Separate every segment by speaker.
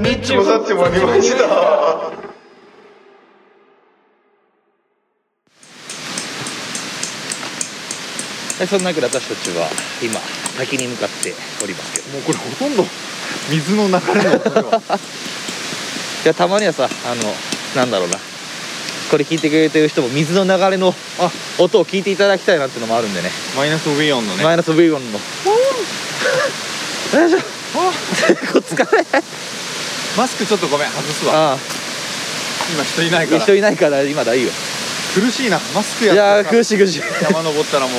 Speaker 1: ニッチもサッチもありました。
Speaker 2: はい、そんなわけで私たちは今滝に向かっておりますけど
Speaker 3: もうこれほとんど水の流れの音が
Speaker 2: いやたまにはさあのなんだろうなこれ聞いてくれてる人も水の流れの
Speaker 3: あ
Speaker 2: 音を聞いていただきたいなっていうのもあるんでね
Speaker 3: マイナスウィオンのね
Speaker 2: マイナス V1 の大丈夫こつかれ
Speaker 3: マスクちょっとごめん外すわ
Speaker 2: ああ
Speaker 3: 今人いないから
Speaker 2: 人いないから今だいいよ
Speaker 3: 苦しいなマスク
Speaker 2: いや
Speaker 3: やっ
Speaker 2: ー
Speaker 3: て
Speaker 2: 苦
Speaker 3: る
Speaker 2: しい苦しいき
Speaker 3: から山登ったらもう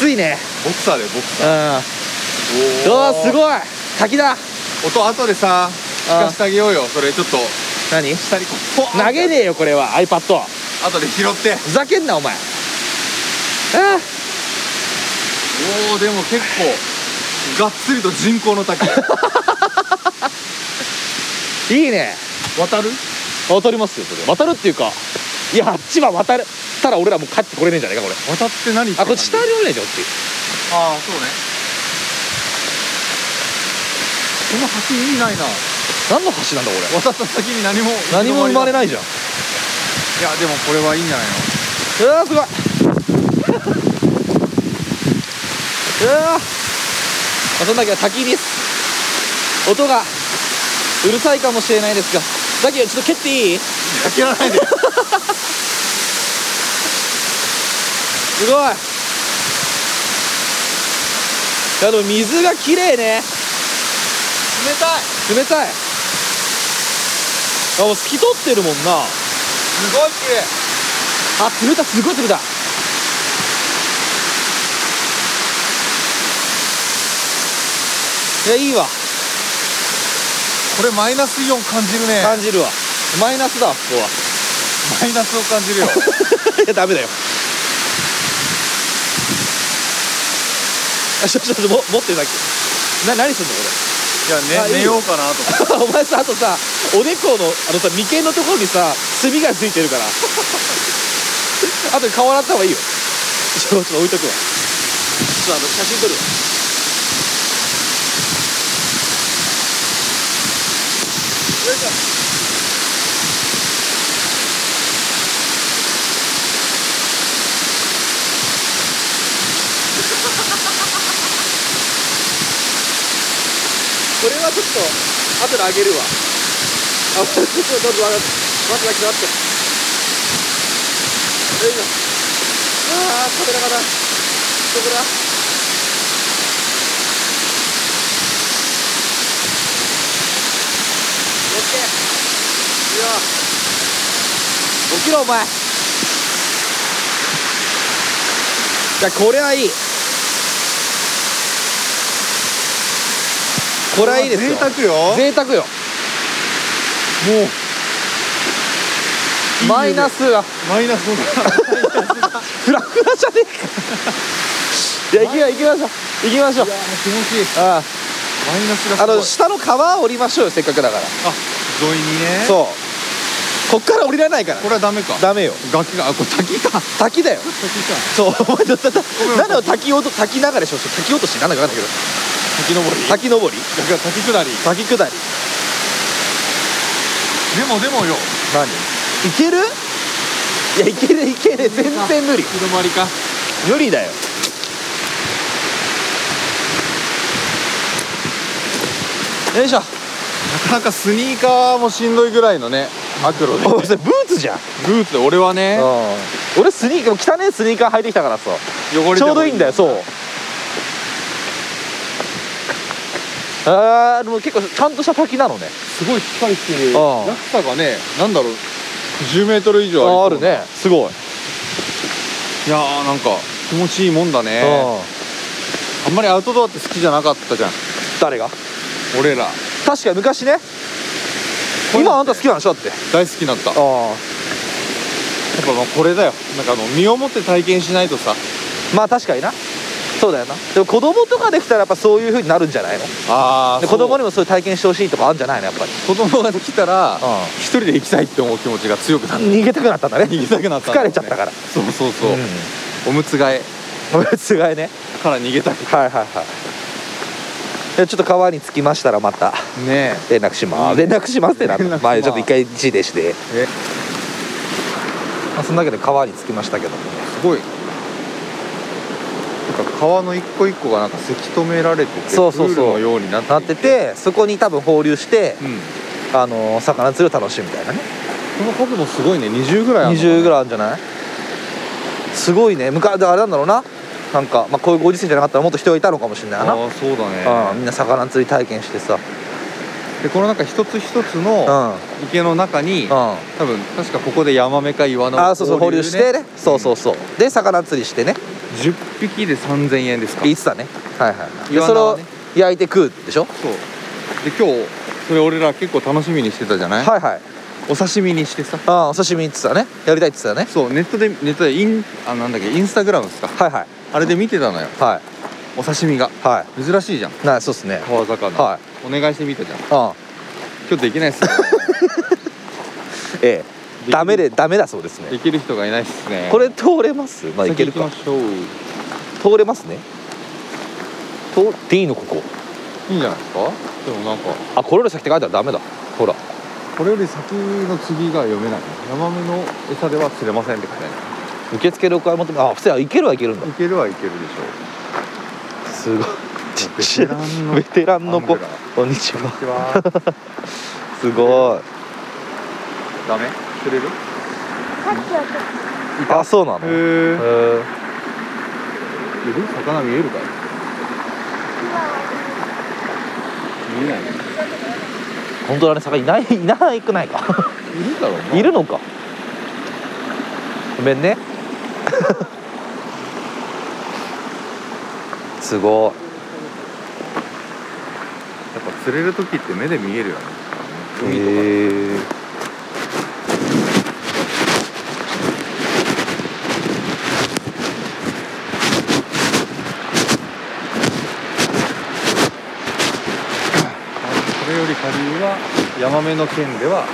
Speaker 2: ついね
Speaker 3: ボクサーでボクサ
Speaker 2: うんあ
Speaker 3: ー
Speaker 2: あす
Speaker 3: い
Speaker 2: ごい滝だ
Speaker 3: 音後でさ聞かせてあげようよそれちょっと
Speaker 2: 何
Speaker 3: 下にこうポン
Speaker 2: 投げねえよこれは iPad
Speaker 3: 後で拾って
Speaker 2: ふざけんなお前あ
Speaker 3: おおでも結構がっつりと人工の滝
Speaker 2: あいいね
Speaker 3: 渡る
Speaker 2: 渡りますよそれ渡るっていうかいやあっちは渡るたら俺らもう帰ってこれねえんじゃないかこれ
Speaker 3: 渡って何
Speaker 2: あこっち下に
Speaker 3: あ
Speaker 2: 降りないじゃんこっち
Speaker 3: あーそうねこの橋意味ないな
Speaker 2: 何の橋なんだこれ
Speaker 3: 渡った先に何も
Speaker 2: 何も生まれないじゃん
Speaker 3: いやでもこれはいいんじゃないう
Speaker 2: わーすごいうわーまあそんだけ滝です音がうるさいかもしれないですがだけどちょっと蹴っていいす
Speaker 3: の諦めないで
Speaker 2: ごいいやでも水が綺麗ね
Speaker 3: 冷たい
Speaker 2: 冷たいあもう透き通ってるもんな
Speaker 3: すごい綺麗
Speaker 2: あ冷たすごい冷たいいやいいわ
Speaker 3: これマイナスイオン感じるね
Speaker 2: 感じるわマイナスだわここは
Speaker 3: マイナスを感じるよ
Speaker 2: いやダメだよあちょちょちょも持ってるだけな何すんの
Speaker 3: い
Speaker 2: あ
Speaker 3: や、
Speaker 2: い
Speaker 3: ね、寝
Speaker 2: いよ
Speaker 3: ようかなと
Speaker 2: これ お前さあとさおでこのあのさ眉間のところにさ墨がついてるから あと顔洗った方がいいよちょちょっと置いとくわちょっとあの写真撮るわこれはちょっと後であげるわあちょっとちょっと待って待って待って待ってよいしょああ食べながらどこだオッケーいいよ起きろお前いやこれはいいこれはいいですよ
Speaker 3: 贅沢よ
Speaker 2: 贅沢よ
Speaker 3: もう
Speaker 2: マイナスは
Speaker 3: マイナスの
Speaker 2: フラフラじゃねえかいや行きましょう行きましょう行きましょう
Speaker 3: 気持ちいい
Speaker 2: あ
Speaker 3: マイナスがす
Speaker 2: ああ
Speaker 3: ごい
Speaker 2: の下の川を降りましょうよせっかくだから
Speaker 3: 沿いにねう
Speaker 2: そうこっから降りられないから
Speaker 3: これはダメか
Speaker 2: ダメよ
Speaker 3: 崖があこれ滝か
Speaker 2: 滝だよ
Speaker 3: 滝か
Speaker 2: そうお前だだだ
Speaker 3: ごめん
Speaker 2: なんだよ滝音滝流れしょ滝落としなんだかわかんないけど
Speaker 3: 滝登り
Speaker 2: 滝登り
Speaker 3: だから滝下り
Speaker 2: 滝下り
Speaker 3: でもでもよ
Speaker 2: 何いけるいやいけるいける全然無理
Speaker 3: 日の回りか
Speaker 2: 無理だよよいしょ
Speaker 3: なかなかスニーカーもしんどいぐらいのねアクロで
Speaker 2: お前それブーツじゃん
Speaker 3: ブーツで俺はね
Speaker 2: うん俺スニーカー汚いスニーカー履いてきたからさ
Speaker 3: 汚れ
Speaker 2: ち
Speaker 3: ても
Speaker 2: ょうどいいんだよそうあーでも結構ちゃんとした滝なのね
Speaker 3: すごいしっかりしてる
Speaker 2: ああ
Speaker 3: 落差がねなんだろう10メートル以上ありそう
Speaker 2: ああるねすごい、
Speaker 3: いやーなんか気持ちいいもんだね
Speaker 2: う
Speaker 3: あ
Speaker 2: ん
Speaker 3: んまりアウトドアって好きじゃなかったじゃん
Speaker 2: 誰が
Speaker 3: 俺ら
Speaker 2: 確かに昔ね今あんた好きなんでしょだって
Speaker 3: 大好きになったやっ
Speaker 2: あ
Speaker 3: ぱまあこれだよなんかあの身をもって体験しないとさ
Speaker 2: あまあ確かになそうだよなでも子供とかできたらやっぱそういう風になるんじゃないの
Speaker 3: あ
Speaker 2: で子供
Speaker 3: に
Speaker 2: にもそういう体験してほしいとかあるんじゃないのやっぱり、
Speaker 3: 子供ができたら
Speaker 2: う
Speaker 3: 一人で行きたいって思う気持ちが強くな る
Speaker 2: ん、逃げたくなったんだね
Speaker 3: 逃げたくな ったんだろ
Speaker 2: 疲
Speaker 3: うね
Speaker 2: れちゃったから
Speaker 3: そうそうそう、
Speaker 2: ん
Speaker 3: おむつ替え
Speaker 2: おやつがいね
Speaker 3: から逃げたく
Speaker 2: はいはいはいでちょっと川に着きましたらまた
Speaker 3: ね
Speaker 2: 連絡します連絡しますってな
Speaker 3: 連絡します
Speaker 2: まあちょっと一回自でして
Speaker 3: え
Speaker 2: まあそんなわけで川に着きましたけども
Speaker 3: えすごいなんか川の一個一個がなんかせき止められてて
Speaker 2: そうそうそう
Speaker 3: プールのようになってい
Speaker 2: なっててそこに多分放流して
Speaker 3: うん
Speaker 2: あの魚釣りを楽しむみたいなね
Speaker 3: この数もすごいね20ぐらいある
Speaker 2: 20ぐらいあるんじゃないすごいね昔であれなんだろうななんか、まあ、こういうご時世じゃなかったらもっと人がいたのかもしれないな
Speaker 3: ああそう
Speaker 2: う
Speaker 3: だ
Speaker 2: ん、み
Speaker 3: ね
Speaker 2: んな魚釣り体験してさ
Speaker 3: でこのなんか一つ一つ
Speaker 2: うん
Speaker 3: の
Speaker 2: うん
Speaker 3: 池の中に
Speaker 2: あ
Speaker 3: 多分確かここでヤマメかイワナ
Speaker 2: あ
Speaker 3: を
Speaker 2: そうそう放流してねそうそうそうで魚釣りしてね
Speaker 3: 10匹で3000円ですか
Speaker 2: 言ってたねはいはいはい
Speaker 3: イ
Speaker 2: で
Speaker 3: ワ
Speaker 2: それ
Speaker 3: ナは
Speaker 2: を
Speaker 3: ね
Speaker 2: 焼いて食うでしょ
Speaker 3: そうで今日それ俺ら結構楽しみにしてたじゃない、
Speaker 2: はいはい
Speaker 3: お刺身にしてさ
Speaker 2: あお刺身言ってたねやりたいって言ってたね
Speaker 3: そうネットでネットでインあなんだっけインスタグラムですか
Speaker 2: はいはい
Speaker 3: あれで見てたのよ
Speaker 2: は
Speaker 3: お刺身が
Speaker 2: いは
Speaker 3: 珍しいじゃん
Speaker 2: いなそうっすね
Speaker 3: 川魚、
Speaker 2: はい
Speaker 3: お願いしてみたじゃん
Speaker 2: うん
Speaker 3: 今日できないっ すね
Speaker 2: ええダメ
Speaker 3: で
Speaker 2: でダメだそうですね
Speaker 3: できる人がいないっすね
Speaker 2: これ通れますまあい
Speaker 3: 先
Speaker 2: け
Speaker 3: 行
Speaker 2: る
Speaker 3: き
Speaker 2: か
Speaker 3: ましょうい
Speaker 2: 通れますね通っていいのここ
Speaker 3: いんじゃないですかでもなんか
Speaker 2: あこれより先って書いたらダメだほら
Speaker 3: これより先の次が読めないヤマメの餌では釣れませんって書いてあ
Speaker 2: 受付でお買い求めあ普通はいけるはいけるんだ
Speaker 3: るいけるはいけるでし
Speaker 2: すごいち
Speaker 3: ょ
Speaker 2: っ
Speaker 3: う
Speaker 2: ちゃい
Speaker 3: ン
Speaker 2: ベテランの
Speaker 3: ア
Speaker 2: 子
Speaker 3: ングラー
Speaker 2: こんにち
Speaker 3: こんに
Speaker 2: は
Speaker 3: ちは
Speaker 2: すごい
Speaker 3: ダメ釣れる
Speaker 2: あそうなのへ
Speaker 3: へえ
Speaker 2: え
Speaker 3: 魚見えるかい見えないね
Speaker 2: 本当だね魚いないいないくない か
Speaker 3: いるだろうない
Speaker 2: るのかごめんねすご
Speaker 3: やっぱ釣れる時って目で見えるよね
Speaker 2: いへえ
Speaker 3: それより下流はヤマメの県では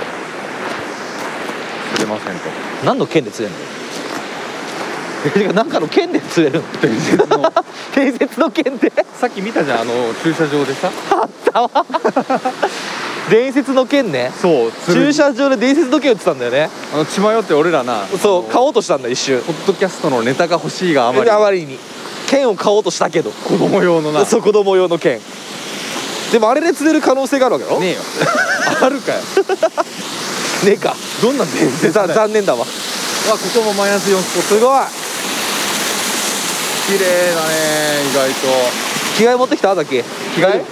Speaker 3: 釣れませんと
Speaker 2: 何の剣で釣れるのなんかの剣で釣れるの
Speaker 3: 伝説の
Speaker 2: 伝説の剣で
Speaker 3: さっき見たじゃんあの駐車場でさ
Speaker 2: 伝説の剣ね
Speaker 3: そう
Speaker 2: 駐
Speaker 3: 駐車
Speaker 2: 車場で伝説の剣売ってたんだよね
Speaker 3: あの血迷って俺らな
Speaker 2: そう
Speaker 3: あの
Speaker 2: 買おうとしたんだ一瞬
Speaker 3: ポッドキャストのネタが欲しいがあまり
Speaker 2: あまりに剣を買おうとしたけど
Speaker 3: 子供用のなね
Speaker 2: そう子供用の剣でもあれで釣れる可能性があるわけよ
Speaker 3: えよ あるかよ
Speaker 2: ねえか
Speaker 3: どんな伝説だ
Speaker 2: ざ
Speaker 3: よ
Speaker 2: 残念だわ
Speaker 3: わここもマイナス4スポット
Speaker 2: すごい
Speaker 3: 綺麗だね意外と
Speaker 2: 着替え持ってきただけ
Speaker 3: 着替え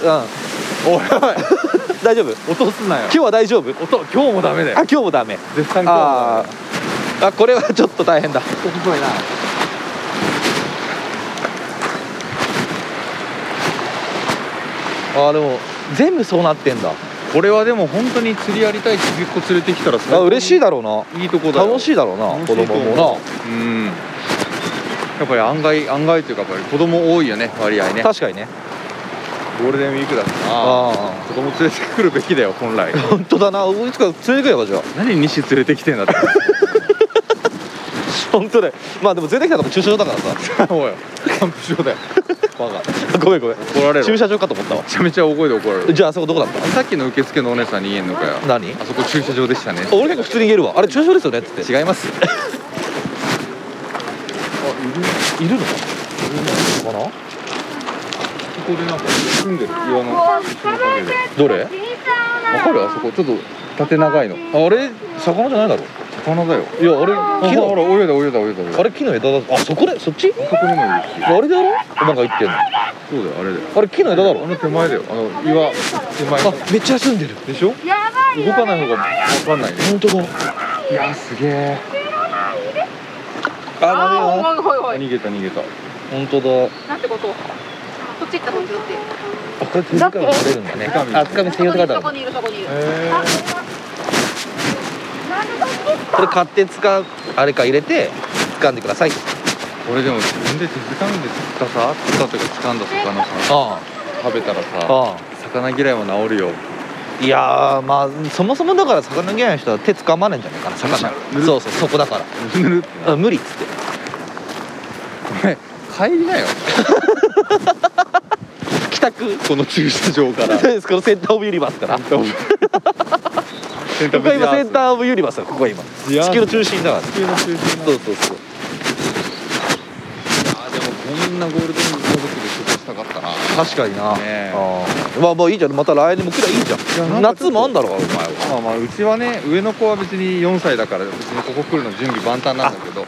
Speaker 3: おい
Speaker 2: うん 大丈夫今
Speaker 3: おい落とすなよ
Speaker 2: 日は大丈夫あ
Speaker 3: 音今日もダメだよ
Speaker 2: 今日もダメ
Speaker 3: 絶賛今日も
Speaker 2: あーあこれはちょっと大変だ
Speaker 3: すごいな
Speaker 2: あーでも全部そうなってんだ
Speaker 3: これはでも本当に釣りやりたいちびっ子連れてきたら
Speaker 2: あ嬉しい
Speaker 3: だ
Speaker 2: だろうない
Speaker 3: いとこだよ
Speaker 2: 楽しいだろうな
Speaker 3: 楽し
Speaker 2: 子
Speaker 3: いと思う
Speaker 2: 供も
Speaker 3: うんやっぱり案外案外というかやっぱり子供多いよね割合ね
Speaker 2: な確かにね
Speaker 3: ゴールデンウィークだしな
Speaker 2: あ
Speaker 3: 子供連れてくるべきだよ本 来
Speaker 2: あ本当だないつか連れてくればじゃあ
Speaker 3: 何西連れてきてんだって
Speaker 2: 本当だよまあでも連れてきたとこ駐車場だか らさ
Speaker 3: おいキャンプ場だよバカ
Speaker 2: ごめんごめん
Speaker 3: 怒られる
Speaker 2: 駐
Speaker 3: め
Speaker 2: 車場かと思ったわ
Speaker 3: ちゃめちゃ大声で怒られる
Speaker 2: じゃああそこどこだった
Speaker 3: さっきの受付のお姉さんに言えんのかよ
Speaker 2: 何
Speaker 3: あそこ駐車場でしたね
Speaker 2: 俺結構普通に言えるわあれ駐車場ですよねっつって
Speaker 3: 違います
Speaker 2: いるのかな
Speaker 3: ここでなんか住んでる岩の陰で
Speaker 2: どれ
Speaker 3: わかるあそこちょっと縦長いの
Speaker 2: あれ魚じゃないだろ
Speaker 3: 魚だよ
Speaker 2: いやあれ
Speaker 3: 木
Speaker 2: 木
Speaker 3: のほ
Speaker 2: の
Speaker 3: ら泳いだ泳いだ泳いだ泳いだ
Speaker 2: あれ木の枝だあそこでそっち
Speaker 3: あそこにもいるし
Speaker 2: あれだろなんか言ってんのあ
Speaker 3: そうだよあれだよ
Speaker 2: れ木の枝だろ
Speaker 3: あの手前だよあの岩手前
Speaker 2: あめっちゃ休んでる
Speaker 3: でしょ動かない方が分かんないね
Speaker 2: 本当だ
Speaker 3: いやすげえ
Speaker 2: あダメだ
Speaker 4: おいおいおい
Speaker 3: 逃げた逃げた
Speaker 2: 本当だ
Speaker 4: なんてことこっち行ったこっちだって
Speaker 2: あこれ手づかみ取れるんだね
Speaker 3: 手づかみ
Speaker 2: あ手づかみ専用って書いてあ
Speaker 4: そ
Speaker 2: る
Speaker 4: こにいるそこにいる
Speaker 3: え
Speaker 2: これ買って使うあれか入れて掴んでください
Speaker 3: 俺でも自分で手づかみで釣ったさ釣ったというか掴んだ魚さ
Speaker 2: あ
Speaker 3: 食べたら
Speaker 2: あ
Speaker 3: さ
Speaker 2: ああ
Speaker 3: 魚嫌いは治るよ
Speaker 2: いやーまあそもそもだから魚嫌いの人は手掴まないんじゃないかな魚
Speaker 3: ぬる
Speaker 2: そうそうそこだから
Speaker 3: ぬるぬるってな
Speaker 2: あ無理っつって
Speaker 3: 帰りなよ
Speaker 2: 来た
Speaker 5: 択
Speaker 3: この駐車場か ら
Speaker 5: そう ですこのセンターオブユニバースからこ
Speaker 3: 洗
Speaker 5: こ
Speaker 3: 濯
Speaker 5: が今セン
Speaker 3: 地
Speaker 5: ターオブユニバースだここが今地球の中心だから
Speaker 3: 球の中
Speaker 5: そ
Speaker 3: 心
Speaker 5: うそうそう
Speaker 3: あでもこんなゴールデンウィーク家族で過ごしたかったな
Speaker 2: 確かにな、
Speaker 3: ねえ
Speaker 2: ああまあまあいいじゃんまた来年も来りゃいいじゃん
Speaker 3: いやなんかちょ
Speaker 2: 夏
Speaker 3: っと
Speaker 2: もあんだろお前は
Speaker 3: まあまあうちはね上の子は別に4歳だから別にここ来るの準備万端なんだけど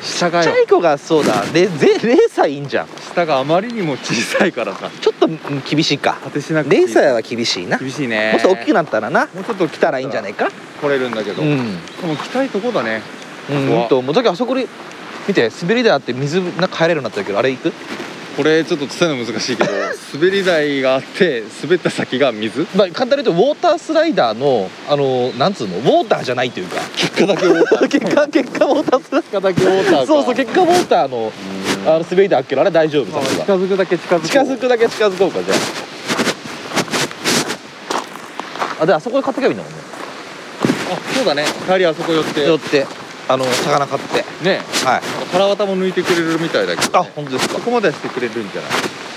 Speaker 3: 下が
Speaker 2: ちっ
Speaker 3: よ
Speaker 2: ちゃい子がそうだれぜ0歳いいんじゃん
Speaker 3: 下があまりにも小さいからさ
Speaker 2: ちょっとうん厳しいか
Speaker 3: 果てしなくていい
Speaker 2: 0歳は厳しいなも
Speaker 3: 厳しいね
Speaker 2: っと大きくなったらな
Speaker 3: もうちょっと
Speaker 2: 来たらいいんじゃないいか
Speaker 3: 来れるんだけど、
Speaker 2: う
Speaker 3: で
Speaker 2: ん
Speaker 3: も来たいとこだね
Speaker 2: う
Speaker 3: こ
Speaker 2: ん
Speaker 3: こは
Speaker 2: ほんともうだけどあそこに見て滑り台あって水なんか入れるようになってるけどあれ行く
Speaker 3: これちょっと伝えるの難しい けど滑り台があって滑った先が水
Speaker 2: まあ簡単に言うとウォータースライダーのあのなんつうのウォーターじゃないというか
Speaker 3: 結果だけ終わった
Speaker 2: 結果結果ウォータースライ
Speaker 3: だけ終わった
Speaker 2: ダーそうそう結果ウォーターの
Speaker 3: 果
Speaker 2: あの滑り台あっけどあれ大丈夫さすが
Speaker 3: 近づくだけ近づく
Speaker 2: 近づくだけ近づこうかじゃああであそこで買ってけばいいんだもんね
Speaker 3: あそうだね帰りあそこ寄って
Speaker 2: 寄ってあの魚買って
Speaker 3: ね
Speaker 2: はい
Speaker 3: なんか腹渡も抜いてくれるみたいだけど、
Speaker 2: あ
Speaker 3: ね、
Speaker 2: 本当ですか
Speaker 3: そこまではしてくれるんじゃない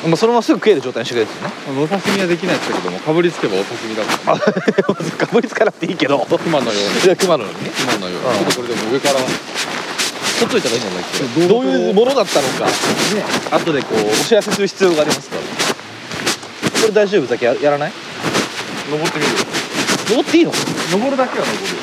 Speaker 2: もうそのまますぐ食える状態にしてくれるんですね
Speaker 3: お刺身はできないですけどもかぶりつけばお刺身だ から
Speaker 2: かぶりつかなくていいけど
Speaker 3: 熊のように
Speaker 2: いや熊なのにね
Speaker 3: 熊のよう
Speaker 2: ああ
Speaker 3: にちょっとこれでも上から
Speaker 2: 取っといた方がいいんじゃない
Speaker 3: どう
Speaker 2: どういうものだったのか
Speaker 3: 後でこ
Speaker 2: お知らせする必要がありますからこれ大丈夫だけややらないう
Speaker 3: 登ってみる
Speaker 2: 登っていいの
Speaker 3: 登るだけは登るよ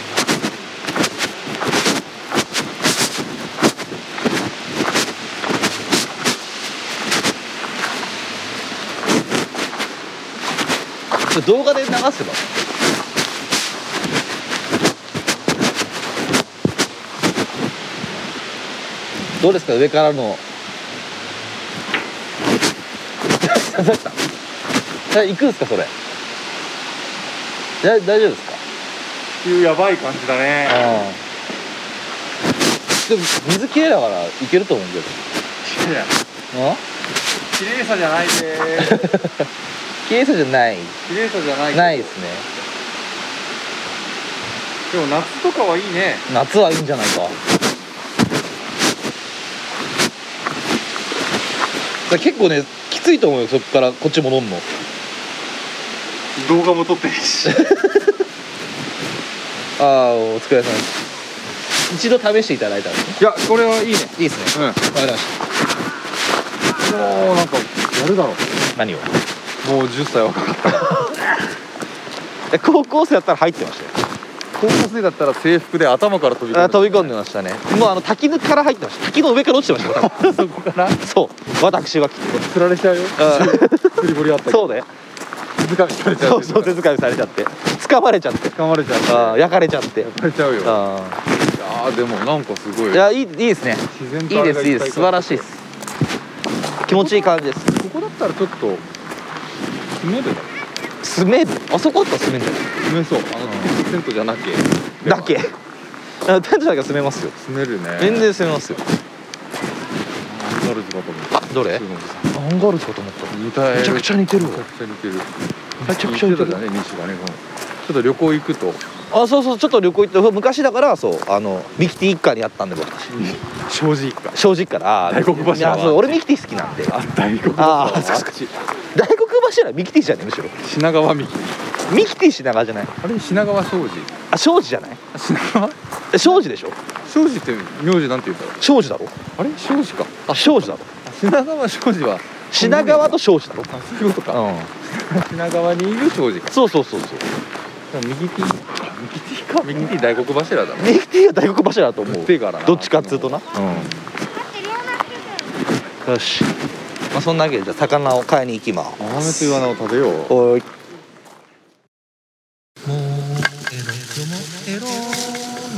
Speaker 2: それ動画で流せばどうですか上からの 刺さったえ行くんですかそれだ大丈夫ですか
Speaker 3: いうやばい感じだね
Speaker 2: でも水きれいだからいけると思うけどあ
Speaker 3: 綺麗さじゃない ね綺
Speaker 2: きれいさじゃない
Speaker 3: 麗さじゃない
Speaker 2: ない
Speaker 3: で
Speaker 2: ですね
Speaker 3: も夏とかはいいね
Speaker 2: 夏はいいんじゃないかだから結構ねきついと思うよそっからこっち戻んの
Speaker 3: 動画も撮ってるし
Speaker 2: ああお疲れ様です一度試していただいたんですね
Speaker 3: いやこれはいいね
Speaker 2: いいです
Speaker 3: うん
Speaker 2: ねわかりまし
Speaker 3: もうなんかやるだろ
Speaker 2: た何を
Speaker 3: もう10歳若かった
Speaker 2: え高校生だったら入ってましたよ
Speaker 3: 高校生だったら制服で頭から飛び込
Speaker 2: あ
Speaker 3: む
Speaker 2: 飛び込んでましたねもうあの滝のから入ってました滝の上から落ちてましたよ 多分
Speaker 3: そこから
Speaker 2: そう私はきっ
Speaker 3: 釣られちゃうよ
Speaker 2: と
Speaker 3: 釣り堀あったけど
Speaker 2: そうね
Speaker 3: 手づかみされちゃ
Speaker 2: そううそう手づかみされちゃって掴まれちゃって
Speaker 3: 掴まれちゃう
Speaker 2: あー焼かれちゃって
Speaker 3: されちゃうよ
Speaker 2: あ
Speaker 3: あーでもなんかすごい
Speaker 2: ーいやいいいいですね
Speaker 3: 自然
Speaker 2: いい
Speaker 3: あれが
Speaker 2: ですいいで
Speaker 3: 一体化
Speaker 2: す素晴らしいです気持ちいい感じです
Speaker 3: ここだったらちょっと住めるだろ
Speaker 2: スメールあそこだったらスメールじゃ
Speaker 3: 住めそうあのテントじゃなきゃ
Speaker 2: ないだけあテントだけは住めますよ
Speaker 3: 住めるね
Speaker 2: 全然住めますよ
Speaker 3: なる時間と思
Speaker 2: あどれ
Speaker 3: う
Speaker 2: アンガールズかと思った
Speaker 3: 似た
Speaker 2: めちゃくちゃ似てるわ
Speaker 3: めちゃくちゃ似てる
Speaker 2: めちゃくちゃ似て
Speaker 3: た
Speaker 2: る
Speaker 3: じゃんね西がねこのちょっと旅行行くと
Speaker 2: あそうそうちょっと旅行行って昔だからそうあのミキティ一家にあったんで僕たち
Speaker 3: 正直か
Speaker 2: 正直からあー
Speaker 3: 大黒柱はい
Speaker 2: やそう俺ミキティ好きなんで
Speaker 3: あ大黒
Speaker 2: あー
Speaker 3: あ
Speaker 2: そ
Speaker 3: そうう
Speaker 2: そ大黒柱はミキティじゃねえむしろ
Speaker 3: 品川美紀
Speaker 2: ミキティ品川じゃない
Speaker 3: あれ品川庄司
Speaker 2: あ庄司じゃない
Speaker 3: あ品川
Speaker 2: え庄司でしょ
Speaker 3: 庄司って名字なんて言うんだろう
Speaker 2: 庄司だろ
Speaker 3: あれ庄司か
Speaker 2: あ庄司だろ
Speaker 3: あ品川庄司は
Speaker 2: 品川と庄司だろ
Speaker 3: あそういうことか
Speaker 2: うん
Speaker 3: 品川にいる庄司か
Speaker 2: そうそうそうそう
Speaker 3: 右手右手か右手大黒柱だもん
Speaker 2: ミキティは大黒柱だと思う
Speaker 3: 手柄な
Speaker 2: どっちかっつうとなよし、まあ、そんなわけでじゃあ魚を買いに行きま
Speaker 3: アマメとイワナを食べよう
Speaker 2: おい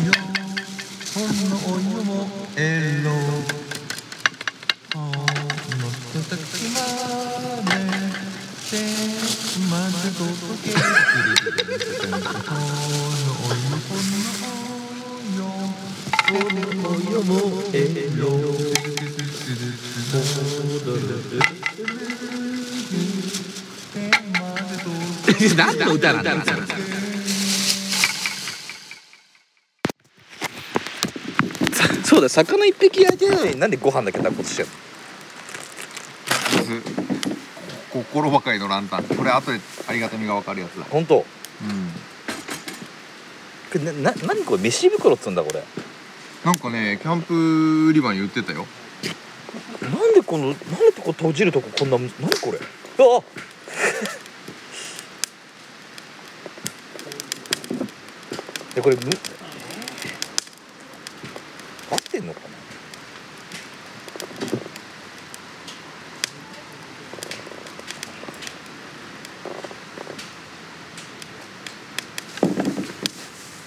Speaker 2: そうだよ魚一匹焼いてるのになんでご飯だけ抱っことしてんの
Speaker 3: 心ばかりのランタンこれ後でありがたみが分かるやつだ
Speaker 2: 本当。
Speaker 3: うん
Speaker 2: これなな何これ飯袋っつうんだこれ
Speaker 3: なんかねキャンプ売り場に売ってたよ
Speaker 2: なんでこのなんでここ閉じるとここんなむ何これあ えこれむ合ってんのかな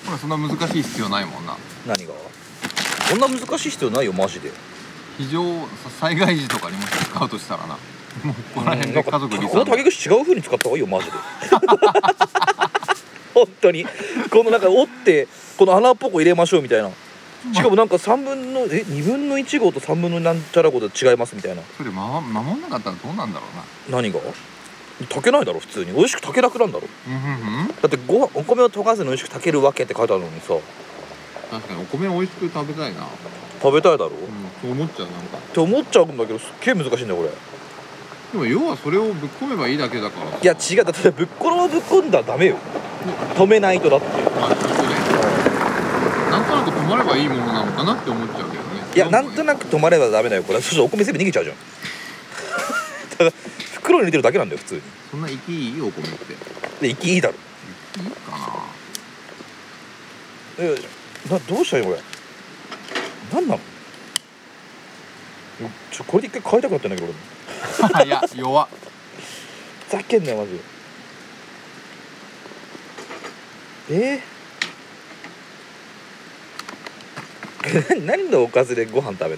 Speaker 3: ほらそんな難しい必要ないもんな
Speaker 2: 何がこんな難しい必要ないよマジで
Speaker 3: 非常さ災害時とかにもし使うとしたらなもうここら辺で家族離
Speaker 2: この
Speaker 3: 散
Speaker 2: 竹串違う風に使った方がいいよマジで 本当にこのなんか折ってこの穴っぽく入れましょうみたいなしかもなんか3分のえ2分の1号と3分のなんちゃら号と違いますみたいな
Speaker 3: それま守んなかったらどうなんだろう
Speaker 2: 何が炊けないだろ普通に美味しく炊けなくなんだろ
Speaker 3: なうんうんうん
Speaker 2: だってご飯お米を溶かずに美味しく炊けるわけって書いてあるのにさ
Speaker 3: 確かにお米美味しく食べたいな、う
Speaker 2: 食べたいだろっ
Speaker 3: ん、そう思っちゃうなんか
Speaker 2: て思っちゃうんだけどすっげえ難しいんだよこれい
Speaker 3: でも要はそれをぶっ込めばいいだけだから
Speaker 2: や違うだってぶっこのぶっ込んだらダメよ止めないとだって
Speaker 3: まあそうだよなんとなく止まればいいものなのかなって思っちゃうけどね
Speaker 2: いやなんとなく止まればダメだよこれそうそうお米全部逃げちゃうじゃん だから袋に入れてるだけなんだよ普通に
Speaker 3: そんな息いいお米っていい
Speaker 2: で息いいだろ
Speaker 3: かな
Speaker 2: えなどうしたらいいのこれなんなのえちょこれで一回買いたくなってんだけど俺も
Speaker 3: いや弱
Speaker 2: ふざけんなよマジでえー な何のおかずでご飯食べるの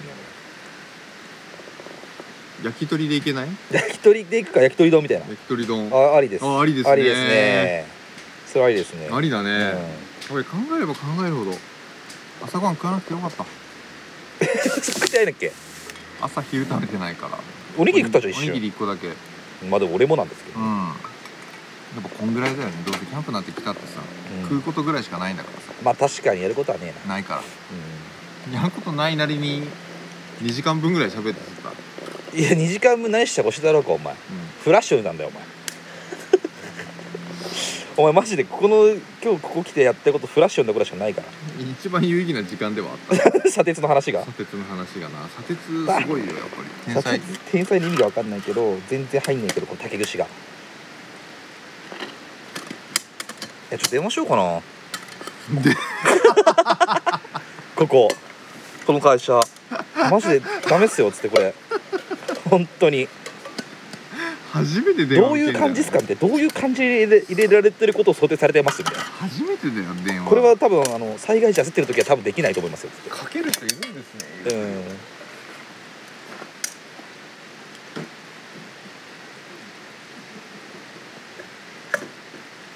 Speaker 3: 焼き鳥でいけ ない
Speaker 2: 焼き鳥でいくか焼き鳥丼みたいな
Speaker 3: 焼き鳥丼あ
Speaker 2: あありです
Speaker 3: ありですね
Speaker 2: ありですねそれありですね
Speaker 3: ありだね、
Speaker 2: うん
Speaker 3: これ考えれば考えるほど朝ごはん食わなくてよかった
Speaker 2: 食ってないんだっけ
Speaker 3: 朝昼食べてないから
Speaker 2: おにぎり食ったじゃん一
Speaker 3: おにぎ
Speaker 2: 瞬
Speaker 3: り1個だけうん
Speaker 2: まあでも俺もなんですけど、
Speaker 3: やっぱこんぐらいだよねどうせキャンプなんて来たってさ、
Speaker 2: うん
Speaker 3: 食うことぐらいしかないんだからさ
Speaker 2: まあ確かにやることはねえな、
Speaker 3: ないから
Speaker 2: う
Speaker 3: やることないなりに2時間分ぐらい喋ってた、うん、
Speaker 2: ん、いや2時間分何してほしいだろうかお前フラッシュなんだよお前 お前マジでここの今日ここ来てやったことフラッシュなことしかないから
Speaker 3: 一番有意義な時間ではあった
Speaker 2: 砂鉄の話が
Speaker 3: 砂鉄の話がな砂鉄すごいよやっぱり天才
Speaker 2: 砂鉄天才の意味が分かんないけど全然入んないけどこの竹串がいやちょっと電話しようかな
Speaker 3: で
Speaker 2: こここの会社マジでダメっすよっつってこれ本当に
Speaker 3: 初めて電話
Speaker 2: どうい
Speaker 3: 受
Speaker 2: う
Speaker 3: けんだよ
Speaker 2: 感じですかみたいなどういう感じで入れられてることを想定されてますみたいな
Speaker 3: 初めてだよ電話
Speaker 2: これは多分あの災害時焦ってる時は多分できないと思いますよつっ
Speaker 3: かける人いるんですね
Speaker 2: てうん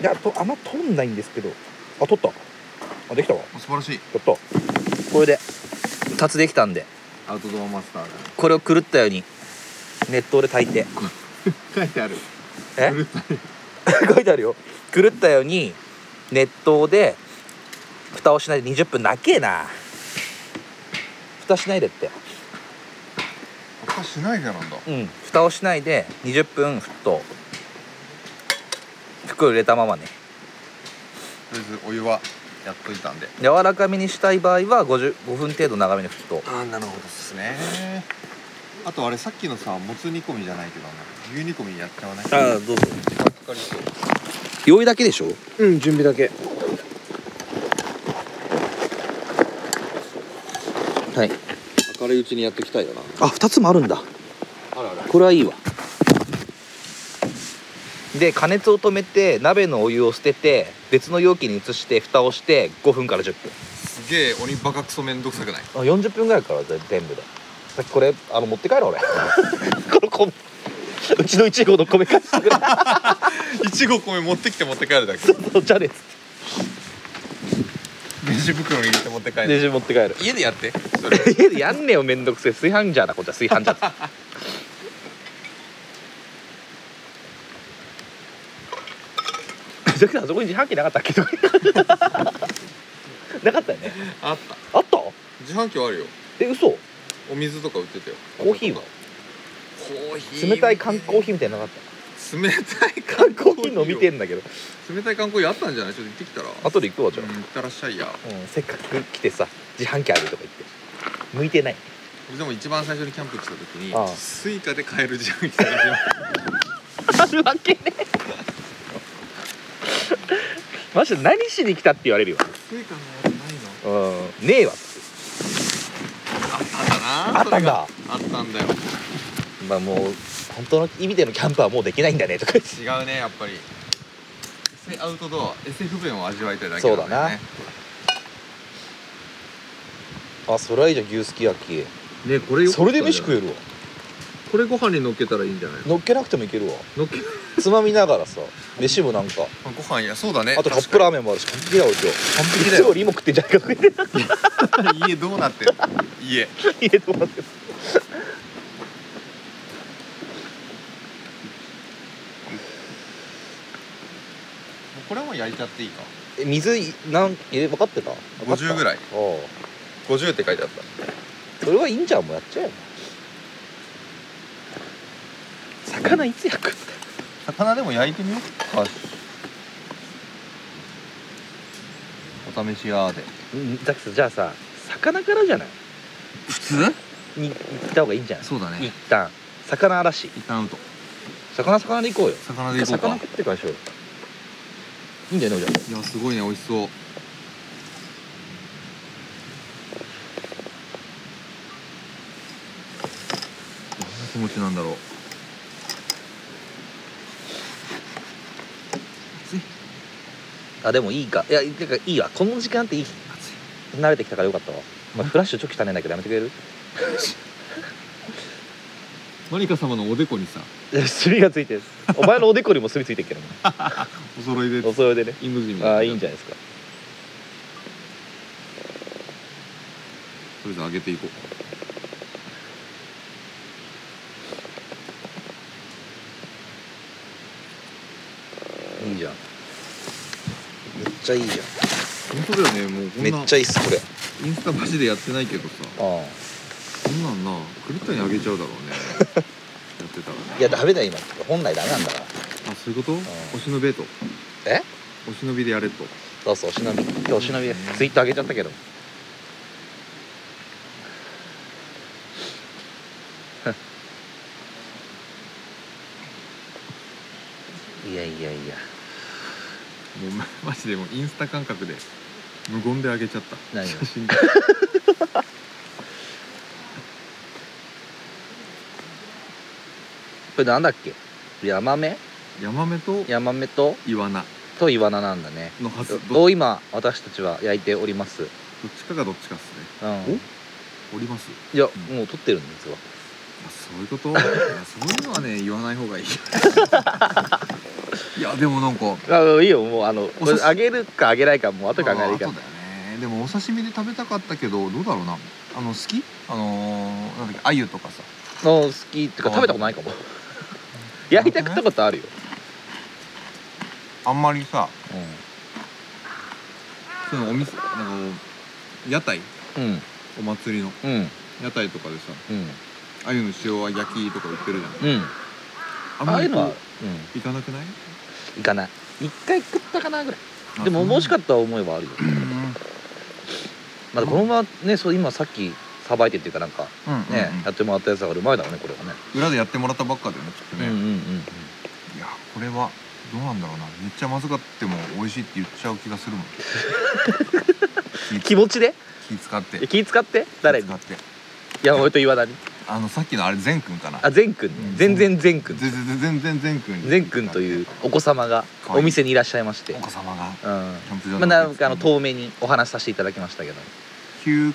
Speaker 2: いやとあんま取んないんですけどあ取ったあできたわや
Speaker 3: 素晴らしい
Speaker 2: ったこれで2つできたんで
Speaker 3: アウトドアマスターだ
Speaker 2: これを狂ったように熱湯で炊いて
Speaker 3: 書いてある
Speaker 2: え
Speaker 3: 狂った
Speaker 2: 書いてあるよ狂ったように熱湯で蓋をしないで20分だけえな蓋しないでって
Speaker 3: 他しないでなんだ
Speaker 2: うん、蓋をしないで20分沸騰袋入れたままね
Speaker 3: とりあえずお湯はやっといたんで
Speaker 2: 柔らかめにしたい場合は50 5分程度長めに沸騰
Speaker 3: ああなるほどですねあとあれさっきのさもつ煮込みじゃないけどあの牛煮込みやっちゃわない
Speaker 2: あどうぞ
Speaker 3: 時間かかりそう
Speaker 2: 用意だけでしょ
Speaker 6: うん準備だけ
Speaker 2: はい
Speaker 3: 明るいうちにやっていきたいよな
Speaker 2: あ二2つもあるんだ
Speaker 3: あらあら
Speaker 2: これはいいわで加熱を止めて鍋のお湯を捨てて別の容器に移して蓋をして5分から10分
Speaker 3: すげえ鬼バカクソめんどくさくない
Speaker 2: あ40分ぐらいからぜ全部でさっきこれあの持って帰ろう俺 この米うちの1号の米返してくれ
Speaker 3: いちご米持ってきて持って帰る だけ
Speaker 2: じゃね
Speaker 3: レジ袋に入れて持って帰
Speaker 2: レジ持って帰る
Speaker 3: 家でやってそれ
Speaker 2: 家でやんねよめんどくせえ炊飯ジャーだこっちは炊飯ジャー ジャックさんそこに自販機なかったっけ なかったよね
Speaker 3: あった
Speaker 2: あった
Speaker 3: 自販機はあるよ
Speaker 2: え嘘
Speaker 3: お水とか売ってたよ
Speaker 2: コーヒーは
Speaker 3: コーヒー
Speaker 2: 冷たい缶コーヒーみたいなのなかっ
Speaker 3: 冷たい
Speaker 2: 缶コーヒー飲みてんだけど
Speaker 3: 冷たい観光あったんじゃないちょっと行ってきたらあ
Speaker 2: 後で行くわじゃ
Speaker 3: うん、行ったらっしゃいや
Speaker 2: あ、うん、せっかく来てさ自販機あるとか言って向いてない
Speaker 3: 俺でも一番最初にキャンプ来た時に
Speaker 2: ああ
Speaker 3: スイカで買える自販機探しました
Speaker 4: あるわけね
Speaker 2: マジで何しに来たって言われるよ、
Speaker 3: スイカのやつないの
Speaker 2: うん、ねえわ
Speaker 3: あったんだな
Speaker 2: あっ
Speaker 3: それがあった
Speaker 2: たんだ
Speaker 3: んだよ
Speaker 2: まあもう本当の意味でのキャンプはもうできないんだねとか言って
Speaker 3: 違うねやっぱりエセアウトドア SF 弁を味わいたいだけなんだよね
Speaker 2: そうだなあそれはいいじゃん牛すき焼き
Speaker 3: ねこれ
Speaker 2: それで飯食
Speaker 3: え
Speaker 2: えるわ
Speaker 3: これご飯に乗っけたらいいんじゃないの
Speaker 2: 乗っけなくてもいけるわ
Speaker 3: 乗っけ
Speaker 2: つまみながらさ飯もなんか
Speaker 3: ご飯やそうだね
Speaker 2: あとカップラーメンもあるし完璧だわ今日
Speaker 3: 完璧だ
Speaker 2: 料
Speaker 3: よ
Speaker 2: 理も食ってんじゃないかとか言って
Speaker 3: 家どうなってる家
Speaker 2: 入れてもらって
Speaker 3: これも焼いちゃっていいか
Speaker 2: え水いなん入れ分かってた
Speaker 3: 50ぐら
Speaker 2: らい
Speaker 3: い
Speaker 2: ああ
Speaker 3: 50って書いてあった
Speaker 2: それはいいんじゃんもうやっちゃえよ魚いつ焼く
Speaker 3: 魚でも焼いてみようかお試しやで
Speaker 2: うんザキさんじゃあさ魚からじゃない
Speaker 3: 普通
Speaker 2: に行った方がいいんじゃない
Speaker 3: そうだ
Speaker 2: 一旦魚嵐
Speaker 3: 一旦アウト
Speaker 2: 魚魚で行こうよ
Speaker 3: 魚でいこう
Speaker 2: 魚
Speaker 3: か
Speaker 2: 食ってからしよういいんだよねじゃ
Speaker 3: いやすごいね美味しそうどんな気持ちなんだろう暑い
Speaker 2: ああでもいいかいやてかいいわこの時間っていい
Speaker 3: 暑い
Speaker 2: 慣れてきたからよかったわ、まあ、フラッシュちょっと汚ねんだけどやめてくれる
Speaker 3: マリカ様のおでこにさ
Speaker 2: いや墨がついてるお前のおでこにも墨ついてるけどね
Speaker 3: お揃いで
Speaker 2: お揃いでね
Speaker 3: イムジン
Speaker 2: ああいいんじ
Speaker 3: ゃ
Speaker 2: ゃないですか
Speaker 3: とりあえず上げていこう
Speaker 2: いいじゃんめっちゃいいじ
Speaker 3: 本当だよねもうこん
Speaker 2: ゃん
Speaker 3: な
Speaker 2: めっちゃいいっすこれ
Speaker 3: インスタマジでやってないけどさ
Speaker 2: あ
Speaker 3: こんなんなクリッタにあげちゃうだろう ねやってたらね
Speaker 2: あいやダメだよ今本来ダメなんだか
Speaker 3: あ
Speaker 2: ら
Speaker 3: そういうこと
Speaker 2: ん
Speaker 3: お忍びと
Speaker 2: え
Speaker 3: お忍びでやれと
Speaker 2: どうぞお忍び今日お忍びですツイートあげちゃったけど いやいやいや
Speaker 3: もうま マジでもうインスタ感覚で無言で上げちゃった
Speaker 2: 何を
Speaker 3: 写真 で
Speaker 2: これなんだっけヤマメ
Speaker 3: ヤマメと
Speaker 2: ヤマメと
Speaker 3: イワナ
Speaker 2: とイワナなんだね
Speaker 3: のはずどどっ
Speaker 2: を今私たちは焼いております
Speaker 3: ちかがどっちかっすね
Speaker 2: うん
Speaker 3: おります
Speaker 2: いやもう撮ってるんですわ
Speaker 3: あそういうこといやそういうのはね言わない方が いいいやでもなんか
Speaker 2: あいいよもうあのこれ
Speaker 3: お刺身
Speaker 2: あげるかあげないかもう後で考え
Speaker 3: あ
Speaker 2: る
Speaker 3: ー
Speaker 2: か
Speaker 3: そうだよねでもお刺身で食べたかったけどどうだろうなあの好きあのー、なんだっけ鮎とかさ
Speaker 2: の好きってか
Speaker 3: あー
Speaker 2: 食べたことないかも 焼いた食ったことあるよ、
Speaker 3: あんまりさ
Speaker 2: う
Speaker 3: そのお店あの屋台
Speaker 2: んうん
Speaker 3: お祭りの
Speaker 2: うん
Speaker 3: 屋台とかでさ
Speaker 2: うん
Speaker 3: 鮎の塩は焼きとか売ってるじゃん
Speaker 2: うん
Speaker 3: あん
Speaker 2: あ
Speaker 3: ま
Speaker 2: あい
Speaker 3: り
Speaker 2: うのは、う
Speaker 3: こう行かなくない
Speaker 2: ん、いかない一回食ったかなぐらいでももし
Speaker 3: か
Speaker 2: かったら思いはあるよ、
Speaker 3: うんうん
Speaker 2: まあ、このままねそう今さっきさばいてっていうかなんか
Speaker 3: うんうん
Speaker 2: ね、やってもらったやつだからうまいだろうねこれはね
Speaker 3: 裏でやってもらったばっかだよねきっとね、
Speaker 2: う
Speaker 3: い
Speaker 2: んうんうん
Speaker 3: やこれはどうなんだろうなめっちゃまずかっても美味しいって言っちゃう気が するもん気
Speaker 2: 気持ちで
Speaker 3: 気使って
Speaker 2: え気使って誰
Speaker 3: 気
Speaker 2: に
Speaker 3: 使って
Speaker 2: 山本岩田に
Speaker 3: あのさっきのあれ善くんかな
Speaker 2: あ善くん
Speaker 3: うん
Speaker 2: 全然善くん
Speaker 3: 全然全然善くん
Speaker 2: 善くんというお子様が
Speaker 3: 可愛い
Speaker 2: お店にいらっしゃいまして
Speaker 3: お子様が
Speaker 2: うんま
Speaker 3: キャンプ場
Speaker 2: あなんかあの
Speaker 3: 9
Speaker 2: 遠目にお話しさせていただきましたけど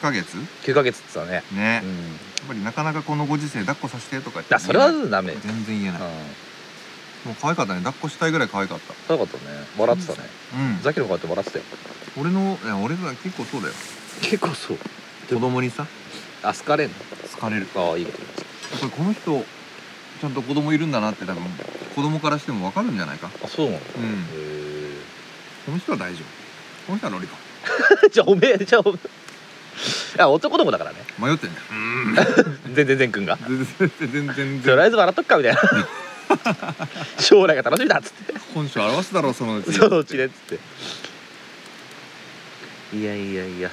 Speaker 3: ヶ月
Speaker 2: 9ヶ月っつったね
Speaker 3: ね、
Speaker 2: う
Speaker 3: やっ
Speaker 2: ん
Speaker 3: ぱりなかなかこのご時世抱っこさせてとか言って
Speaker 2: だそれはダメ
Speaker 3: 言えない全然言えない、
Speaker 2: うん
Speaker 3: もう可愛かったね抱っこしたいぐらい可愛かった
Speaker 2: そういうことね笑ってたね
Speaker 3: うん
Speaker 2: ザキの顔って笑ってたよ
Speaker 3: 俺のいや俺ら結構そうだよ
Speaker 2: 結構そう
Speaker 3: 子供にさ
Speaker 2: あ好かれんの
Speaker 3: 好かれる
Speaker 2: ああいいこと
Speaker 3: やっぱりこの人ちゃんと子供いるんだなって多分子供からしても分かるんじゃないか
Speaker 2: あそうなの
Speaker 3: う
Speaker 2: へ
Speaker 3: ん
Speaker 2: え
Speaker 3: この人は大丈夫この人はロリコ
Speaker 2: じゃあおめえじゃあおめえあ男の子だからね
Speaker 3: ン迷ってんだよ
Speaker 2: 全然善くんが
Speaker 3: 全然全然全
Speaker 2: とり
Speaker 3: 然
Speaker 2: あえず笑っとくかみたいな
Speaker 7: 将来が楽しみだっつって
Speaker 3: 本性表すだろそのうち
Speaker 7: そのう
Speaker 3: す
Speaker 7: ちねっつっていやいやいや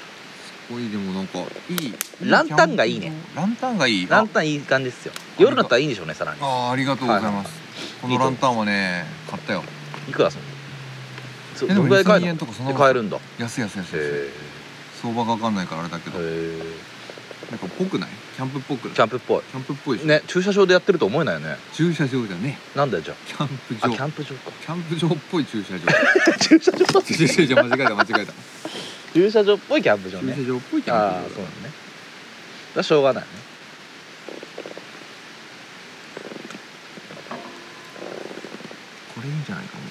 Speaker 3: ごいでもなんかいい
Speaker 2: ランタンがいいね
Speaker 3: ランタンがいい
Speaker 2: ランタンいい感じですよ夜だったらいいんでしょうねさらに
Speaker 3: ああーありがとうございます、このランタンはね買ったよ
Speaker 2: いくらすんのそ
Speaker 3: えで
Speaker 2: ど
Speaker 3: も
Speaker 2: んぐらい買
Speaker 3: 2000
Speaker 2: える
Speaker 3: 円
Speaker 2: の
Speaker 3: とかそんな
Speaker 2: で
Speaker 3: もん
Speaker 2: 買えるんだへ
Speaker 3: 安い安い安い安い
Speaker 2: え
Speaker 3: 相場が分かんないからあれだけどなんか
Speaker 2: へ
Speaker 3: ぽくないキャンプっぽくない
Speaker 2: えキャンプっぽ
Speaker 3: キャンプっぽいでしょ、
Speaker 2: いね駐車場でやってると思えないよね
Speaker 3: 駐車場じゃね
Speaker 2: なんだよじゃ
Speaker 3: キャンプ
Speaker 2: ああ
Speaker 3: 場
Speaker 2: キャンプ場か
Speaker 3: キャンプ場っぽい駐車 場
Speaker 7: 駐車場
Speaker 3: 駐車場間違えた間違えた
Speaker 2: 駐車場っぽいキャンプ場
Speaker 3: 駐
Speaker 2: ね
Speaker 3: 車場っぽいキャ
Speaker 2: あ
Speaker 3: ン
Speaker 2: あ
Speaker 3: プ
Speaker 2: そ
Speaker 3: 場
Speaker 2: うなのねだからしょうがないよね
Speaker 3: これいいんじゃないかもう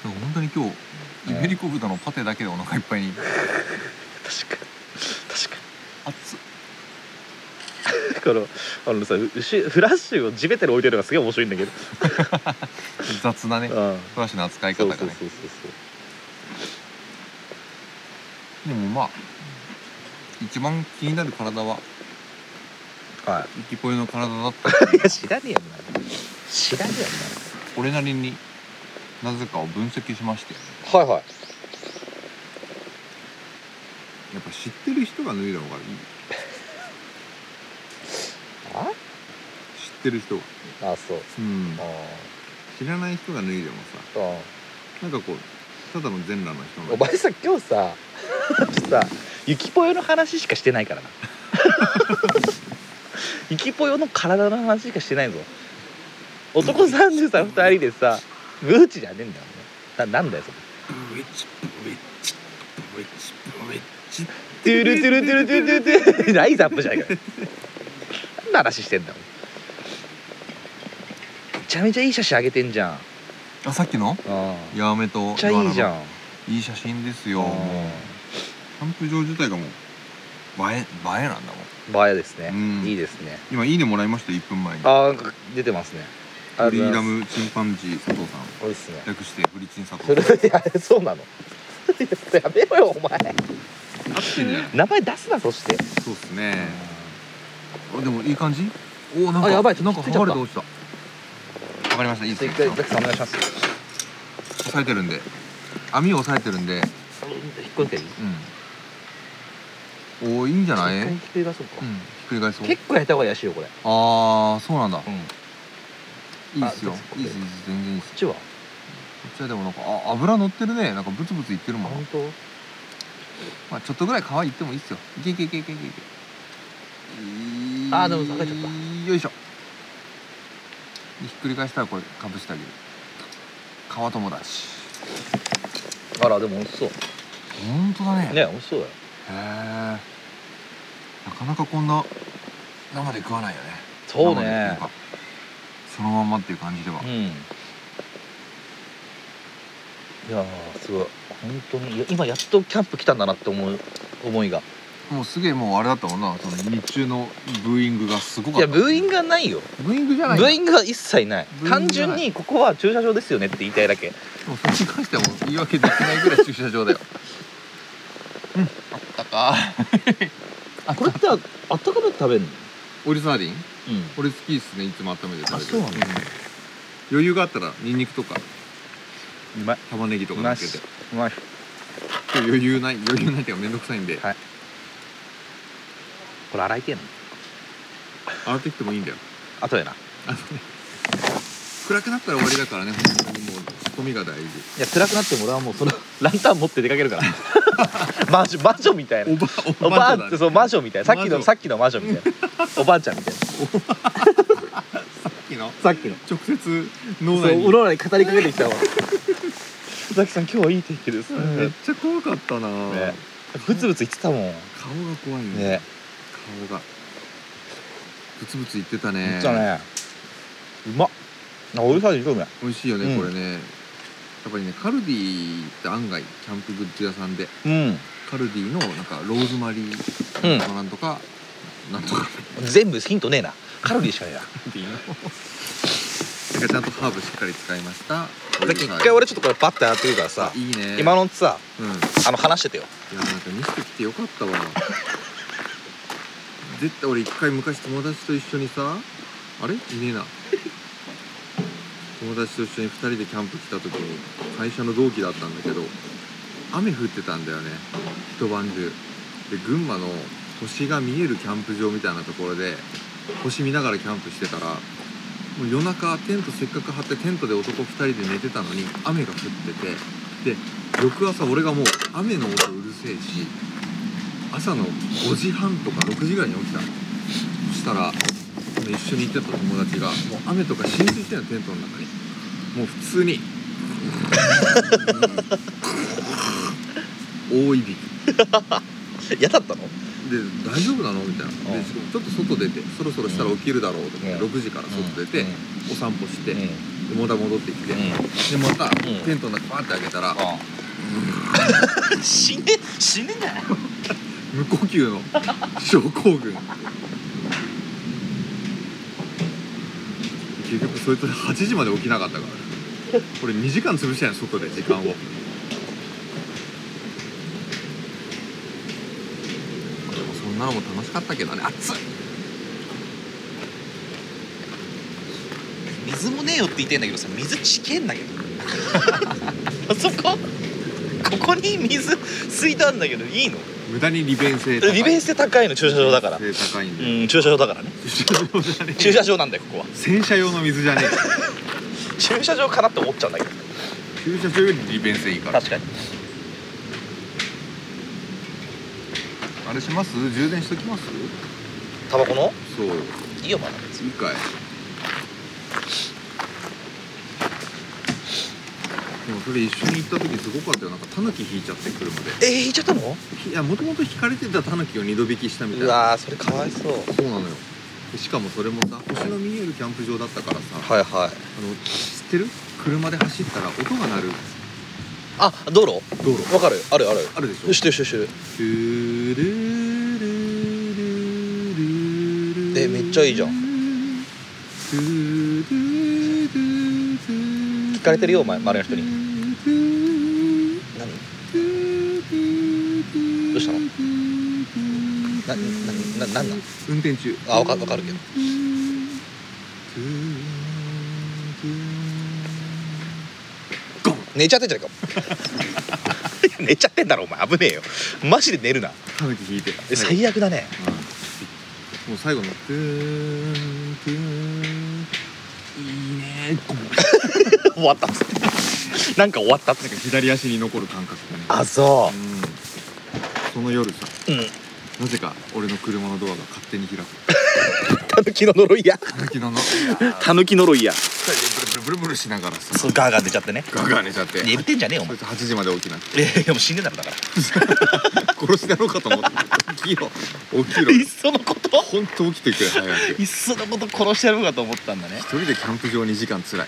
Speaker 3: そろそろでも本当に今日イベリコ豚のパテだけでお腹いっぱいに
Speaker 2: 確かに確か
Speaker 3: 熱っ
Speaker 2: にこのあのさう牛フラッシュを地べたに置いてるのがすげえ面白いんだけど
Speaker 3: 雑なねフ
Speaker 2: うん
Speaker 3: ラッシュの扱い
Speaker 2: そ
Speaker 3: 方
Speaker 2: う
Speaker 3: が
Speaker 2: そうそう
Speaker 3: ね
Speaker 2: そう
Speaker 3: でもまあ一番気になる体は
Speaker 2: そうは
Speaker 3: 生きぽいの体だった
Speaker 2: いいや知らねえよお前知らねえよ
Speaker 3: 俺なりになぜかを分析しまして
Speaker 2: お前はいはい
Speaker 3: やっぱ知ってる人が脱いだ方がいい
Speaker 2: あ
Speaker 3: 知ってる人が
Speaker 2: あそう
Speaker 3: うん
Speaker 2: あ
Speaker 3: 知らない人が脱いでもさ
Speaker 2: ーあ
Speaker 3: なんかこうただの全裸の人
Speaker 2: ーお
Speaker 3: の
Speaker 2: 前さ今日ささゆきぽよの話しかしてない からなゆきぽよの体の話しかしてないぞ男33二人でさブーチじゃねえんだよななんだよそれ
Speaker 3: ブエッチブエッチブエッチブエッチ
Speaker 2: トゥルトゥルトゥルトゥルトゥルトゥルライザップじゃないかよ何の話してんだめちゃめちゃいい写真あげてんじゃん
Speaker 3: あさっきの
Speaker 2: ああ
Speaker 3: やめと
Speaker 2: めっちゃいいじゃ
Speaker 3: ん
Speaker 2: ん
Speaker 3: いい写真ですよ
Speaker 2: あ
Speaker 3: もうキャンプ場自体がもう映え映えなんだもん
Speaker 2: あ映えですね
Speaker 3: うん
Speaker 2: いいですね
Speaker 3: 今いいねもらいました1分前に
Speaker 2: あーなんか出てますねあ
Speaker 3: フリ
Speaker 2: り
Speaker 3: ーダ
Speaker 2: がとうございま
Speaker 3: ムチンパンジー佐藤さん
Speaker 2: す多いっすね
Speaker 3: 略してフリチン佐
Speaker 2: そ
Speaker 3: 藤
Speaker 2: れ
Speaker 3: さん
Speaker 2: であれそうなのやめろよお前
Speaker 3: 合ってんじゃない
Speaker 2: 名前出すなそして
Speaker 3: そうっすねあでもいい感じおーなんか
Speaker 2: あやばい
Speaker 3: なんか
Speaker 2: つい
Speaker 3: 剥
Speaker 2: ちゃ
Speaker 3: が
Speaker 2: っ
Speaker 3: れ
Speaker 2: た
Speaker 3: て落ちたわかりましたいいです
Speaker 2: 一
Speaker 3: ね
Speaker 2: 回ザキさんお願いします
Speaker 3: 押さえてるんで網を押さえてるんで
Speaker 2: 引っこ抜けばいい
Speaker 3: うんおーいいんじゃない
Speaker 2: 一
Speaker 3: う
Speaker 2: 回
Speaker 3: ん
Speaker 2: ひっくり返そうか
Speaker 3: ひっくり返そう
Speaker 2: 結構やった方が怪しいよこれこ
Speaker 3: ああそうなんだ、
Speaker 2: うん
Speaker 3: いいっすよ
Speaker 2: あそう
Speaker 3: いいっ
Speaker 2: です
Speaker 3: すいいっす全然いいっすこ
Speaker 2: っちは
Speaker 3: っちはでもなんかあ油乗ってるねなんかブツブツいってるもん、
Speaker 2: 本当
Speaker 3: まあ、ちょっとぐらい皮いってもいいっすよいけいけいけいけいけいけ
Speaker 2: あーでも裂けちゃった
Speaker 3: よいしょでひっくり返したらこれかぶしてあげる皮友達
Speaker 2: あらでも美味しそう
Speaker 3: ほんとだね
Speaker 2: ね美味しそうだよ
Speaker 3: へえなかなかこんな生で食わないよね
Speaker 2: そう
Speaker 3: 生でってい
Speaker 2: ね
Speaker 3: かそのまんまっていう感じでは
Speaker 2: うんいやーすごい本当にいや今やっとキャンプ来たんだなって思う思いが
Speaker 3: もうすげえもうあれだったもんなその日中のブーイングがすごか
Speaker 2: い
Speaker 3: った
Speaker 2: やブーイングがないよ
Speaker 3: ブーイングじ
Speaker 2: ブ
Speaker 3: ゃない
Speaker 2: ーイングが一切ない
Speaker 3: ブーイングがな
Speaker 2: 単
Speaker 3: い
Speaker 2: 純にここは駐車場ですよねって言いたいだけ
Speaker 3: もうそれに関してはもう言い訳できないぐらい駐車場だようんあったか
Speaker 2: あこれってああったかく食べるの
Speaker 3: オリサーディン
Speaker 2: うん
Speaker 3: これ好きっすねいつも温めて食べてる
Speaker 2: あそうなんだ
Speaker 3: 余裕があったらニンニクとか
Speaker 2: うまい
Speaker 3: 玉ねぎと
Speaker 2: う
Speaker 3: か
Speaker 2: まい
Speaker 3: 乗
Speaker 2: っ
Speaker 3: っけて
Speaker 2: すうまいっす
Speaker 3: 今日余裕ない余裕ないっていうかめんどくさいんで、
Speaker 2: はいこれ洗いてえの
Speaker 3: 洗ってきてもいいんだよ
Speaker 2: あとやな
Speaker 3: あのね暗くなったら終わりだからね本当にもう仕込みが大事
Speaker 2: いや辛くなっても俺はもうその ランタン持って出かけるから マジ魔女みたい
Speaker 3: お
Speaker 2: な
Speaker 3: ば
Speaker 2: おばあ
Speaker 3: だ
Speaker 2: って
Speaker 3: ね
Speaker 2: そう魔女みたいなさっき
Speaker 3: 魔
Speaker 2: の
Speaker 3: 女
Speaker 2: さっきの魔女みたいな おばあちゃんみたいな
Speaker 3: 昨日
Speaker 2: さっきの
Speaker 3: 直接
Speaker 2: そ
Speaker 3: 脳内
Speaker 2: う
Speaker 3: に
Speaker 2: おらに語りかけてき たわ佐々木さん今日はいい天気です
Speaker 3: めっちゃ怖かったな、
Speaker 2: ねブツブツ言ってたもん
Speaker 3: 顔が怖いね
Speaker 2: ね
Speaker 3: 顔がブツブツ言ってたね
Speaker 2: 言ってたねうまっあ俺さじ興味ない
Speaker 3: 美味しいよね、
Speaker 2: うん
Speaker 3: これねやっぱりねカルディって案外キャンプグッズ屋さんで
Speaker 2: うん
Speaker 3: カルディのなんかローズマリーなんとかなんとか、なんとか
Speaker 2: 全部ヒントねえなカロリーしかねえな
Speaker 3: っていうのなんかちゃんとハーブしっかり使いました
Speaker 2: さっき一回俺ちょっとこれバッてやってるからさ
Speaker 3: いいね
Speaker 2: 今のさ
Speaker 3: うんいや
Speaker 2: あの話して てよ
Speaker 3: なんか見せてきてよかったわ絶対俺一回昔友達と一緒にさあれいねえな友達と一緒に2人でキャンプ来た時に会社の同期だったんだけど雨降ってたんだよね一晩中で群馬の星が見えるキャンプ場みたいなところで星見ながらキャンプしてたらもう夜中テントせっかく張ってテントで男2人で寝てたのに雨が降っててで翌朝俺がもう雨の音うるせえし朝の5時半とか6時ぐらいに起きたのそしたらその一緒に行ってた友達がもう雨とか浸水してんのテントの中にもう普通に 大いびき
Speaker 2: 嫌だったの
Speaker 3: で大丈夫なのみたいな
Speaker 2: う
Speaker 3: で
Speaker 2: ん
Speaker 3: ちょっと外出てそろそろしたら起きるだろうと思って、
Speaker 2: うん
Speaker 3: 6時から外出て、お散歩して、
Speaker 2: うん
Speaker 3: でまた戻ってきて、でまた
Speaker 2: ん
Speaker 3: テントの中バーって開けたら、
Speaker 2: 死ね死ねない
Speaker 3: 無呼吸の症候群結局そいつ8時まで起きなかったからこれ2時間潰したやん外で時間をでもそんなのも楽しかったけどね暑い
Speaker 2: 水もねえよって言ってんだけどさ水ちけん だけどあそこここに水水たんだけどいいの
Speaker 3: 無駄に利便性高い
Speaker 2: 利便性高いの駐車場だから
Speaker 3: 利便性高いん
Speaker 2: う
Speaker 3: で、
Speaker 2: ん駐車場だからね
Speaker 3: 駐車場じゃねえ
Speaker 2: 駐車場なんだよここは
Speaker 3: 洗車用の水じゃね
Speaker 2: 駐車場かなって思っちゃうんだけど
Speaker 3: え駐車場より利便性いいから
Speaker 2: 確かに
Speaker 3: あれします充電しときます
Speaker 2: タバコの
Speaker 3: そうよ
Speaker 2: いいよまだ別に
Speaker 3: いいかいでもそれ一緒に行った時すごかったよなんかタヌキ引いちゃって車で
Speaker 2: えー、引いちゃったの
Speaker 3: いやもともと引かれてたタヌキを二度引きしたみたいうな
Speaker 2: わーそれかわいそう
Speaker 3: そうなのよでしかもそれもさ星の見えるキャンプ場だったからさ、
Speaker 2: はいはい
Speaker 3: あの知ってる車で走ったら音が鳴る
Speaker 2: あ道路
Speaker 3: 道路
Speaker 2: わかるあるある
Speaker 3: あるでしょ
Speaker 2: 知ってる知ってる
Speaker 3: ルールールールールールー
Speaker 2: えめっちゃいいじゃん
Speaker 3: ルールールールー
Speaker 2: 聞かれてるよお前周りの人に何どうしたのななななんなん
Speaker 3: 運転中
Speaker 2: あわかわかるけど寝ちゃってんじゃねえか 寝ちゃってんだろお前危ねえよマジで寝るな
Speaker 3: タヌキ弾いてた
Speaker 2: え最悪だね
Speaker 3: もう最後の「トゥーントゥーン」いいねこう
Speaker 2: 終わったっつってなんか終わったっつ
Speaker 3: な
Speaker 2: っ
Speaker 3: ん
Speaker 2: て
Speaker 3: か左足に残る感覚がね
Speaker 2: あそ
Speaker 3: うんその夜さ
Speaker 2: ううん
Speaker 3: なぜか俺の車のドアが勝手に開く
Speaker 2: タヌキの呪いや
Speaker 3: タヌキのの二人で
Speaker 2: タヌキ呪いや
Speaker 3: ブルブルブルブルしながらさ
Speaker 2: そうガーガー出ちゃってね
Speaker 3: ガガ寝ちゃって
Speaker 2: 寝てんじゃねえよお
Speaker 3: そ
Speaker 2: 前
Speaker 3: いつ8時まで起きなくて
Speaker 2: えー、でも死んでたんだから
Speaker 3: 殺しだろうかと思って起きろ起きろ
Speaker 2: いっそのこと
Speaker 3: 本当起きてくれ早く
Speaker 2: いっそのこと殺してやろうかと思ったんだね
Speaker 3: 一人でキャンプ場2時間つらい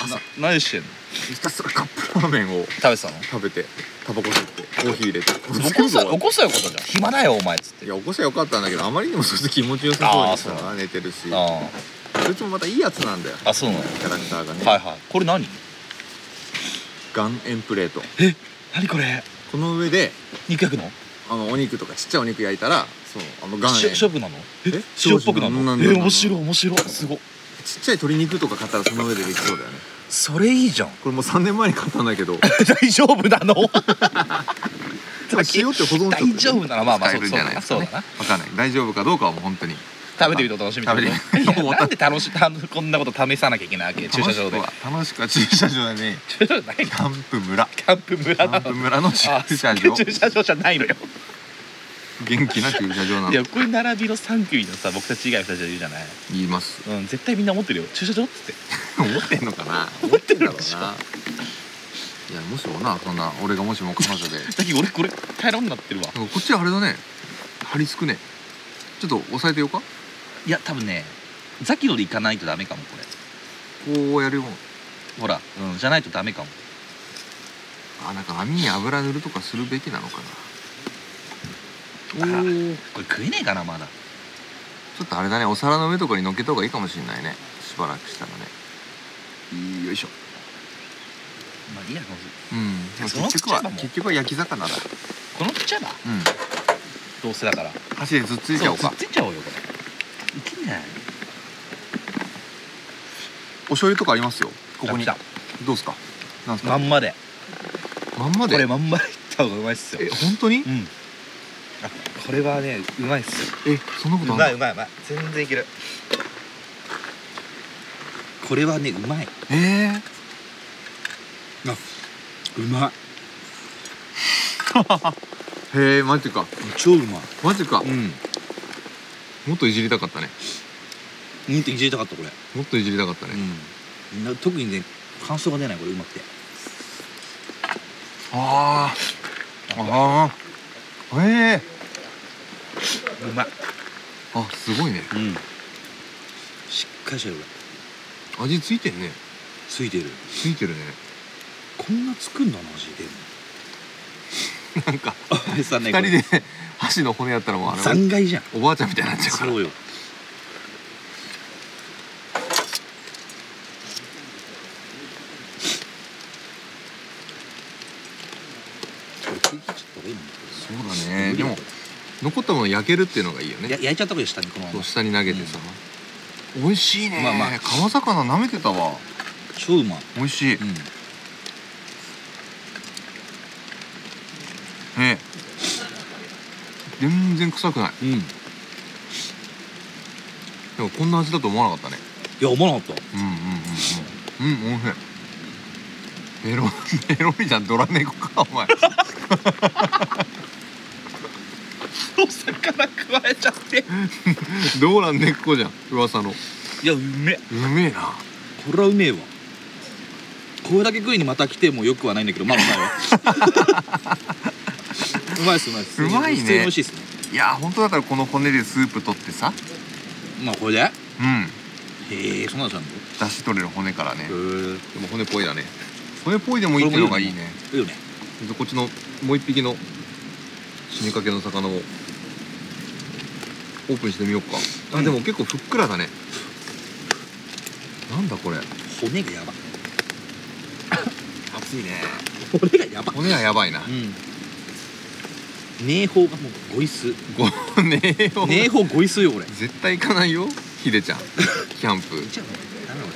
Speaker 3: 朝
Speaker 2: な何してんの
Speaker 3: ひたすらカップラーメンを
Speaker 2: 食べてたの
Speaker 3: 食べてタバコ吸ってコーヒー入れて
Speaker 2: 起こした
Speaker 3: 全部終わ
Speaker 2: 起
Speaker 3: る
Speaker 2: こしたよことじゃん暇だよお前っつって
Speaker 3: いや起こせばよかったんだけどあまりにもそして気持ちよさそうに
Speaker 2: あーそ
Speaker 3: さ寝てるしそ
Speaker 2: あ
Speaker 3: いつもまたいいやつなんだよ
Speaker 2: ああそうなの
Speaker 3: キャラクターがね、
Speaker 2: はいはいこれ何
Speaker 3: ガンエンプレート
Speaker 2: 何これ
Speaker 3: この上で
Speaker 2: 肉焼くの
Speaker 3: あのお肉とかちっちゃいお肉焼いたらそうあの岩
Speaker 2: し
Speaker 3: 塩
Speaker 2: ょショップなのえ
Speaker 3: え
Speaker 2: 塩っぽくな
Speaker 3: な
Speaker 2: の
Speaker 3: ん
Speaker 2: え
Speaker 3: なんなん
Speaker 2: 面白い面白いすごい
Speaker 3: ちっちゃい鶏肉とか買ったらその上でできそうだよね
Speaker 2: それいいじゃん
Speaker 3: これもう3年前に買ったんだけど
Speaker 2: 大丈夫な の
Speaker 3: ただ塩って保存食
Speaker 2: 大丈夫ならまあまあ
Speaker 3: 使
Speaker 2: そ
Speaker 3: える
Speaker 2: う
Speaker 3: ん
Speaker 2: そ
Speaker 3: じ
Speaker 2: う
Speaker 3: ゃな
Speaker 2: だ
Speaker 3: いで
Speaker 2: な
Speaker 3: すか、
Speaker 2: そう
Speaker 3: ね
Speaker 2: だ、な
Speaker 3: 分かんない大丈夫かどうかはもう本当に
Speaker 2: 食べてみると楽しみだね
Speaker 3: 食べてみる
Speaker 2: いやなんで楽し いこんなこと試さなきゃいけないわけ駐車場で
Speaker 3: 楽しくは楽しくは駐車場でね
Speaker 2: 駐車場ない
Speaker 3: キ
Speaker 2: の
Speaker 3: ャンプ村
Speaker 2: キャンプ村
Speaker 3: キャ
Speaker 2: な
Speaker 3: ンプ
Speaker 2: の
Speaker 3: 村の
Speaker 2: あ
Speaker 3: 駐車場
Speaker 2: 駐車場じゃないのよ
Speaker 3: 元気な駐車場ないの
Speaker 2: やこれ並びの3組のさ僕たち以外の人たちがいるじゃない
Speaker 3: 言います
Speaker 2: うん絶対みんな思ってるよ駐車場っつって
Speaker 3: 思ってんのかな
Speaker 2: 思ってる
Speaker 3: だろうないやもしもなそんな俺がもしも彼女で
Speaker 2: さっき俺これ平らになってるわ
Speaker 3: なんかこっちあれだね張り付くねちょっと押さえてようか
Speaker 2: いや多分ねザキロで行かないとダメかもこれ
Speaker 3: こうやるよ
Speaker 2: ほら、うん、じゃないとダメかも
Speaker 3: あなんか網に油塗るとかするべきなのかなおー
Speaker 2: これ食えねえかなまだ
Speaker 3: ちょっとあれだねお皿の上とかに乗っけた方がいいかもしれないねしばらくしたらねよいしょ
Speaker 2: まあいいや
Speaker 3: うんでも
Speaker 2: その
Speaker 3: 結局は
Speaker 2: 口はもう
Speaker 3: 結局は焼き魚だ
Speaker 2: このちっちゃいな
Speaker 3: うん
Speaker 2: どうせだから
Speaker 3: 箸でずっついちゃおう
Speaker 2: そう
Speaker 3: か
Speaker 2: つっついちゃおうよこれいけんじゃない
Speaker 8: お醤油とかありますよここに
Speaker 2: 来た
Speaker 8: どうですかなんです
Speaker 2: ま
Speaker 8: か
Speaker 2: んまで
Speaker 8: まんま
Speaker 2: こ
Speaker 8: で
Speaker 2: れまんまでいった方がうまいっすよ
Speaker 8: え本当に
Speaker 2: うんあこれはねうまいっすよ
Speaker 8: えそんなこ
Speaker 2: う
Speaker 8: とあん
Speaker 2: ま
Speaker 8: だ
Speaker 2: いうまいうまい全然いけるこれはねうまい
Speaker 8: えー
Speaker 2: うまい
Speaker 8: へえマジか
Speaker 2: 超うまい
Speaker 8: マジか、
Speaker 2: うん
Speaker 8: もっといじりたかったね
Speaker 2: うんっていじりたかったこれ
Speaker 8: もっといじりたかったね、
Speaker 2: うんな特にね感想が出ないこれうまくて
Speaker 8: あーああへえ
Speaker 2: うまい
Speaker 8: あすごいね
Speaker 2: うんしっかりしたよこれ
Speaker 8: 味ついてるね
Speaker 2: ついてる
Speaker 8: ついてるね
Speaker 2: こんな作んだな味出る
Speaker 8: なんか
Speaker 2: のさね
Speaker 8: 二人で箸の骨やったらもうあれ
Speaker 2: 残骸じゃん
Speaker 8: おばあちゃんみたいになっちゃうから
Speaker 2: そうよこれ食い切っちゃった方がいいもん
Speaker 8: そうだねでも残ったもの焼けるっていうのがいいよ
Speaker 2: や
Speaker 8: ね
Speaker 2: 焼いちゃった方がいいよ下にこのま
Speaker 8: そ
Speaker 2: ま
Speaker 8: う下に投げてさ、美味しいね
Speaker 2: まあまあ
Speaker 8: 川魚舐めてたわ
Speaker 2: 超うまい
Speaker 8: 美味しい、
Speaker 2: うん
Speaker 8: ね全然臭くない
Speaker 2: うんい
Speaker 8: でもこんな味だと思わなかったね
Speaker 2: や思わなかった
Speaker 8: うんうんうんうんうん美味しい ペロペロリじゃんドラ猫かお前
Speaker 2: お魚加えちゃって
Speaker 8: ドーラ猫じゃん噂の
Speaker 2: いやうめえ
Speaker 8: うめえな
Speaker 2: これはうめえわこれだけ食いにまた来てもよくはないんだけどまあうまいわ うまいっすうまいっす
Speaker 8: うまいね
Speaker 2: 普通に美味しいっすね
Speaker 8: いや本当だからこの骨でスープ取ってさ
Speaker 2: まあこれでへ
Speaker 8: うん
Speaker 2: えそんなのちゃんと
Speaker 8: 出汁取れる骨からね
Speaker 2: へー
Speaker 8: でも骨っぽいだね骨っぽいでもいいってのがいいね
Speaker 2: いいよね
Speaker 8: でこっちのもう一匹の死にかけの魚もオープンしてみようかあ、
Speaker 2: うん
Speaker 8: でも結構ふっくらだねなんだこれ
Speaker 2: 骨がやば
Speaker 8: 熱いね
Speaker 2: 骨がやば
Speaker 8: 骨はやばいな
Speaker 2: うん名宝がもうゴイス
Speaker 8: ごねえよ
Speaker 2: 名宝ゴイスよこれ
Speaker 8: 絶対行かないよヒデちゃんキャンプ
Speaker 2: じゃあダメだこ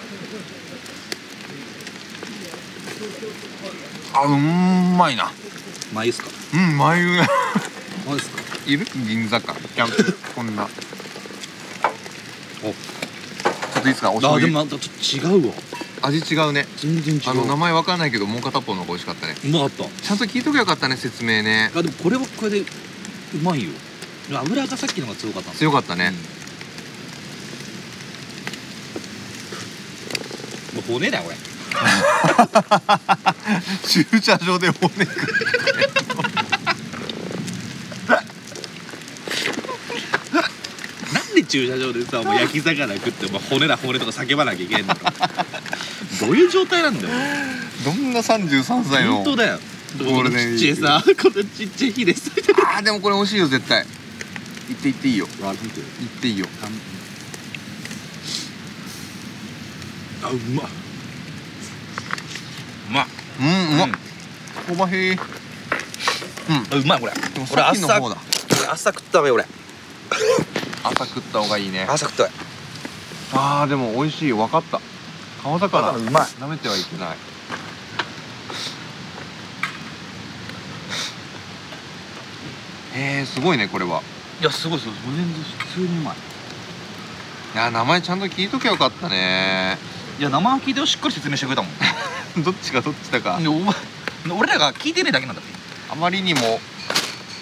Speaker 8: あうんまいな
Speaker 2: れマイスか
Speaker 8: うんまいう
Speaker 2: マイスか
Speaker 8: いる銀座かキャンプこんな
Speaker 2: お
Speaker 8: ちょっといいですかお醤
Speaker 2: あで
Speaker 8: 油
Speaker 2: もなんかちょっと違うわ
Speaker 8: 味違うね
Speaker 2: 全然違
Speaker 8: あ
Speaker 2: う
Speaker 8: の名
Speaker 2: う
Speaker 8: 前わかんないけどもう片方の方が美味しかったね
Speaker 2: まかった
Speaker 8: ちゃんと聞いとけばよかったね説明ね
Speaker 2: あでもこれはこれでうまいよ油がさっきのが強かったんだ
Speaker 8: 強かったね、
Speaker 2: もう骨だよこれ
Speaker 8: 駐車場で骨食う
Speaker 2: なんで駐車場で さもう焼き魚食ってお前骨だ骨とか叫ばなきゃいけないんだろどういう状態なんだよ
Speaker 8: どんな33歳の
Speaker 2: 本当だよ
Speaker 8: ゴールデンウィーク
Speaker 2: ちっちゃいさこのちっちゃい火です
Speaker 8: あーでもこれ美味しいよ絶対行って行っていいよ
Speaker 2: あ見て
Speaker 8: 行っていいよ
Speaker 2: あうまっうまっ
Speaker 8: うんうま
Speaker 2: う
Speaker 8: っ
Speaker 2: ん
Speaker 8: 香ばしいで
Speaker 2: あうまいこれ
Speaker 8: も
Speaker 2: これ
Speaker 8: さっきの
Speaker 2: 朝
Speaker 8: 方だ
Speaker 2: 朝食った方がいい俺
Speaker 8: 朝食った方がいいね
Speaker 2: 朝食った方がい
Speaker 8: あーでも美味しい分かった川魚
Speaker 2: うまい
Speaker 8: 舐めてはいけないえー、すごいねこれはい
Speaker 2: いやすごいすごい全然普通にうまい
Speaker 8: いやー名前ちゃんと聞いときゃよかったね
Speaker 2: いや生聞いてをしっかり説明してくれたもん
Speaker 8: どっちがどっちだか
Speaker 2: でお前俺らが聞いてねえだけなんだって
Speaker 8: あまりにも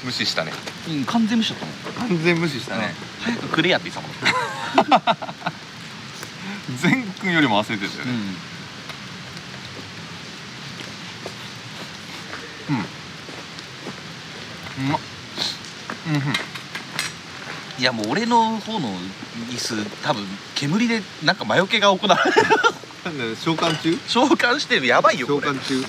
Speaker 8: 無視したね
Speaker 2: うん完全無視だったもん
Speaker 8: 完全無視したね、
Speaker 2: 早くくれやって言ってたもん
Speaker 8: 全くんよりも焦ってたよねうまっうんうん
Speaker 2: いやもう俺の方の椅子多分煙でなんか魔除けが行われてる
Speaker 8: なんだよ召喚中
Speaker 2: 召喚してるやばいよ
Speaker 8: 召
Speaker 2: これ
Speaker 8: 喚中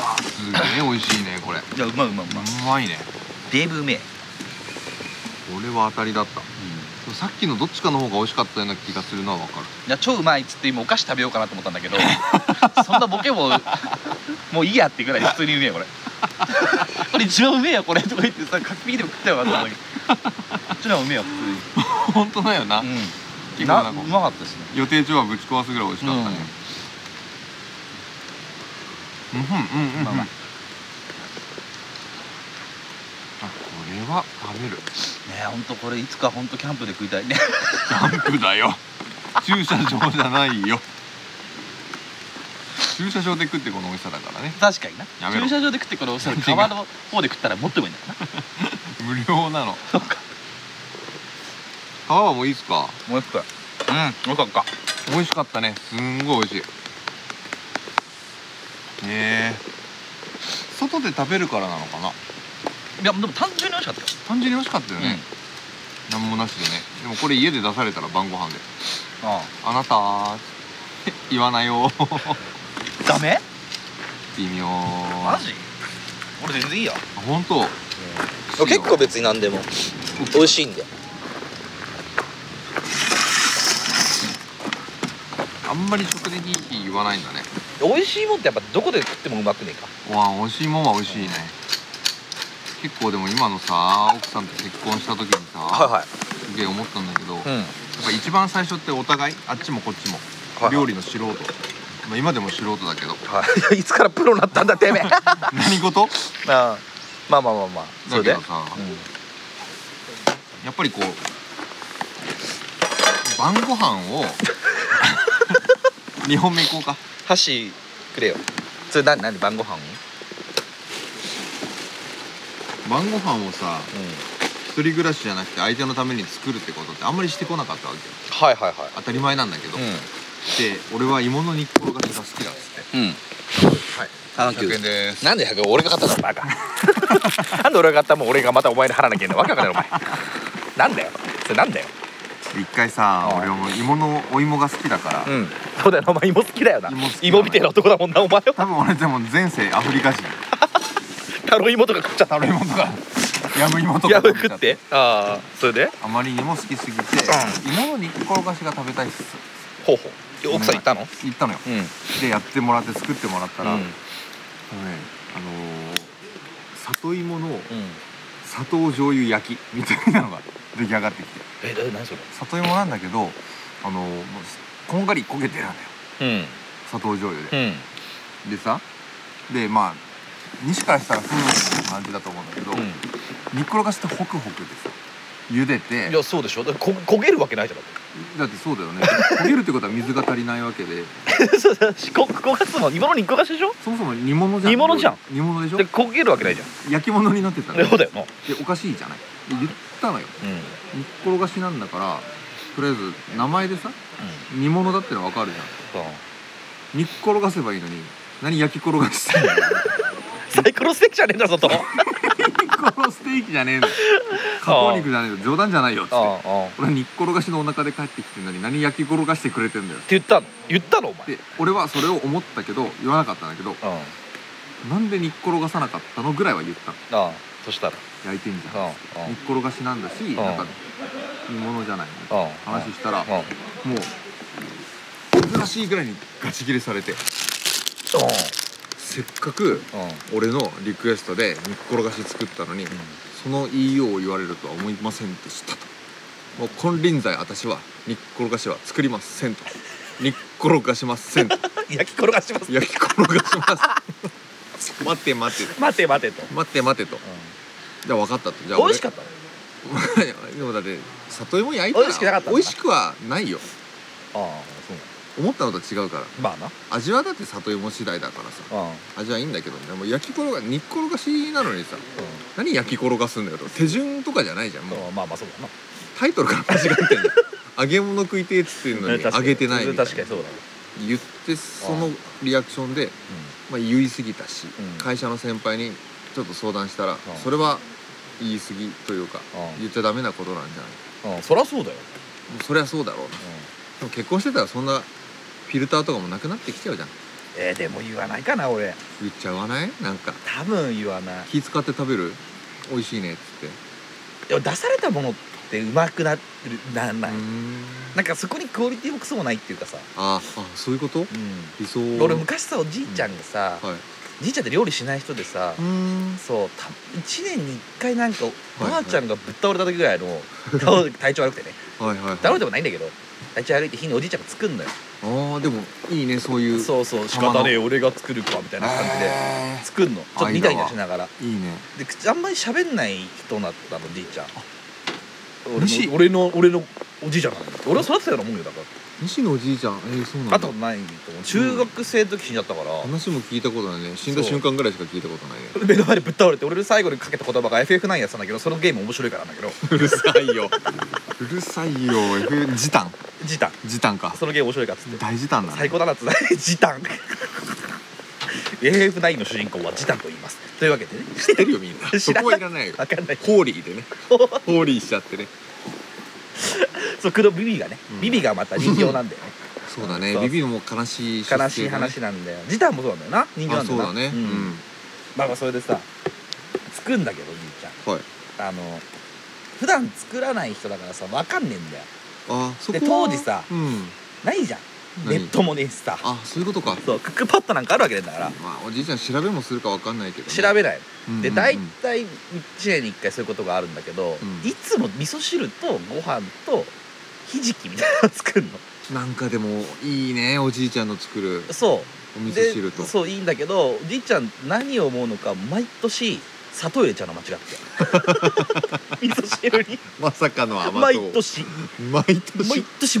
Speaker 8: わあすげえ美味しいねこれう
Speaker 2: いやうまいうまいうま
Speaker 8: まいね
Speaker 2: デーブうめえ
Speaker 8: これは当たりだったでもさっきのどっちかの方が美味しかったような気がするのは分かる
Speaker 2: いや超うまいっつって今お菓子食べようかなと思ったんだ けどそんなボケももういいやってぐらい普通にうめ えよこれこれ一番うめえよこれとか言ってさ角引きでも食ったよかと思ったんだけど
Speaker 1: っちの方がうめえよ普通に
Speaker 8: 本当だよな、
Speaker 1: うん
Speaker 8: 結構な
Speaker 1: なんう
Speaker 8: か
Speaker 1: まかったですね
Speaker 8: 予定調和ぶち壊すぐらい美味しかったねうんうんうんうん、
Speaker 1: まあまあ
Speaker 8: あこれは食べる
Speaker 1: ねえほんとこれいつかほんとキャンプで食いたいね
Speaker 8: キャンプだよ駐車場じゃないよ駐車場で食ってこの美味しさだからね
Speaker 1: 確かにな
Speaker 8: やめろ
Speaker 1: 駐車場で食ってこれおそらく
Speaker 8: 違う
Speaker 1: 川の方で食ったらもっとうまいんだからな
Speaker 8: 無料なの
Speaker 1: そうか
Speaker 8: 皮はもういいっすか
Speaker 1: もう一個うんよかった
Speaker 8: 美味しかったねすんごい美味しいえ外で食べるからなのかない
Speaker 1: やでも単純に美味しかったよ
Speaker 8: 単純に美味しかったよね、なん、何もなしでねでもこれ家で出されたら晩ご飯で
Speaker 1: あ
Speaker 8: 「あなたー」 言わないよ
Speaker 1: あダメ
Speaker 8: 微妙
Speaker 1: マジ俺全然いいや
Speaker 8: 本当
Speaker 2: 結構別に何でも美味しいんで
Speaker 8: あんまり食でひいひい言わないんだね
Speaker 2: 美味しいもんってやっぱどこで食ってもうまくねえか
Speaker 8: うわ美味しいもんは美味しいね結構でも今のさ奥さんと結婚した時にさ、
Speaker 2: は
Speaker 8: すげえ思ったんだけど、
Speaker 2: い
Speaker 8: やっ
Speaker 2: うん
Speaker 8: ぱ一番最初ってお互いあっちもこっちも、
Speaker 2: はい
Speaker 8: 料理の素人、まあ、今でも素人だけど
Speaker 2: はいいつからプロになったんだてめえ
Speaker 8: 何事
Speaker 2: あー まあまあまあまあそれ
Speaker 8: だけ
Speaker 2: で
Speaker 8: どさ、やっぱりこう晩ご飯を 二本目行こうか
Speaker 2: 箸くれよそれ何何晩ご飯を
Speaker 8: 晩ご飯をさ
Speaker 2: うん
Speaker 8: 一人暮らしじゃなくて相手のために作るってことってあんまりしてこなかったわけよ
Speaker 2: はいはいは
Speaker 8: 当たり前なんだけど、
Speaker 2: い
Speaker 8: で俺は芋の煮っころがしが好きだっつって
Speaker 2: うんうんはい
Speaker 8: 100円でーす
Speaker 2: なんで100円俺が買ったのバカ なんで俺が買ったもん俺がまたお前に払わなきゃいけないのわけわかんないお前 なんだよそれなんだよ
Speaker 8: 一回さ
Speaker 2: うん
Speaker 8: 俺はもう芋のお芋が好きだから、
Speaker 2: うんそうだよなお前芋好きだよな
Speaker 8: 芋好きだね
Speaker 2: 芋みたいな男だもんなお前は
Speaker 8: 多分俺でも前世アフリカ人
Speaker 2: タロイモとか食っちゃ った
Speaker 8: タ ロイモと かヤムイモとか
Speaker 2: やぶ食ってああそれで
Speaker 8: あまりにも好きすぎて、芋の煮っころがしが食べたいっす
Speaker 2: ほうほう奥さん行ったの
Speaker 8: 行ったのよ
Speaker 2: うんうん
Speaker 8: でやってもらって作ってもらったら、
Speaker 2: うん
Speaker 8: あのねあのー里芋の砂糖醤油焼きみたいなのが出来上がってきて
Speaker 2: えだ何それ
Speaker 8: 里芋なんだけどあのーもうこんがり焦げてるんだよ
Speaker 2: うん
Speaker 8: 砂糖醤油で
Speaker 2: う、ん
Speaker 8: でさでまあ西からしたら不運な感じだと思うんだけど、
Speaker 2: うん
Speaker 8: 煮っころがしってホクホクでさ茹でて
Speaker 2: いやそうでしょだってこ焦げるわけ ないじゃん
Speaker 8: だってそうだよね焦げるってことは水が足りないわけで
Speaker 2: そうだ焦がすの芋の肉がしでしょ
Speaker 8: そもそも煮物じゃん
Speaker 2: 煮物じゃん
Speaker 8: 煮物でしょ
Speaker 2: で焦げるわけないじゃん
Speaker 8: 焼き物になってたの
Speaker 2: そうだよな
Speaker 8: でおかしいじゃないで言ったのよ
Speaker 2: うん
Speaker 8: 煮っころがしなんだからとりあえず名前でさ煮物だってのは分かるじゃん
Speaker 2: そう
Speaker 8: 煮っころがせばいいのに何焼きころがしてん の
Speaker 2: サイコロステーキじゃねえんだぞと
Speaker 8: 煮っころステーキじゃねえの加工肉じゃねえの冗談じゃないよっつって
Speaker 2: あ
Speaker 8: 俺は煮っころがしのお腹で帰ってきてんのに何焼きころがしてくれてんだよ
Speaker 2: って言ったの言ったのお前
Speaker 8: で俺はそれを思ったけど言わなかったんだけど
Speaker 2: うんあ
Speaker 8: なんで煮っころがさなかったのぐらいは言ったの
Speaker 2: あそしたら
Speaker 8: 焼いてんじ
Speaker 2: うん
Speaker 8: ゃん煮っころがしなんだし
Speaker 2: ん
Speaker 8: なんか煮物じゃないの
Speaker 2: うん
Speaker 8: 話したら
Speaker 2: うんうん
Speaker 8: もう珍しいぐらいにガチ切れされてせっかく
Speaker 2: うん
Speaker 8: 俺のリクエストで煮っころがし作ったのに、その言いようを言われるとは思いませんでしたともう金輪際私は煮っころがしは作りませんと煮っころがしませ んと
Speaker 2: 焼き転がします
Speaker 8: 焼きころがします待って待って
Speaker 2: 待て待てと
Speaker 8: 待って待てとじゃあ分かったとじゃあ
Speaker 2: 美味しか
Speaker 8: っ
Speaker 2: ったの
Speaker 8: た でもだって里芋焼いたら
Speaker 2: 美味しくなかったんだ
Speaker 8: 美味しくはないよ
Speaker 2: ああそう
Speaker 8: 思ったのと違うから
Speaker 2: まあな
Speaker 8: 味はだって里芋次第だからさ
Speaker 2: うん
Speaker 8: 味はいいんだけどねもう焼きころが煮っころがしなのにさ何焼き転がすんだよと手順とかじゃないじゃんもう
Speaker 2: まあまあそうだな
Speaker 8: タイトルから間違って んだよ揚げ物食いてえっつってんのに
Speaker 2: 確か
Speaker 8: 揚
Speaker 2: に
Speaker 8: げてないみたいな
Speaker 2: 確かにそうだ
Speaker 8: 言ってそのリアクションで、まあ、言い過ぎたし、
Speaker 2: うん
Speaker 8: 会社の先輩にちょっと相談したら、
Speaker 2: ん
Speaker 8: それは言い過ぎというか、
Speaker 2: うん
Speaker 8: 言っちゃダメなことなんじゃない
Speaker 2: うんそりゃそうだよ
Speaker 8: もうそりゃそうだろうなでも結婚してたらそんなフィルターとかもなくなってきちゃうじゃん
Speaker 2: えーでも言わないかな俺
Speaker 8: 言っちゃわないなんか
Speaker 2: 多分言わない
Speaker 8: 気使って食べる美味しいねっつって
Speaker 2: でも出されたものってうまくなるならな
Speaker 8: う
Speaker 2: い
Speaker 8: ーん
Speaker 2: なんかそこにクオリティもクソもないっていうかさ
Speaker 8: ああそういうこと理想
Speaker 2: 俺昔さおじいちゃんがさ
Speaker 8: はい
Speaker 2: じいちゃんって料理しない人でさ、
Speaker 8: うん
Speaker 2: そうた1年に1回なんかば
Speaker 8: は
Speaker 2: あ
Speaker 8: い
Speaker 2: ちゃんがぶっ倒れた時ぐらいの倒体調悪くてね
Speaker 8: はいはい、はい、
Speaker 2: 倒れてもないんだけど体調悪いって日におじいちゃんが作るのよ
Speaker 8: あーでもいいねそういう
Speaker 2: そうそう仕
Speaker 8: たまの
Speaker 2: 方ねえ俺が作るかみたいな感じで
Speaker 8: え
Speaker 2: 作るのちょっと
Speaker 8: あいい
Speaker 2: ニ
Speaker 8: な
Speaker 2: タニタしながら
Speaker 8: ーいいね
Speaker 2: で口あんまり喋んない人だったのじいちゃん
Speaker 1: むし
Speaker 2: 俺の俺の俺のおじいちゃんなんだって俺は育てたようなもんよだから
Speaker 8: 西野おじいちゃんえー、そうなん
Speaker 2: 会
Speaker 8: だ
Speaker 2: ったことないと思う中学生の時死んじゃったから、
Speaker 8: 話も聞いたことないね死んだ
Speaker 2: そう
Speaker 8: 瞬間ぐらいしか聞いたことないね
Speaker 2: 目の前でぶっ倒れて俺の最後にかけた言葉が FF9 やつなんだけどそのゲーム面白いからなんだけど
Speaker 8: うるさいようるさいよ F 時短
Speaker 2: 時短
Speaker 8: 時短か
Speaker 2: そのゲーム面白いからっつって
Speaker 8: 大時短だ
Speaker 2: 最
Speaker 8: ね
Speaker 2: 高だなっつって 時短 FF9 の主人公は時短と言いますというわけでね
Speaker 8: 知ってるよみんな
Speaker 2: 知
Speaker 8: そ
Speaker 2: らない
Speaker 8: こはいらないよ
Speaker 2: 分かんない
Speaker 8: ホーリーでねホーリーしちゃってね
Speaker 2: そう黒ビビがね、
Speaker 8: うん
Speaker 2: ビビがまた人形なんだよね
Speaker 8: そうだね
Speaker 2: そう
Speaker 8: ビビも悲しい出世
Speaker 2: 悲しい話なんだよ時短もそうなんだよな人形な
Speaker 8: あ
Speaker 2: んだ
Speaker 8: そ
Speaker 2: よ
Speaker 8: う
Speaker 2: な
Speaker 8: だね
Speaker 2: う
Speaker 8: うんん
Speaker 2: まあまあそれでさ作るんだけどおじいち
Speaker 8: はい
Speaker 2: ゃんあの普段作らない人だからさ分かんねえんだよ
Speaker 8: あそこ
Speaker 2: で
Speaker 8: は
Speaker 2: 当時さ
Speaker 8: うん
Speaker 2: ないじゃんネッ
Speaker 8: 何
Speaker 2: トもねえしさ
Speaker 8: あそういうことか
Speaker 2: そうクックパッドなんかあるわけねえんだから
Speaker 8: まあおじいちゃん調べもするかわかんないけどね
Speaker 2: 調べない
Speaker 8: うんうんうん
Speaker 2: で大体1年に1回そういうことがあるんだけど、
Speaker 8: うん
Speaker 2: いつも味噌汁とご飯とひじきみたいなの作るの
Speaker 8: なんかでもいいねおじいちゃんの作る
Speaker 2: そう
Speaker 8: お味
Speaker 2: で
Speaker 8: 噌汁と
Speaker 2: そういいんだけどおじいちゃん何を思うのか毎年砂糖入れちゃうの 間違って味噌汁に
Speaker 8: まさかの甘
Speaker 2: 毎
Speaker 8: 党
Speaker 2: 年
Speaker 8: 毎
Speaker 2: 毎
Speaker 8: 年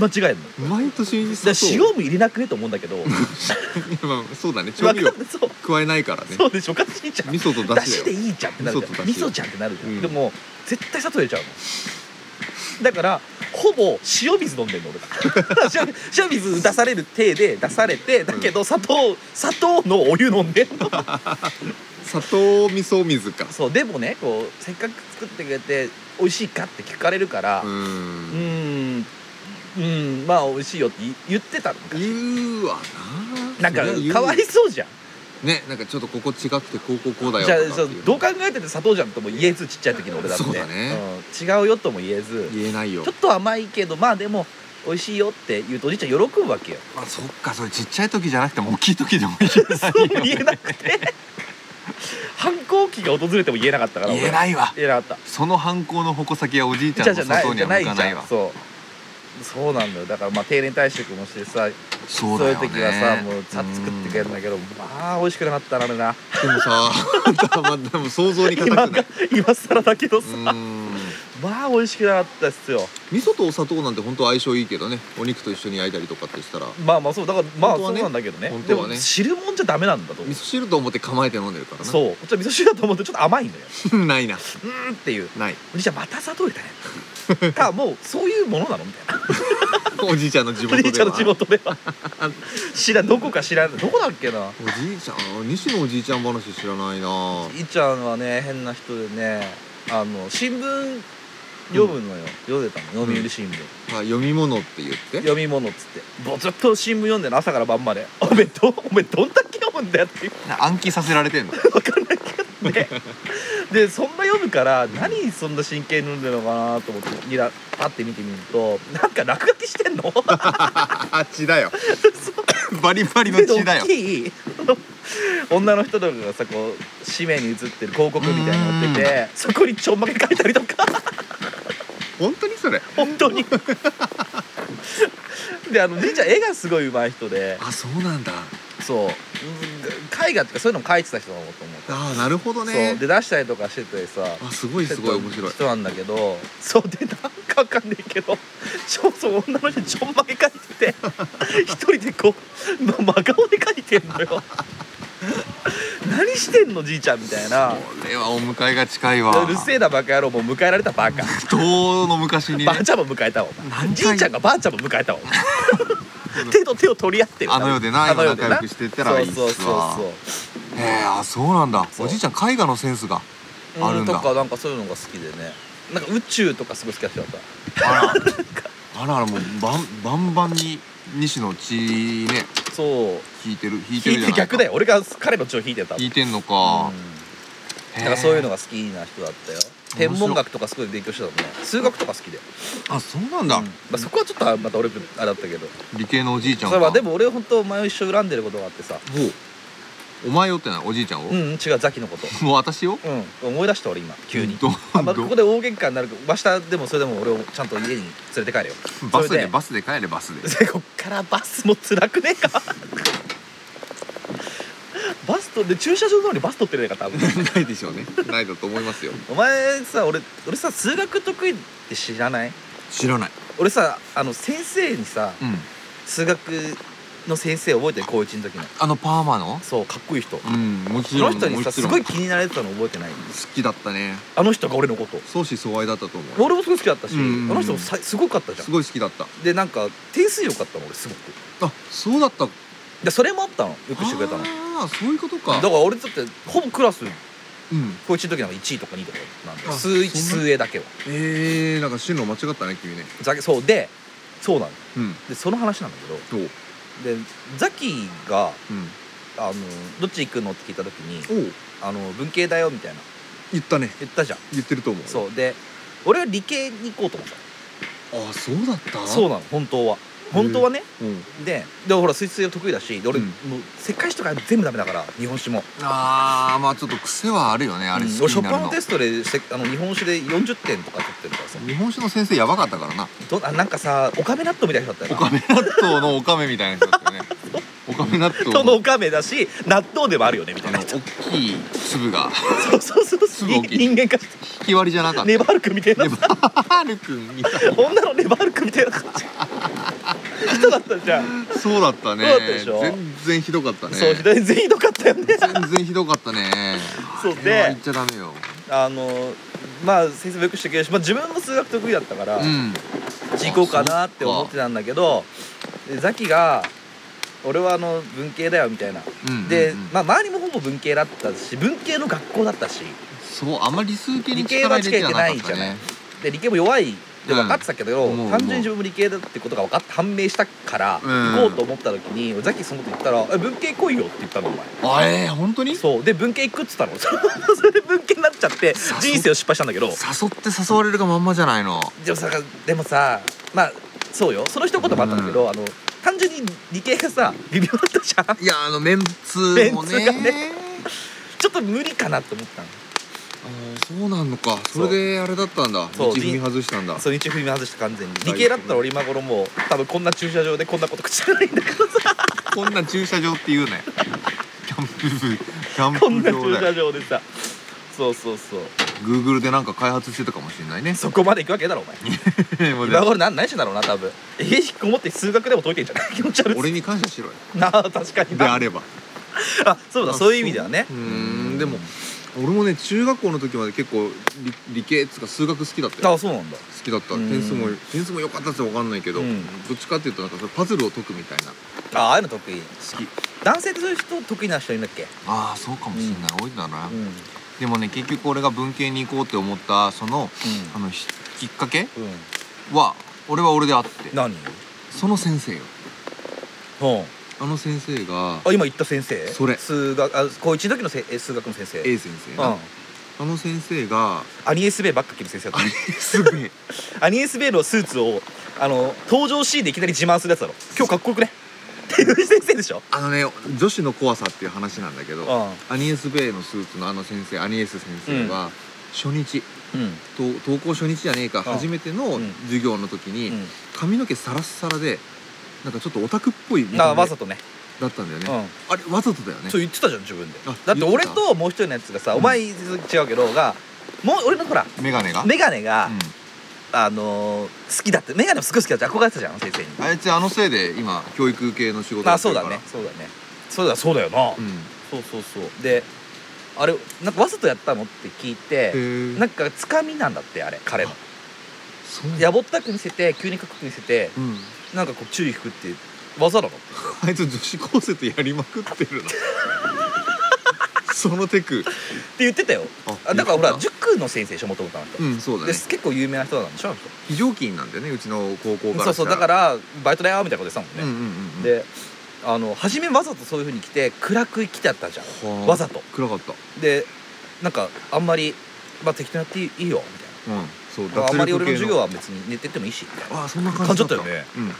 Speaker 2: 年間違えるのだか
Speaker 8: 毎年
Speaker 2: ら
Speaker 8: 砂糖
Speaker 2: 塩も入れなくねと思うんだけど
Speaker 8: まあそうだね調
Speaker 2: わ
Speaker 8: 味料
Speaker 2: かんないそう
Speaker 8: 加えないからね
Speaker 2: そうでしょおかしいじゃん
Speaker 8: 味噌と
Speaker 2: だ
Speaker 8: だ
Speaker 2: し
Speaker 8: し
Speaker 2: で
Speaker 8: だよ
Speaker 2: いいじゃんってなるじゃん
Speaker 8: 味噌と
Speaker 2: 味
Speaker 8: 出汁
Speaker 2: 噌じゃんってなるじゃん、
Speaker 8: うん
Speaker 2: でも絶対砂糖入れちゃうのだからほぼ塩水飲んでん の俺が塩塩水出される手で出されてだけど砂糖砂糖のお湯飲んでん の
Speaker 8: 砂糖味噌水か
Speaker 2: そうでもねこうせっかく作ってくれて美味しいかって聞かれるから
Speaker 8: う
Speaker 2: う
Speaker 8: ーん
Speaker 2: ーんうーんまあ美味しいよって言言ってたの
Speaker 8: 言うわ
Speaker 2: な
Speaker 8: なん
Speaker 2: か
Speaker 8: そりゃ言う
Speaker 2: かわいそうじゃん
Speaker 8: ねなんかちょっとここ違くてこうこうこうだよ
Speaker 2: じゃあ
Speaker 8: とか
Speaker 2: そ
Speaker 8: っ
Speaker 2: う
Speaker 8: ていう
Speaker 2: どう考えてて砂糖じゃんとも言えずちっちゃい時の俺だって
Speaker 8: そうだね
Speaker 2: うん違うよとも言えず
Speaker 8: 言えないよ
Speaker 2: ちょっと甘いけどまあでも美味しいよって言うとおじいちゃん喜ぶわけよ。
Speaker 8: あそっかそれちっちゃい時じゃなくても大きい時でも言えな
Speaker 2: そ
Speaker 8: いう
Speaker 2: 言えなくて 反抗期が訪れても言えなかったから俺
Speaker 8: 言えないわ
Speaker 2: 言えなかっ
Speaker 8: その反抗の矛先はおじい
Speaker 2: た
Speaker 8: ちゃんの
Speaker 2: じゃ
Speaker 8: 砂糖
Speaker 2: ないじゃな
Speaker 8: には向
Speaker 2: いじ
Speaker 8: かない
Speaker 2: ゃ
Speaker 8: わ
Speaker 2: んそうそうなんだよだからまあ定年退職もしてさそ,、
Speaker 8: そううだ
Speaker 2: い
Speaker 8: よ
Speaker 2: う
Speaker 8: ね
Speaker 2: 時はさもうさ作ってくれるんだけどまあ美味しくなかったなあれな
Speaker 8: でもさ まあでも想像に
Speaker 2: 今
Speaker 8: 難くない
Speaker 2: 今更だけど
Speaker 8: う
Speaker 2: さ、
Speaker 8: ーん
Speaker 2: まあ美味しくなかったっすよ
Speaker 8: 味噌とお砂糖なんて本当相性いいけどねお肉と一緒に焼いたりとかってしたら
Speaker 2: まあまあそうだからまあ
Speaker 8: 本
Speaker 2: そ
Speaker 8: 当は
Speaker 2: う
Speaker 8: ね
Speaker 2: なんだけどね
Speaker 8: 本当
Speaker 2: で
Speaker 8: はね
Speaker 2: も汁もんじゃダメなんだと思
Speaker 8: 味
Speaker 2: う
Speaker 8: 噌汁と思って構えて飲んでるから
Speaker 2: そうこっちは味噌汁だと思ってちょっと甘いのよ
Speaker 8: う ないな
Speaker 2: うーんっていう
Speaker 8: ない
Speaker 2: おじいちゃんまた砂糖入れたねかもうそういうものなのみたいな
Speaker 8: おじいちゃんの地
Speaker 2: お
Speaker 8: 元
Speaker 2: じいち
Speaker 8: で
Speaker 2: ゃん
Speaker 8: は
Speaker 2: の地元で は知らんどこか知らんどこだっけな
Speaker 8: おじいちゃん西野おじいちゃん話知らないな
Speaker 2: じいちゃんはね変な人でねあの新聞読むのよ、読んでたの読売新聞、
Speaker 8: あ読み物って言って
Speaker 2: 読み物っつってぼずっと新聞読んでるの朝から晩までおめえどおめえどんだけ読むんだよっていう
Speaker 8: 暗記させられてんの
Speaker 2: わかんないけどねでそんな読むから何そんな真剣に読んでるのかなと思ってにらパッて見てみるとなんか落書きしてんの
Speaker 8: あ血だよ バリバリの
Speaker 2: 目の
Speaker 8: 血だよ
Speaker 2: 大きいあの女の人とかがさこう紙面に映ってる広告みたいなの載っててそこにちょんまげ書いたりとか
Speaker 8: 本当にそれ
Speaker 2: 本当にであのじいちゃん絵がすごい上手い人で
Speaker 8: あそうなんだ
Speaker 2: そううん絵画っていうかそういうのも描いてた人だと思う
Speaker 8: あーなるほ
Speaker 2: そ
Speaker 8: ど
Speaker 2: う
Speaker 8: ね
Speaker 2: で出したりとかしててさ
Speaker 8: あすごいすごい面白い
Speaker 2: 人なんだけどそうでなんかわかんねえけどちょそう女の人ちょんまげ描いてて一人でこう、ま、真顔で描いてんのよ何してんのじいちゃんみたいな
Speaker 8: これはお迎えが近いうわ
Speaker 2: るせえなバカ野郎もう迎えられたバカ
Speaker 8: 遠の昔にね
Speaker 2: ばあちゃんも迎えたわお前
Speaker 8: 何回
Speaker 2: じいちゃんがばあちゃんも迎えたわお前 手と手を取り合ってる
Speaker 8: あの世でな
Speaker 2: あの世で
Speaker 8: 仲良くしていったらいいっす
Speaker 2: そう
Speaker 8: わ
Speaker 2: そうそう
Speaker 8: へえあそうなんだ
Speaker 2: そう
Speaker 8: おじいちゃん絵画のセンスが
Speaker 2: そう
Speaker 8: あるんだ
Speaker 2: とかなんかそういうのが好きでねなんか宇宙とかすごい好きな人だった
Speaker 8: あらあらあらもうバンバンバンに西野血ね
Speaker 2: そう
Speaker 8: 引いてる引いて
Speaker 2: 引
Speaker 8: る
Speaker 2: い
Speaker 8: じゃ
Speaker 2: て
Speaker 8: ないか
Speaker 2: 逆だよ俺が彼の血を引いてた
Speaker 8: 引いてんのか、
Speaker 2: うん、
Speaker 8: へえ
Speaker 2: なんかそういうのが好きな人だったよ天
Speaker 8: 面白い
Speaker 2: 文学とかすごい勉強してたもんね数学とか好きで、
Speaker 8: あそうなんだ、
Speaker 2: うんまあ、そこはちょっとまた俺あれだったけど
Speaker 8: 理系のおじいちゃん
Speaker 2: そ
Speaker 8: か
Speaker 2: れはでも俺本当お前を一生恨んでることがあってさ
Speaker 8: ほうお前をってなおじいちゃんを、
Speaker 2: うんうん違うザキのこと
Speaker 8: もう私を
Speaker 2: うん思い出した俺今急に
Speaker 8: ど
Speaker 2: あまあ
Speaker 8: ど
Speaker 2: ここで大喧嘩になるけど明日でもそれでも俺をちゃんと家に連れて帰るよ
Speaker 8: バス
Speaker 2: それ
Speaker 8: で
Speaker 2: で
Speaker 8: バスで帰れバス で
Speaker 2: でこっからバスも辛くねえかバスとで駐車場なのにバス取ってねえか多分
Speaker 8: ないでしょうねないだと思いますよ
Speaker 2: お前さ俺俺さ数学得意って知らない
Speaker 8: 知らない
Speaker 2: 俺さあの先生にさ
Speaker 8: うん
Speaker 2: 数学の先生覚えてる高一の時の
Speaker 8: あのパーマの
Speaker 2: そうかっこいい人
Speaker 8: うんも
Speaker 2: そ
Speaker 8: ちろ
Speaker 2: の
Speaker 8: ん
Speaker 2: 人にさ
Speaker 8: もち
Speaker 2: す
Speaker 8: ろん
Speaker 2: ごい気になれてたの覚えてない
Speaker 8: 好きだったね
Speaker 2: あの人が俺のこと
Speaker 8: 相思相愛だったと思う
Speaker 2: 俺もすごい好きだったしあ
Speaker 8: うん
Speaker 2: の人もさすごかったじゃ
Speaker 8: す
Speaker 2: ん
Speaker 8: ごい好きだった
Speaker 2: でなんか点数良かったの俺すごく
Speaker 8: あそうだったよ
Speaker 2: でそれもあったのよくしてくれたのだ
Speaker 8: ああそういうことか
Speaker 2: から俺だってほぼクラス
Speaker 8: うん
Speaker 2: 高一の時なんか1位とか2位とかなんで
Speaker 8: あ
Speaker 2: 数一
Speaker 8: そんな
Speaker 2: 数 A だけは
Speaker 8: えー、なんか進路間違ったね君ね
Speaker 2: ザキそうでそうなの
Speaker 8: うん
Speaker 2: でその話なんだけ
Speaker 8: どう
Speaker 2: どでザキが
Speaker 8: うん
Speaker 2: あのどっち行くのって聞いた時に
Speaker 8: おう
Speaker 2: あの文系だよみたいな
Speaker 8: 言ったね
Speaker 2: 言ったじゃん
Speaker 8: 言ってると思う
Speaker 2: そうで俺は理系に行こうと思っ
Speaker 8: あそうだった
Speaker 2: たそう
Speaker 8: う
Speaker 2: なの本当は本当はね
Speaker 8: うん
Speaker 2: ででほら水水得意だしで俺、
Speaker 8: うん
Speaker 2: もう世界史とか全部ダメだから日本史も
Speaker 8: あーまあちょっと癖はあるよねあれ
Speaker 2: うん
Speaker 8: 好
Speaker 2: 俺
Speaker 8: き
Speaker 2: ショ
Speaker 8: に
Speaker 2: パ
Speaker 8: な
Speaker 2: ンの
Speaker 8: るの
Speaker 2: テストでせあの日本史で40点とか取ってるからさ
Speaker 8: 日本史の先生やばかったから な
Speaker 2: どあなんかさオカメ納豆みたいな人だった
Speaker 8: オ
Speaker 2: よな
Speaker 8: カメ納豆のオカメみたいな人だったよ ねオカメ納
Speaker 2: そ
Speaker 8: 豆
Speaker 2: の
Speaker 8: の
Speaker 2: オカメだし納豆でもあるよねみた
Speaker 8: あ
Speaker 2: い
Speaker 8: の
Speaker 2: な
Speaker 8: 大きい粒が
Speaker 2: そうそうそう
Speaker 8: す
Speaker 2: す
Speaker 8: ごい大きい
Speaker 2: 人間化し
Speaker 8: 引き割りじゃなか
Speaker 2: た
Speaker 8: った
Speaker 2: ネバールクみたいな
Speaker 8: ネバール君みたい
Speaker 2: 女のネバールクみたいな 感じ人だったじゃん、
Speaker 8: なそうだったね
Speaker 2: そうだったでしょ
Speaker 8: 全然ひどかったね
Speaker 2: そう左全員ひどかったよね
Speaker 8: 全然ひどかったね
Speaker 2: そう
Speaker 8: あれ
Speaker 2: で
Speaker 8: は言っちゃダメよ
Speaker 2: あのまあ先生もよくしてくれるし、まあ、自分も数学得意だったから、
Speaker 8: うん
Speaker 2: 行こうかなって思ってたんだけどでザキが「俺はあの文系だよ」みたいな
Speaker 8: うん
Speaker 2: で、
Speaker 8: うんうん
Speaker 2: まあ、周りもほぼ文系だったし文系の学校だったし
Speaker 8: そうあんまり数系に
Speaker 2: 理系は
Speaker 8: 力入れてはなか
Speaker 2: つ
Speaker 8: っ
Speaker 2: けて
Speaker 8: た
Speaker 2: ない
Speaker 8: ね
Speaker 2: で理系も弱いって分かってたけど、
Speaker 8: うん思う思う
Speaker 2: 単純に自分も理系だってことが分かって判明したから、
Speaker 8: うん
Speaker 2: 行こうと思った時にザキそのこと言ったら「え文系来いよ」って言ったのお前
Speaker 8: あえー、本当に誘
Speaker 2: そうで文系行くっつったの それで文系になっちゃって
Speaker 8: う
Speaker 2: 人生を失敗したんだけど
Speaker 8: って誘われるがまんまじゃないの
Speaker 2: でもさでもさまあそうよその一言もあったんだけど、あの単純に理系がさ微妙だったじゃん
Speaker 8: いやあのメンツも
Speaker 2: メンツが
Speaker 8: ね
Speaker 2: ねちょっと無理かなって思ったの
Speaker 8: あーそうなんのかそれであれだったんだ
Speaker 2: そう
Speaker 8: 道踏み外したんだ
Speaker 2: そう一踏み外して完全に
Speaker 8: 大丈
Speaker 2: 理
Speaker 8: 夫
Speaker 2: 系だったら俺今頃もう多分こんな駐車場でこんなこと口じゃないんだから
Speaker 8: こんな駐車場って言うねキャン プキャ
Speaker 2: こん
Speaker 8: ン
Speaker 2: な
Speaker 8: プ
Speaker 2: 駐
Speaker 8: 場
Speaker 2: 車
Speaker 8: で
Speaker 2: 場でさそうそうそう
Speaker 8: Google でなんか開発してたかもしれないね
Speaker 2: そこまで行くわけだろお前
Speaker 8: もう ね
Speaker 2: 今頃なん何してんだろうな多分家引きこもって数学でも解いてんじゃない 気持ち悪いっ
Speaker 8: 俺
Speaker 2: す
Speaker 8: に感謝しろよ
Speaker 2: なあ確かに
Speaker 8: であ
Speaker 2: な
Speaker 8: れば
Speaker 2: あそうだそういう意味ではね
Speaker 8: うーんでも俺もね中学校の時まで結構理理系っつうか数学好きだったよ
Speaker 2: あそうなんだ
Speaker 8: 好きだった
Speaker 2: うん
Speaker 8: 点数も点数も良かったってわかんないけど、
Speaker 2: うん
Speaker 8: どっちかっていうとなんかそれパズルを解くみたいな
Speaker 2: あああいうの得意
Speaker 8: 好き
Speaker 2: 男性ってそういう人得意な人いるんだっけ
Speaker 8: ああそうかもしんない、多いんだな、
Speaker 2: うん
Speaker 8: でもね結局俺が文系に行こうって思ったそのあ
Speaker 2: う
Speaker 8: のひきっかけ
Speaker 2: んうん
Speaker 8: は俺は俺であって
Speaker 2: 何
Speaker 8: その先生よ
Speaker 2: うん
Speaker 8: あの先生が
Speaker 2: あ今言った先生
Speaker 8: それ
Speaker 2: 数学あ高一の時のせえ数学の先生
Speaker 8: A 先生
Speaker 2: う
Speaker 8: な、
Speaker 2: ん
Speaker 8: あの先生 が
Speaker 2: アニエス・ベイばっか着る先生だっ
Speaker 8: あれすげえ
Speaker 2: たアニエス・ベイのスーツをあの登場シーンでいきなり自慢するやつだろ今日かっこよくねっていう先生でしょ
Speaker 8: あのね女子の怖さっていう話なんだけど、
Speaker 2: うん
Speaker 8: アニエス・ベイのスーツのあの先生アニエス先生は、初日
Speaker 2: うん
Speaker 8: と登校初日じゃねえか、初めての
Speaker 2: うん
Speaker 8: 授業の時に、髪の毛サラッサラでなんかちょっとオタクっぽい見
Speaker 2: だから
Speaker 8: た目
Speaker 2: わ
Speaker 8: だ
Speaker 2: ざとね
Speaker 8: ったんだよね、
Speaker 2: うん
Speaker 8: あれわざとだよね
Speaker 2: そう言ってたじゃん自分で
Speaker 8: あ
Speaker 2: だって俺
Speaker 8: 言って
Speaker 2: ともう一人のやつがさお前違うけどがもう俺のほら
Speaker 8: メガネが、
Speaker 2: メガネが
Speaker 8: う
Speaker 2: あのー好きだってメガネもすごい好きだって憧れてたじゃん先生に
Speaker 8: ん、あいつあのせいで今教育系の仕事
Speaker 2: ま
Speaker 8: や
Speaker 2: あ
Speaker 8: って
Speaker 2: そう
Speaker 8: るか
Speaker 2: だ
Speaker 8: ら
Speaker 2: ねそうだねそうだそうだよな、
Speaker 8: う
Speaker 2: そうそうそうであれなんかわざとやったのって聞いて
Speaker 8: んへえ
Speaker 2: なんかつかみなんだってあれ彼の
Speaker 8: そうなんだ
Speaker 2: やぼったく見せて急にかっこよく見せて
Speaker 8: うん
Speaker 2: なんかこう注意引くっていう技なの
Speaker 8: あいつ女子高生とやりまくってるな そのテク
Speaker 2: って言ってたよあだからほら塾の先生でしょもともとあの人、
Speaker 8: うんそうだ
Speaker 2: で
Speaker 8: ね
Speaker 2: 結構有名な人なんでしょあの人
Speaker 8: 非常勤なんだよねうちの高校からしたら
Speaker 2: そうそうだからバイトだよみたいなこと言ってた
Speaker 8: うん
Speaker 2: も
Speaker 8: うん
Speaker 2: んね、
Speaker 8: うんうん
Speaker 2: であの初めわざとそういう風に来て暗く生きてあったじゃん
Speaker 8: はあ
Speaker 2: わざと
Speaker 8: 暗かった
Speaker 2: でなんかあんまり、まあ、適当にやっていいよみたいな
Speaker 8: うんそう
Speaker 2: あんまり俺の授業
Speaker 8: は
Speaker 2: は別に寝ててもいいしみたいな
Speaker 8: あそんな感じだった
Speaker 2: 感じだったよね
Speaker 8: うん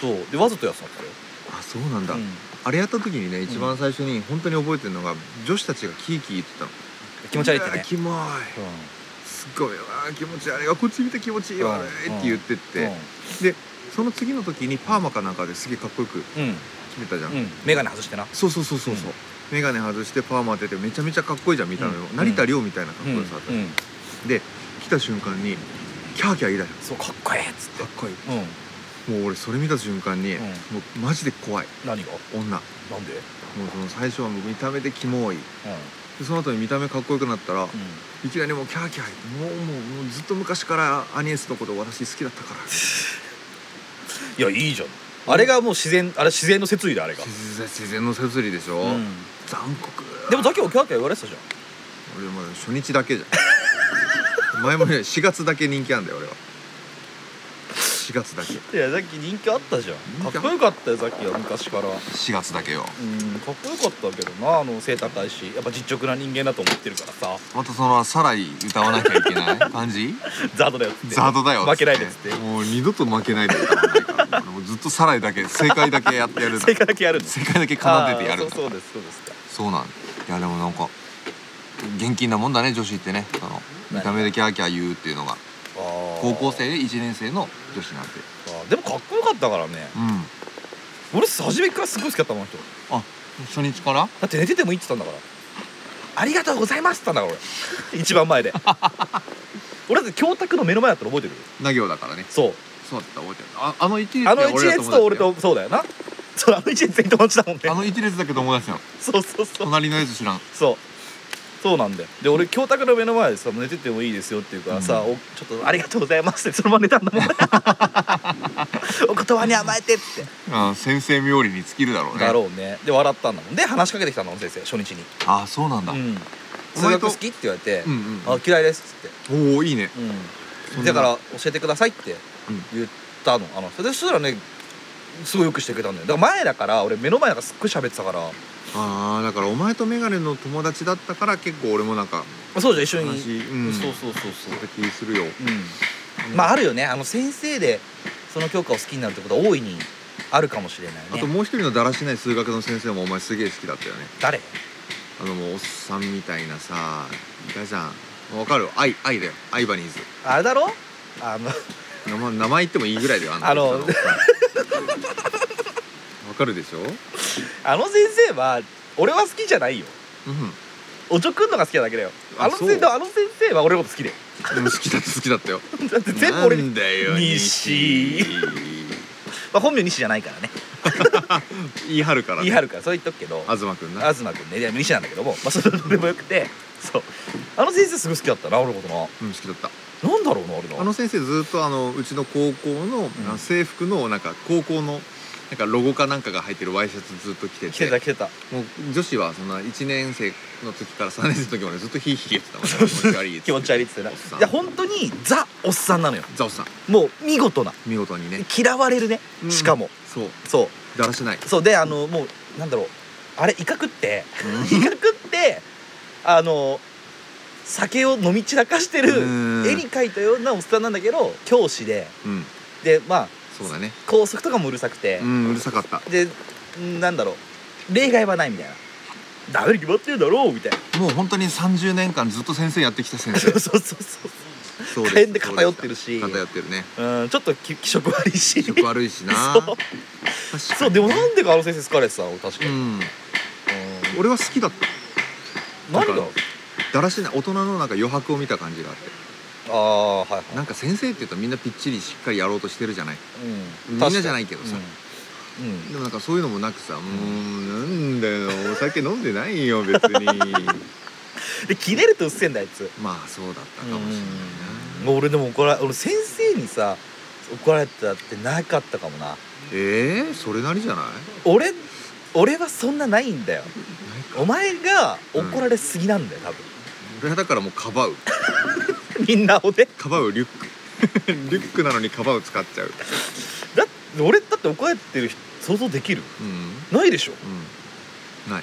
Speaker 2: そうでわざとやってたんだよ、
Speaker 8: あそうなんだ
Speaker 2: うん
Speaker 8: あれやった時にね一番最初に本当に覚えてるのが女子たちがキーキー言ってたの
Speaker 2: 気持ち悪いって
Speaker 8: うわ
Speaker 2: ね
Speaker 8: キモいすっごいわ気持ち悪いわこっち見て気持ちいいわ
Speaker 2: う
Speaker 8: い
Speaker 2: ん
Speaker 8: って言ってって、でその次の時にパーマかなんかですげえかっこよく
Speaker 2: うん
Speaker 8: 決めたじゃん、
Speaker 2: うん眼鏡外してな
Speaker 8: そうそうそうそうそう、メガネ外してパーマ当ててめちゃめちゃかっこいいじゃん見た目も、
Speaker 2: うん
Speaker 8: 成田凌みたいなかっ
Speaker 2: う
Speaker 8: こ
Speaker 2: んう
Speaker 8: よ
Speaker 2: ん
Speaker 8: さだった、で来た瞬間にキャーキャー言いだした
Speaker 2: そうかっこいいっつって
Speaker 8: かっこいい
Speaker 2: うん
Speaker 8: もう俺それ見た瞬間に、
Speaker 2: うん
Speaker 8: もうマジで怖い
Speaker 2: 何が
Speaker 8: 女も
Speaker 2: なんで
Speaker 8: うその最初はもう見た目でキモい
Speaker 2: うん
Speaker 8: でその後に見た目かっこよくなったら、
Speaker 2: うん
Speaker 8: いきなりもうキャーキャー言ってもうもうもうずっと昔からアニエスのこと私好きだったから
Speaker 2: いやいいじゃんあれがもう自然あれ自然の摂理だあれが
Speaker 8: 自然自然の摂理でしょ、
Speaker 2: うん
Speaker 8: 残酷
Speaker 2: でもザキはキャーキャー言われてたじゃん
Speaker 8: 俺まだ初日だけじゃん 前もね4月だけ人気あんだよ俺は4月だけ
Speaker 2: いやさっき人気あったじゃん
Speaker 8: 人気
Speaker 2: か
Speaker 8: あ
Speaker 2: っこよかったよさっきは昔からう
Speaker 8: 4月だけよ
Speaker 2: んかっこよかったけどなあの背高いしやっぱ実直な人間だと思ってるからさ
Speaker 8: またそのさらに歌わなきゃいけない感じ
Speaker 2: ザードだよっつって
Speaker 8: ザードだよ
Speaker 2: 負けないでっつって
Speaker 8: もう二度と負けないで歌わないから俺もうずっとさらいだけ正解だけやってやる
Speaker 2: 正解だけやるの
Speaker 8: 正解だけ奏でてやる
Speaker 2: あーそうそうですそうですか
Speaker 8: そうなんいやでもなんか現金なもんだね女子ってねその見た目でキャーキャー言うっていうのが高
Speaker 2: 高
Speaker 8: 校生で1年生の女子なんて
Speaker 2: でもかっこよかったからね
Speaker 8: うん
Speaker 2: 俺初めからすごい好きだったもんあの人
Speaker 8: 初日から
Speaker 2: だって寝ててもいいって言ったんだからありがとうございますって言ったんだから俺一番前で俺だって教卓の目の前だったの覚えてる
Speaker 8: な行だからね
Speaker 2: そう
Speaker 8: そうだった覚えてるああの一列
Speaker 2: あの一列と俺
Speaker 8: だよ
Speaker 2: とそうだよなそうあの一列全員友達だもんね
Speaker 8: あの一列だけ友達なの
Speaker 2: そうそうそう
Speaker 8: 隣のやつ知らん
Speaker 2: そうそうなんだよで俺教卓の目の前でさ寝ててもいいですよっていうからさ、
Speaker 8: うん
Speaker 2: おちょっと「ありがとうございます」ってそのまま寝たんだもんお言葉に甘えてって
Speaker 8: あ先生冥利に尽きるだろうね
Speaker 2: だろうねで笑ったんだもんで話しかけてきたんだもん先生初日に
Speaker 8: あそうな
Speaker 2: 「
Speaker 8: ん
Speaker 2: う
Speaker 8: だ、うん、
Speaker 2: ん、
Speaker 8: お
Speaker 2: 数
Speaker 8: 前
Speaker 2: 学
Speaker 8: と
Speaker 2: 好き?」って言われて「
Speaker 8: うん
Speaker 2: あ嫌いです」っつって
Speaker 8: おおいいねそんな
Speaker 2: だから教えてくださいって言ったの,、あのそれでそしたらねすごいよくしてくれたんだよだから前だから俺目の前だからすっごい喋ってたから
Speaker 8: あーだからお前とメガネの友達だったから結構俺もなんか
Speaker 2: あそうじゃん一緒に、
Speaker 8: 話うん
Speaker 2: そうそうそうそう
Speaker 8: した気するよ
Speaker 2: うんまああるよねあの先生でその教科を好きになるってことは大いにあるかもしれない
Speaker 8: あと
Speaker 2: ね
Speaker 8: もう一人のだらしない数学の先生もお前すげえ好きだったよね
Speaker 2: 誰
Speaker 8: あのもうおっさんみたいなさいたじゃんわかる愛愛だよアイバニーズ
Speaker 2: あれだろあの
Speaker 8: 名前名前言ってもいいぐらいだよあ
Speaker 2: あの
Speaker 8: おっさんわかるでしょうん
Speaker 2: あの先生は俺は好きじゃないよおちょくんのが好きなだけだよ
Speaker 8: あ
Speaker 2: あの先
Speaker 8: そう
Speaker 2: 生あの先生は俺のこと好きだよ
Speaker 8: でも好きだった好きだったよ
Speaker 2: だって全部俺
Speaker 8: な
Speaker 2: に
Speaker 8: んだよ
Speaker 2: 西まあ、本名西じゃないからね
Speaker 8: 言い張るからね
Speaker 2: 言い張るからそう言っとくけど
Speaker 8: 東くんな
Speaker 2: 東君ねいや西なんだけども、まあ、それはどうでもよくてそうあの先生すごい好きだったな俺のことな
Speaker 8: うん好きだった
Speaker 2: なんだろうな俺の
Speaker 8: あの先生ずっとあのうちの高校の、あの制服のなんか高校のなんかロゴかなんかが入ってるワイシャツずっと着てて
Speaker 2: 来てた来てた
Speaker 8: もう女子はそんな1年生の時から3年生の時までずっとヒーヒー言ってたもんね気持ち悪い
Speaker 2: 気持ち悪いっ
Speaker 8: つ
Speaker 2: つってな
Speaker 8: おっさん
Speaker 2: いや本当にザおっさんなのよ
Speaker 8: ザオさん
Speaker 2: もう見事な
Speaker 8: 見事にね
Speaker 2: 嫌われるね、
Speaker 8: うん
Speaker 2: しかも
Speaker 8: そう
Speaker 2: そ
Speaker 8: だらしないう
Speaker 2: そうであのもうなんだろうあれ威嚇って威嚇ってあの酒を飲み散らかしてる
Speaker 8: うん
Speaker 2: 絵に描いたようなおっさんなんだけど教師で
Speaker 8: うん
Speaker 2: でまあ
Speaker 8: そうだね
Speaker 2: 校則とかもうるさくて
Speaker 8: う、んうるさかった
Speaker 2: でなんだろう例外はないみたいなダメに決まってるだろうみたいな
Speaker 8: もう本当に30年間ずっと先生やってきた 先
Speaker 2: そ
Speaker 8: 生
Speaker 2: うそうそうそう
Speaker 8: そう
Speaker 2: 大変で偏ってるし
Speaker 8: そうでした偏ってるね
Speaker 2: うんちょっとき気色悪いし
Speaker 8: 食悪いし な
Speaker 2: そう
Speaker 8: 確かに
Speaker 2: そうでもなんでかあの先生好かれてたの確か
Speaker 8: う
Speaker 2: に、
Speaker 8: ん
Speaker 2: うん
Speaker 8: 俺は好きだった
Speaker 2: 何が
Speaker 8: なんかだらしない大人のなんか余白を見た感じがあって
Speaker 2: ああはいはい
Speaker 8: なんか先生って言うとみんなぴっちりしっかりやろうとしてるじゃない
Speaker 2: うん
Speaker 8: みんなじゃないけどさ
Speaker 2: うん、うん
Speaker 8: でもなんかそういうのもなくさ「うーんなんだよお酒飲んでないよ別 に
Speaker 2: で切れるとうっせえんだあいつ」
Speaker 8: まあそうだったかもしれないな
Speaker 2: もう俺でも怒ら俺先生にさ怒られたってなかったかもな
Speaker 8: えー、それなりじゃない
Speaker 2: 俺俺はそんなないんだよ
Speaker 8: ない
Speaker 2: お前が怒られすぎなんだよ多 分、
Speaker 8: 俺はだからもうかばう
Speaker 2: みんなをね
Speaker 8: かばうリュック リュックなのにかばう使っちゃう
Speaker 2: だ俺だって怒られてる人想像できる
Speaker 8: うん
Speaker 2: ないでしょ
Speaker 8: うんない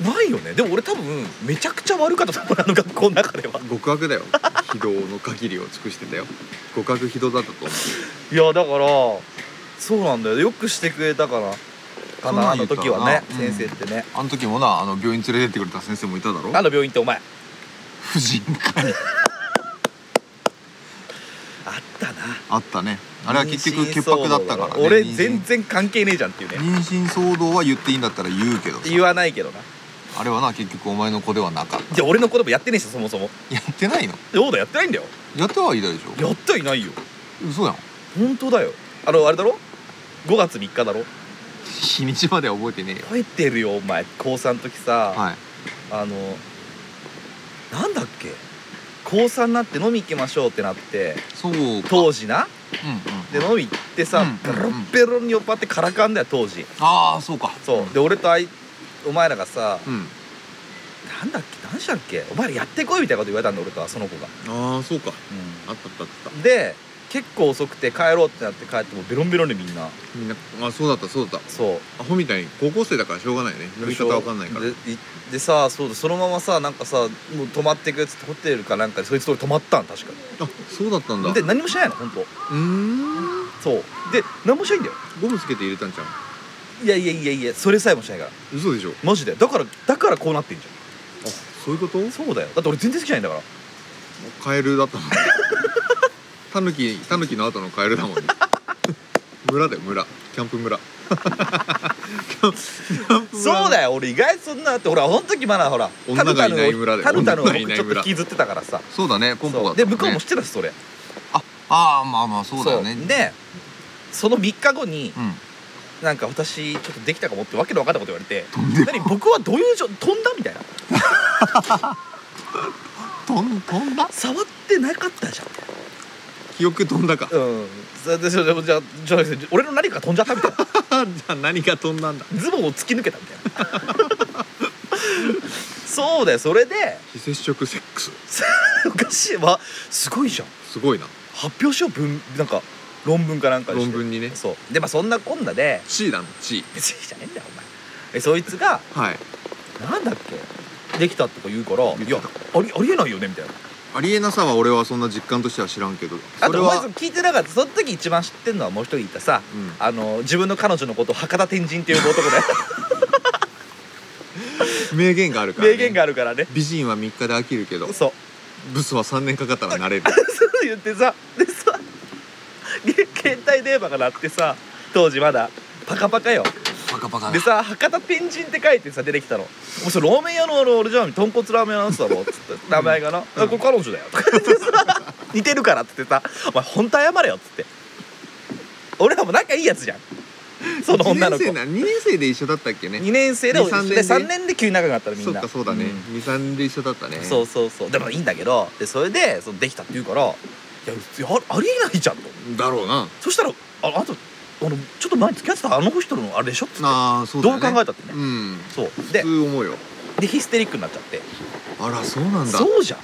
Speaker 2: ないよねでも俺多分めちゃくちゃ悪かったと思うあの学校の中では
Speaker 8: 極悪だ よ非道の限りを尽くしてたよ極悪非道だったと思う
Speaker 2: いやだからそうなんだよよくしてくれたからかなあの時はね
Speaker 8: そんなん言
Speaker 2: 先
Speaker 8: った
Speaker 2: 生って
Speaker 8: よな
Speaker 2: ね
Speaker 8: あの時もなあの病院連れてってくれた先生もいただろ
Speaker 2: あの病院ってお前
Speaker 8: 婦人科に
Speaker 2: あったな
Speaker 8: あったねあれは結局
Speaker 2: 妊
Speaker 8: 潔
Speaker 2: 娠騒
Speaker 8: 白
Speaker 2: 動
Speaker 8: だったからね
Speaker 2: 俺
Speaker 8: 妊娠
Speaker 2: 全然関係ねえじゃんっていうね
Speaker 8: 妊娠騒動は言っていいんだったら言うけどさ
Speaker 2: 言わないけどな
Speaker 8: あれはな結局お前の子ではなかっ
Speaker 2: じゃあ俺の子供やってねえしそもそも
Speaker 8: たやってないの
Speaker 2: どうだやってないんだよ
Speaker 8: やってはいたでしょ
Speaker 2: やってはいないよ
Speaker 8: 嘘やん
Speaker 2: 本当だよあのあれだろ5月3日だろ
Speaker 8: 日にちまでは覚えてねえよ
Speaker 2: 覚えてるよお前高3の時さ、
Speaker 8: はい
Speaker 2: あのなんだっけ高3になって飲み行きましょうってなって
Speaker 8: そうか
Speaker 2: 当時な
Speaker 8: うんうん
Speaker 2: で飲み行ってさ、
Speaker 8: うん
Speaker 2: ベロッベロに酔っ払ってからかんだよ当時
Speaker 8: ああそうか
Speaker 2: そうで俺とあいお前らがさ
Speaker 8: うん
Speaker 2: なんだっけ何したっけお前らやってこいみたいなこと言われたんだ俺とはその子が、
Speaker 8: ああそうかあったあったあった
Speaker 2: で結構遅くて帰ろうってなって帰ってもうベロンベロンでみんな
Speaker 8: みんなあそうだったそうだっ
Speaker 2: そう
Speaker 8: たアホみたいに高校生だからしょうがないよね飲み方わかんないから
Speaker 2: でいでさそうだそのままさなんかさもう泊まってくっつってホテルかなんかでそいつと俺泊まったん確か
Speaker 8: あそうだったんだう
Speaker 2: で何もしないの本当
Speaker 8: ーん
Speaker 2: そうで何もしないんだよ
Speaker 8: ゴムつけて入れたんじゃん
Speaker 2: いやいやいやいやそれさえもしないから
Speaker 8: 嘘でしょ
Speaker 2: マジでだからだからこうなってんじゃ
Speaker 8: あそういうこと
Speaker 2: んそうだよだって俺全然好きじゃないんだから
Speaker 8: カエルだったもんタヌキタヌキの後のカエルだもんね村だよ村キャンプ村キャンキャンプ村
Speaker 2: そう
Speaker 8: よ
Speaker 2: だよ俺意外とそんなだってほらその時まだほら
Speaker 8: 女がいない村だよ
Speaker 2: タヌタヌを
Speaker 8: 女がい
Speaker 2: 僕
Speaker 8: ない
Speaker 2: ちょ
Speaker 8: 村
Speaker 2: っと引きずってたからさ
Speaker 8: そうだねコンポが、
Speaker 2: そ
Speaker 8: ね、
Speaker 2: うで向こうも知ってたしそれ
Speaker 8: ああーまあまあそうだよね
Speaker 2: そうでその3日後に
Speaker 8: うん
Speaker 2: なんか私ちょっとできたかもってわけのわかんないこと言われて
Speaker 8: 飛んで
Speaker 2: 何僕はどういうじょ飛んだみたいな
Speaker 8: 飛ん飛んだ
Speaker 2: 触ってなかったじゃん
Speaker 8: 記憶飛んだか
Speaker 2: うんそれでそれでじゃあじゃあ俺の何か飛んじゃったみたいな
Speaker 8: じゃあ何が飛んだんだ
Speaker 2: ズボンを突き抜けたみたい なそうだよそれで
Speaker 8: 非接触セックス
Speaker 2: おかしいわすごいじゃん
Speaker 8: すごいな
Speaker 2: 発表しよう文なんか論文かなんかにして
Speaker 8: 論文にね
Speaker 2: そうでまあそんなこんなで
Speaker 8: 地位だの地位
Speaker 2: 別にじゃねえんだよお前えそいつが
Speaker 8: はい
Speaker 2: なんだっけできたとか言うから
Speaker 8: 言って
Speaker 2: い
Speaker 8: た
Speaker 2: やありありえないよねみたいな
Speaker 8: ありえなさは俺はそんな実感としては知らんけど
Speaker 2: あ
Speaker 8: それ
Speaker 2: とお前
Speaker 8: は
Speaker 2: その聞いてなかったその時一番知ってんのはもう一人いたさ
Speaker 8: うん
Speaker 2: あの自分の彼女のことを博多天神っていう男 で
Speaker 8: 名言があるから、ね、
Speaker 2: 名言があるからね
Speaker 8: 美人は3日で飽きるけど
Speaker 2: そう
Speaker 8: ブスは3年かかったらなれる
Speaker 2: そう言ってさでさ で携帯電話が鳴ってさ当時まだパカパカよ
Speaker 8: パカパカ
Speaker 2: でさ博多天神って書いてさ出てきたの「もうそれラーメン屋のあの俺じゃん豚骨ラーメン屋のやつだろ」っつって名前がな「あこれ彼女だよ」と か言ってさ「似てるから」っつってさ「お前ほんと謝れよ」っつって俺らも仲いいやつじゃんその女の子
Speaker 8: 2年生な2年生で一緒だったっけね
Speaker 2: 2年生で
Speaker 8: 二三年で
Speaker 2: で3年で急に仲良くなったのみ
Speaker 8: そ
Speaker 2: ん
Speaker 8: っ
Speaker 2: な
Speaker 8: かそうだね、
Speaker 2: ん
Speaker 8: 23で一緒だったね
Speaker 2: そうそうそうでもいいんだけどでそれでそのできたって言うからいやいやあありえないじゃんと
Speaker 8: だろうな
Speaker 2: そしたらああとあのちょっと前に付き合ってたあの人のあれでしょっつって
Speaker 8: ああそうだ、ね、
Speaker 2: どう考えたってね
Speaker 8: うん
Speaker 2: そう
Speaker 8: 普
Speaker 2: で
Speaker 8: 通思うよ
Speaker 2: でヒステリックになっちゃって
Speaker 8: あらそうなんだ、
Speaker 2: そうじゃん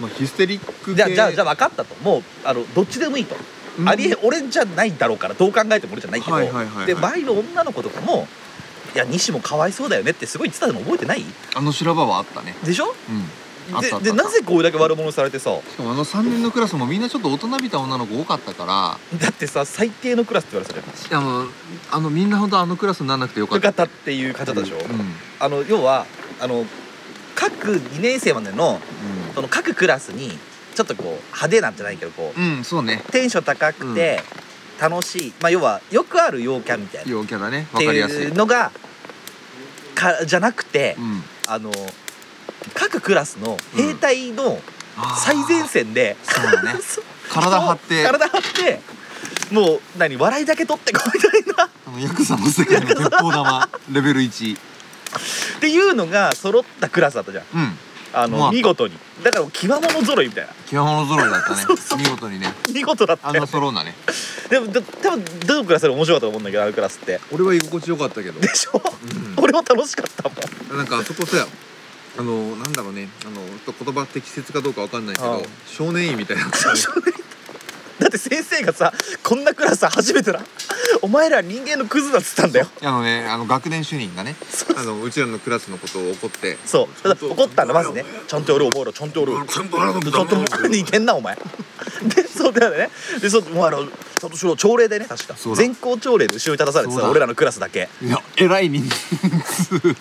Speaker 8: まあ、ヒステリック系
Speaker 2: じゃあじゃあじゃあ分かったともうあのどっちでもいいと、
Speaker 8: うん
Speaker 2: ありえ俺じゃないだろうからどう考えても俺じゃないけど、
Speaker 8: はいはいはいはい
Speaker 2: で前の女の子とかも「いや西もかわいそうだよね」ってすごい言ってたの覚えてない
Speaker 8: あの修羅場はあったね
Speaker 2: でしょ
Speaker 8: うんあったあったあった
Speaker 2: ででなぜこうだけ悪者されてさ
Speaker 8: しかもあの3年のクラスもみんなちょっと大人びた女の子多かったから
Speaker 2: だってさ最低のクラスって言われてたじゃん
Speaker 8: あのあのみんな本当あのクラスにならなくてよかっ
Speaker 2: よか
Speaker 8: た
Speaker 2: ったっていう方でしょ、
Speaker 8: うん、うん
Speaker 2: あの要はあの各2年生までのその各クラスにちょっとこう派手なんじゃないけどこう、
Speaker 8: うん、そうね
Speaker 2: テンション高くて楽しい、まあ要はよくある陽キャみたいなっ
Speaker 8: 陽キャだねわ
Speaker 2: て
Speaker 8: かりやす
Speaker 2: い
Speaker 8: いう
Speaker 2: のがかじゃなくて、
Speaker 8: うん
Speaker 2: あの各クラスの兵隊の
Speaker 8: あー
Speaker 2: 最前線で、
Speaker 8: そうだね
Speaker 2: そう
Speaker 8: 体張って
Speaker 2: 体張ってもう何笑いだけ取ってこいみたいな
Speaker 8: あのヤクザの世界の鉄砲玉レベル1
Speaker 2: っていうのが揃ったクラスだったじゃん
Speaker 8: うん
Speaker 2: あ
Speaker 8: ま
Speaker 2: の
Speaker 8: あ
Speaker 2: 見事にだから極物揃いみたいな
Speaker 8: 極物揃いだったね
Speaker 2: そうそう
Speaker 8: 見事にね
Speaker 2: 見事だっ
Speaker 8: あ
Speaker 2: た
Speaker 8: んな
Speaker 2: よ
Speaker 8: 揃うなね
Speaker 2: でもだ多分どのクラスでも面白かったと思うんだけどあのクラスって
Speaker 8: 俺は居心地よかったけど
Speaker 2: でしょ、 俺も楽しかったもん
Speaker 8: なんかあそこさあのなんだろうねあのちょっと言葉適切かどうかわかんないけ
Speaker 2: ああ
Speaker 8: ど少年院みたいな
Speaker 2: だって先生がさこんなクラス初めてだお前ら人間のクズだっつったんだよ
Speaker 8: あのねあの学年主任がね
Speaker 2: そう
Speaker 8: あのうちらのクラスのことを怒って
Speaker 2: そう
Speaker 8: ちゃんと
Speaker 2: 怒ったんだまずねちゃんとやるお前らちゃんとやる
Speaker 8: ちゃんとやる
Speaker 2: ちゃんと向こうにいけんなお前でそうだよねでそうお前ら佐藤修郎朝礼でね確か
Speaker 8: そうだ
Speaker 2: 全校朝礼で後ろに立たされて
Speaker 8: そう
Speaker 2: さ
Speaker 8: だ
Speaker 2: 俺らのクラスだけ
Speaker 8: いや偉い人数と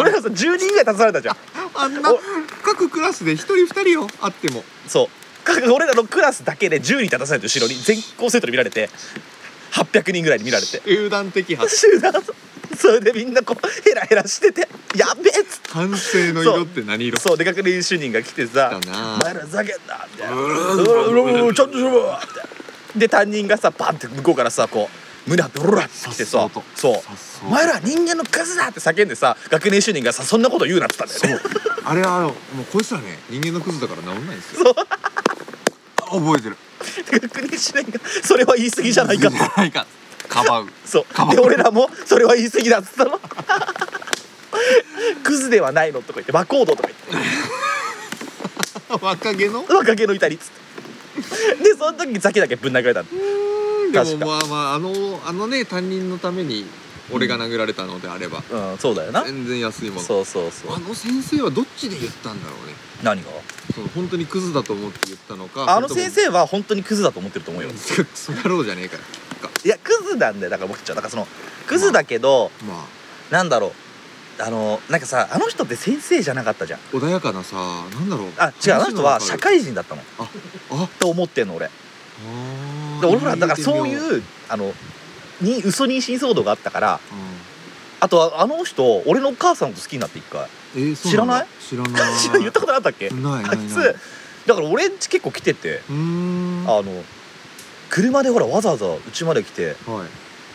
Speaker 2: 俺らさ10人ぐらい立たされたじゃん
Speaker 8: あんな
Speaker 2: お
Speaker 8: 各クラスで一人二人よあっても
Speaker 2: そうか俺らのクラスだけで10人立たされて後ろに全校生徒に見られて800人ぐらいに見られて
Speaker 8: 集団的発
Speaker 2: 集団それでみんなこうヘラヘラしててやべえっつって
Speaker 8: 反省の色って何色
Speaker 2: そうで学年主任が来てさ
Speaker 8: だな
Speaker 2: お前らふざけんな」みたいな「
Speaker 8: う
Speaker 2: う
Speaker 8: ーん
Speaker 2: ーんちゃんとしろ」みたいなで担任がさバンって向こうからさこう胸張って「ロラ」って来て
Speaker 8: さ
Speaker 2: さ
Speaker 8: っそうと
Speaker 2: そう
Speaker 8: さっ
Speaker 2: 「
Speaker 8: そうと
Speaker 2: お前らは人間のクズだ!」って叫んでさ学年主任がさ「そんなこと言うな」って言ったんだよね
Speaker 8: あれはあのもうこいつらね人間のクズだから治んないんですよあ覚えてる
Speaker 2: 学年主任が「それは言い過ぎじゃないか」って
Speaker 8: じゃないかかばう
Speaker 2: そう
Speaker 8: ば
Speaker 2: で俺らもそれは言い過ぎだっつったの クズではないのとか言って和光堂とか言っ
Speaker 8: 若気の
Speaker 2: て若気の至りっつってでその時にザキだけぶん殴られたの
Speaker 8: で
Speaker 2: 確
Speaker 8: も
Speaker 2: か
Speaker 8: まあまああのあのね担任のために俺が殴られたのであれば、
Speaker 2: うんそうだよな
Speaker 8: 全然安いもの
Speaker 2: そうそうそう
Speaker 8: あの先生はどっちで言ったんだろうね
Speaker 2: 何が
Speaker 8: その本当にクズだと思って言ったのか
Speaker 2: あの先生は本当にクズだと思ってると思うよ
Speaker 8: それともクソ野郎じゃねえかよ
Speaker 2: いやクズなんだよだから僕ちゃんだからそのクズだけど、
Speaker 8: まあ
Speaker 2: なんだろうあのなんかさあの人って先生じゃなかったじゃん
Speaker 8: 穏やかなさなんだろう
Speaker 2: あ違うあの人は社会人だったの
Speaker 8: あ
Speaker 2: と思ってんの俺
Speaker 8: あー
Speaker 2: で俺らだからそう
Speaker 8: うん
Speaker 2: いうあのに嘘妊娠騒動があったからあとはあの人俺のお母さんのこと好きになって一回
Speaker 8: えーそうなんだ知ら ない
Speaker 2: 知らん言ったことなかったっけ
Speaker 8: ない
Speaker 2: あ
Speaker 8: ない
Speaker 2: い
Speaker 8: ない
Speaker 2: つだから俺んち結構来てて
Speaker 8: うーんは
Speaker 2: あの車でほらわざわざうちまで来て
Speaker 8: い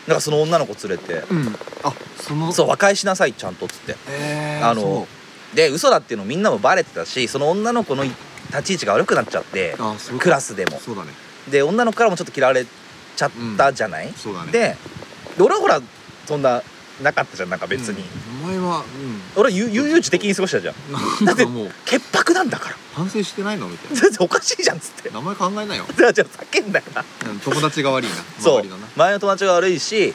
Speaker 2: なんかその女の子連れて
Speaker 8: うんあその
Speaker 2: そう和解しなさいちゃんとっつって
Speaker 8: えー
Speaker 2: あので嘘だっていうのみんなもバレてたしその女の子の立ち位置が悪くなっちゃって
Speaker 8: そうあそう
Speaker 2: クラスでも
Speaker 8: そうだね
Speaker 2: で女の子からもちょっと嫌われちゃったじゃない、
Speaker 8: そうだね
Speaker 2: でで俺はほらそんななかったじゃんなんか別に、
Speaker 8: うんお前はう
Speaker 2: 俺はゆ悠々自適に過ごしたじゃん
Speaker 8: ん
Speaker 2: だ
Speaker 8: なん
Speaker 2: って
Speaker 8: かもう
Speaker 2: 潔白なんだから
Speaker 8: 反省してないのみたいな
Speaker 2: 全然おかしいじゃんっつって
Speaker 8: 名前考えなよ
Speaker 2: じゃあじゃあ叫んだから
Speaker 8: うん友達が悪いな
Speaker 2: そ
Speaker 8: 周
Speaker 2: う
Speaker 8: りのな
Speaker 2: 前の友達が悪いし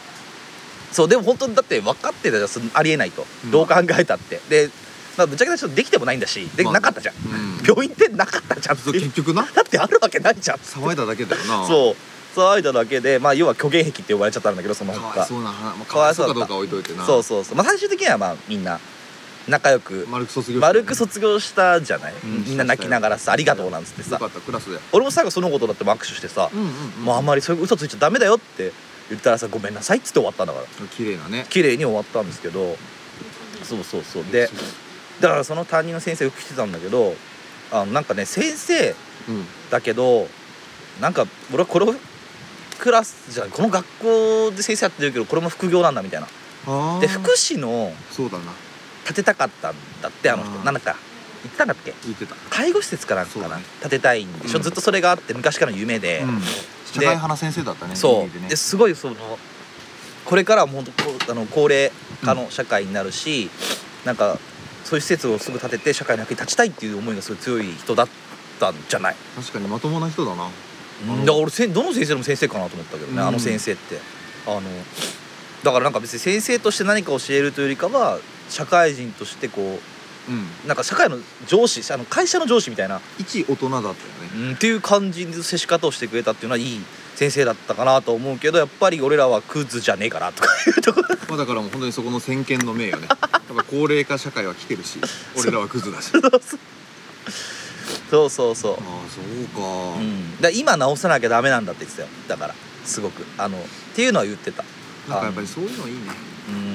Speaker 2: そうでも本当にだって分かってたじゃんそんありえないと、
Speaker 8: うん
Speaker 2: どう考えたってで、まあ、ぶっちゃけた人できてもないんだしで、
Speaker 8: まあ
Speaker 2: なかったじゃん
Speaker 8: うん
Speaker 2: 病院ってなかったじゃんって
Speaker 8: そう
Speaker 2: いう
Speaker 8: 結局な
Speaker 2: だってあるわけないじゃん
Speaker 8: 騒いだだけだよな
Speaker 2: そう騒いだだけでまあ要は虚言癖って呼ばれちゃったんだけどその
Speaker 8: か
Speaker 2: 他
Speaker 8: わいそうな話まあかわいそうかどうかは置いといてな
Speaker 2: そうそうそうまあ最終的にはまあみんな仲良く
Speaker 8: 丸く卒業
Speaker 2: 丸く
Speaker 8: 卒
Speaker 2: 卒業したじゃない、
Speaker 8: うん
Speaker 2: みんな泣きながらさ「ありがとう」なんつって
Speaker 8: よ
Speaker 2: さ
Speaker 8: かったクラスで
Speaker 2: 俺も最後そのことだっても握手してさ、
Speaker 8: うんうんうん
Speaker 2: もうあんまりそういう嘘ついちゃダメだよって言ったらさ「ごめんなさい」っつって終わったんだから
Speaker 8: 綺麗なね
Speaker 2: 綺麗に終わったんですけどそうそうそうでだからその担任の先生よく来てたんだけどあのなんかね先生
Speaker 8: うん
Speaker 2: だけどなんか俺はこのクラスじゃないこの学校で先生やってるけどこれも副業なんだみたいな
Speaker 8: あー
Speaker 2: で福祉の
Speaker 8: そうだな
Speaker 2: 建てたかったんだってあの人
Speaker 8: あー
Speaker 2: なんだった言ったんだっけ
Speaker 8: 言ってた
Speaker 2: 介護施設かなんか
Speaker 8: そう
Speaker 2: か
Speaker 8: だ
Speaker 2: な、
Speaker 8: ね
Speaker 2: 建てたいんでしょ、
Speaker 8: うん
Speaker 2: ずっとそれがあって昔からの夢で、
Speaker 8: うん社会派な先生だったね
Speaker 2: そ
Speaker 8: いい意味
Speaker 2: う
Speaker 8: でね
Speaker 2: ですごいそのこれからは本当こうあの高齢化の社会になるし、なんかそういう施設をすぐ建てて社会の役に立ちたいっていう思いがすごい強い人だったんじゃない、
Speaker 8: 確かにまともな人だな
Speaker 2: う
Speaker 8: うん
Speaker 2: ん、だから俺せんどの先生でも先生かなと思ったけどね、
Speaker 8: うん
Speaker 2: あの先生ってあのだからなんか別に先生として何か教えるというよりかは社会人としてこう
Speaker 8: うん
Speaker 2: なんか社会の上司あの会社の上司みたいな、
Speaker 8: 一大人だったよね
Speaker 2: うん、っていう感じの接し方をしてくれたっていうのはいい先生だったかなと思うけどやっぱり俺らはクズじゃねえかなとか いうところ
Speaker 8: まあだからもう本当にそこの先見の明 よねやっぱ高齢化社会は来てるし俺らはクズだしあ
Speaker 2: そうそうそう
Speaker 8: あ、そうか
Speaker 2: うん、だから今直さなきゃダメなんだって言ってたよだからすごくあのっていうのは言ってた
Speaker 8: なんかやっぱりそういうのいいね
Speaker 2: うん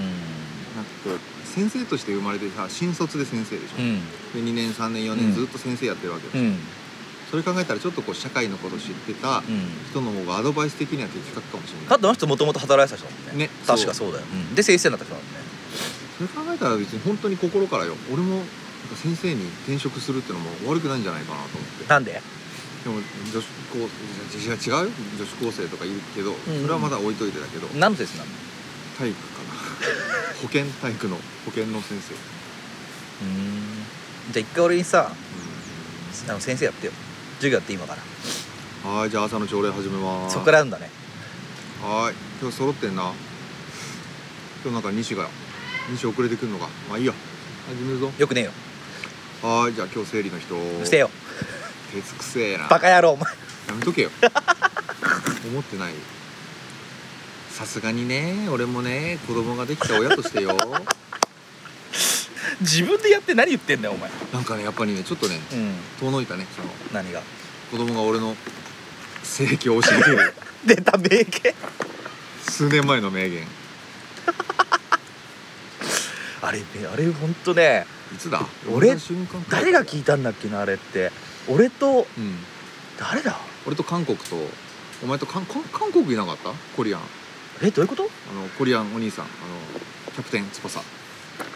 Speaker 8: なんかこう先生として生まれてさ新卒で先生でしょ、
Speaker 2: うん
Speaker 8: で2年3年4
Speaker 2: う
Speaker 8: 年
Speaker 2: ん
Speaker 8: ずっと先生やってるわけで
Speaker 2: う
Speaker 8: しょ、
Speaker 2: ん
Speaker 8: それ考えたらちょっとこう社会のこと知ってた
Speaker 2: うん
Speaker 8: 人の方がアドバイス的には的確かもしれ
Speaker 2: だ
Speaker 8: な
Speaker 2: ってあの人もともと働いてた人だもんね
Speaker 8: ね
Speaker 2: 確か
Speaker 8: そ
Speaker 2: そうだよ、うんで先生になった人だもんね
Speaker 8: いそれ考えたら別に本当に心からよ俺もなんか先生に転職するってのも悪くないんじゃないかなと思って
Speaker 2: なんで
Speaker 8: でも女子高生違うよ女子高生とかいるけど、
Speaker 2: ん
Speaker 8: それはまだ置いといてだけど
Speaker 2: 何の先生なの
Speaker 8: 体育かな 保健体育の保健の先生、
Speaker 2: うんじゃあ一回俺にさあの先生やってよ授業やって今から
Speaker 8: うん、はーいじゃあ朝の朝礼始めます
Speaker 2: そっからやるんだね
Speaker 8: はーい今日揃ってんな今日なんか西が西遅れてくんのかまあいいや始めるぞ
Speaker 2: よくねえよ
Speaker 8: はーいじゃあ今日生理の人
Speaker 2: してよ
Speaker 8: 手つくせえな
Speaker 2: バカ野郎お前
Speaker 8: やめとけよ 思ってないさすがにね俺もね子供ができた親としてよ
Speaker 2: 自分でやって何言ってんだよお前
Speaker 8: なんかねやっぱりねちょっとね
Speaker 2: うん
Speaker 8: 遠のいたねその
Speaker 2: 何が
Speaker 8: 子供が俺の性癖を教えてる
Speaker 2: 出た名言
Speaker 8: 数年前の名言い
Speaker 2: あれねあれほんとね
Speaker 8: つだ
Speaker 2: 俺
Speaker 8: 生まれた瞬間
Speaker 2: 誰が聞いたんだっけなあれって俺と
Speaker 8: うん
Speaker 2: 誰だ
Speaker 8: 俺と韓国とお前と韓韓韓国いなかったコリアンあ
Speaker 2: えどういうこと
Speaker 8: のコリアンお兄さんあのキャプテン翼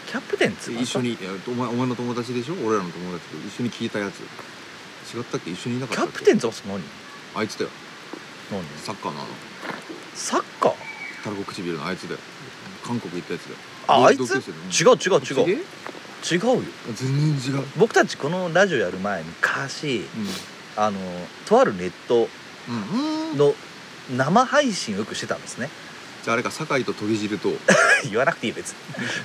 Speaker 2: キャプテンつ
Speaker 8: 一緒にいやお前お前の友達でしょ俺らの友達と一緒に聞いたやつ違ったっけ一緒にいなかっ
Speaker 2: キ
Speaker 8: た
Speaker 2: ャ
Speaker 8: っけ
Speaker 2: プテン翼何
Speaker 8: あいつだよ
Speaker 2: 何
Speaker 8: サッカーのあの
Speaker 2: サッカー
Speaker 8: タルコ唇のあいつだよ韓国行ったやつだよ
Speaker 2: ああい
Speaker 8: 同
Speaker 2: つ
Speaker 8: 級生の
Speaker 2: 違う違う違う
Speaker 8: 違う
Speaker 2: 違うよ
Speaker 8: 全然違う
Speaker 2: 僕たちこのラジオやる前昔あのとあるネット
Speaker 8: うんうん、うん、
Speaker 2: の生配信をよくしてたんですね
Speaker 8: じゃああれか酒井ととぎ汁とも
Speaker 2: 言わなくていい別に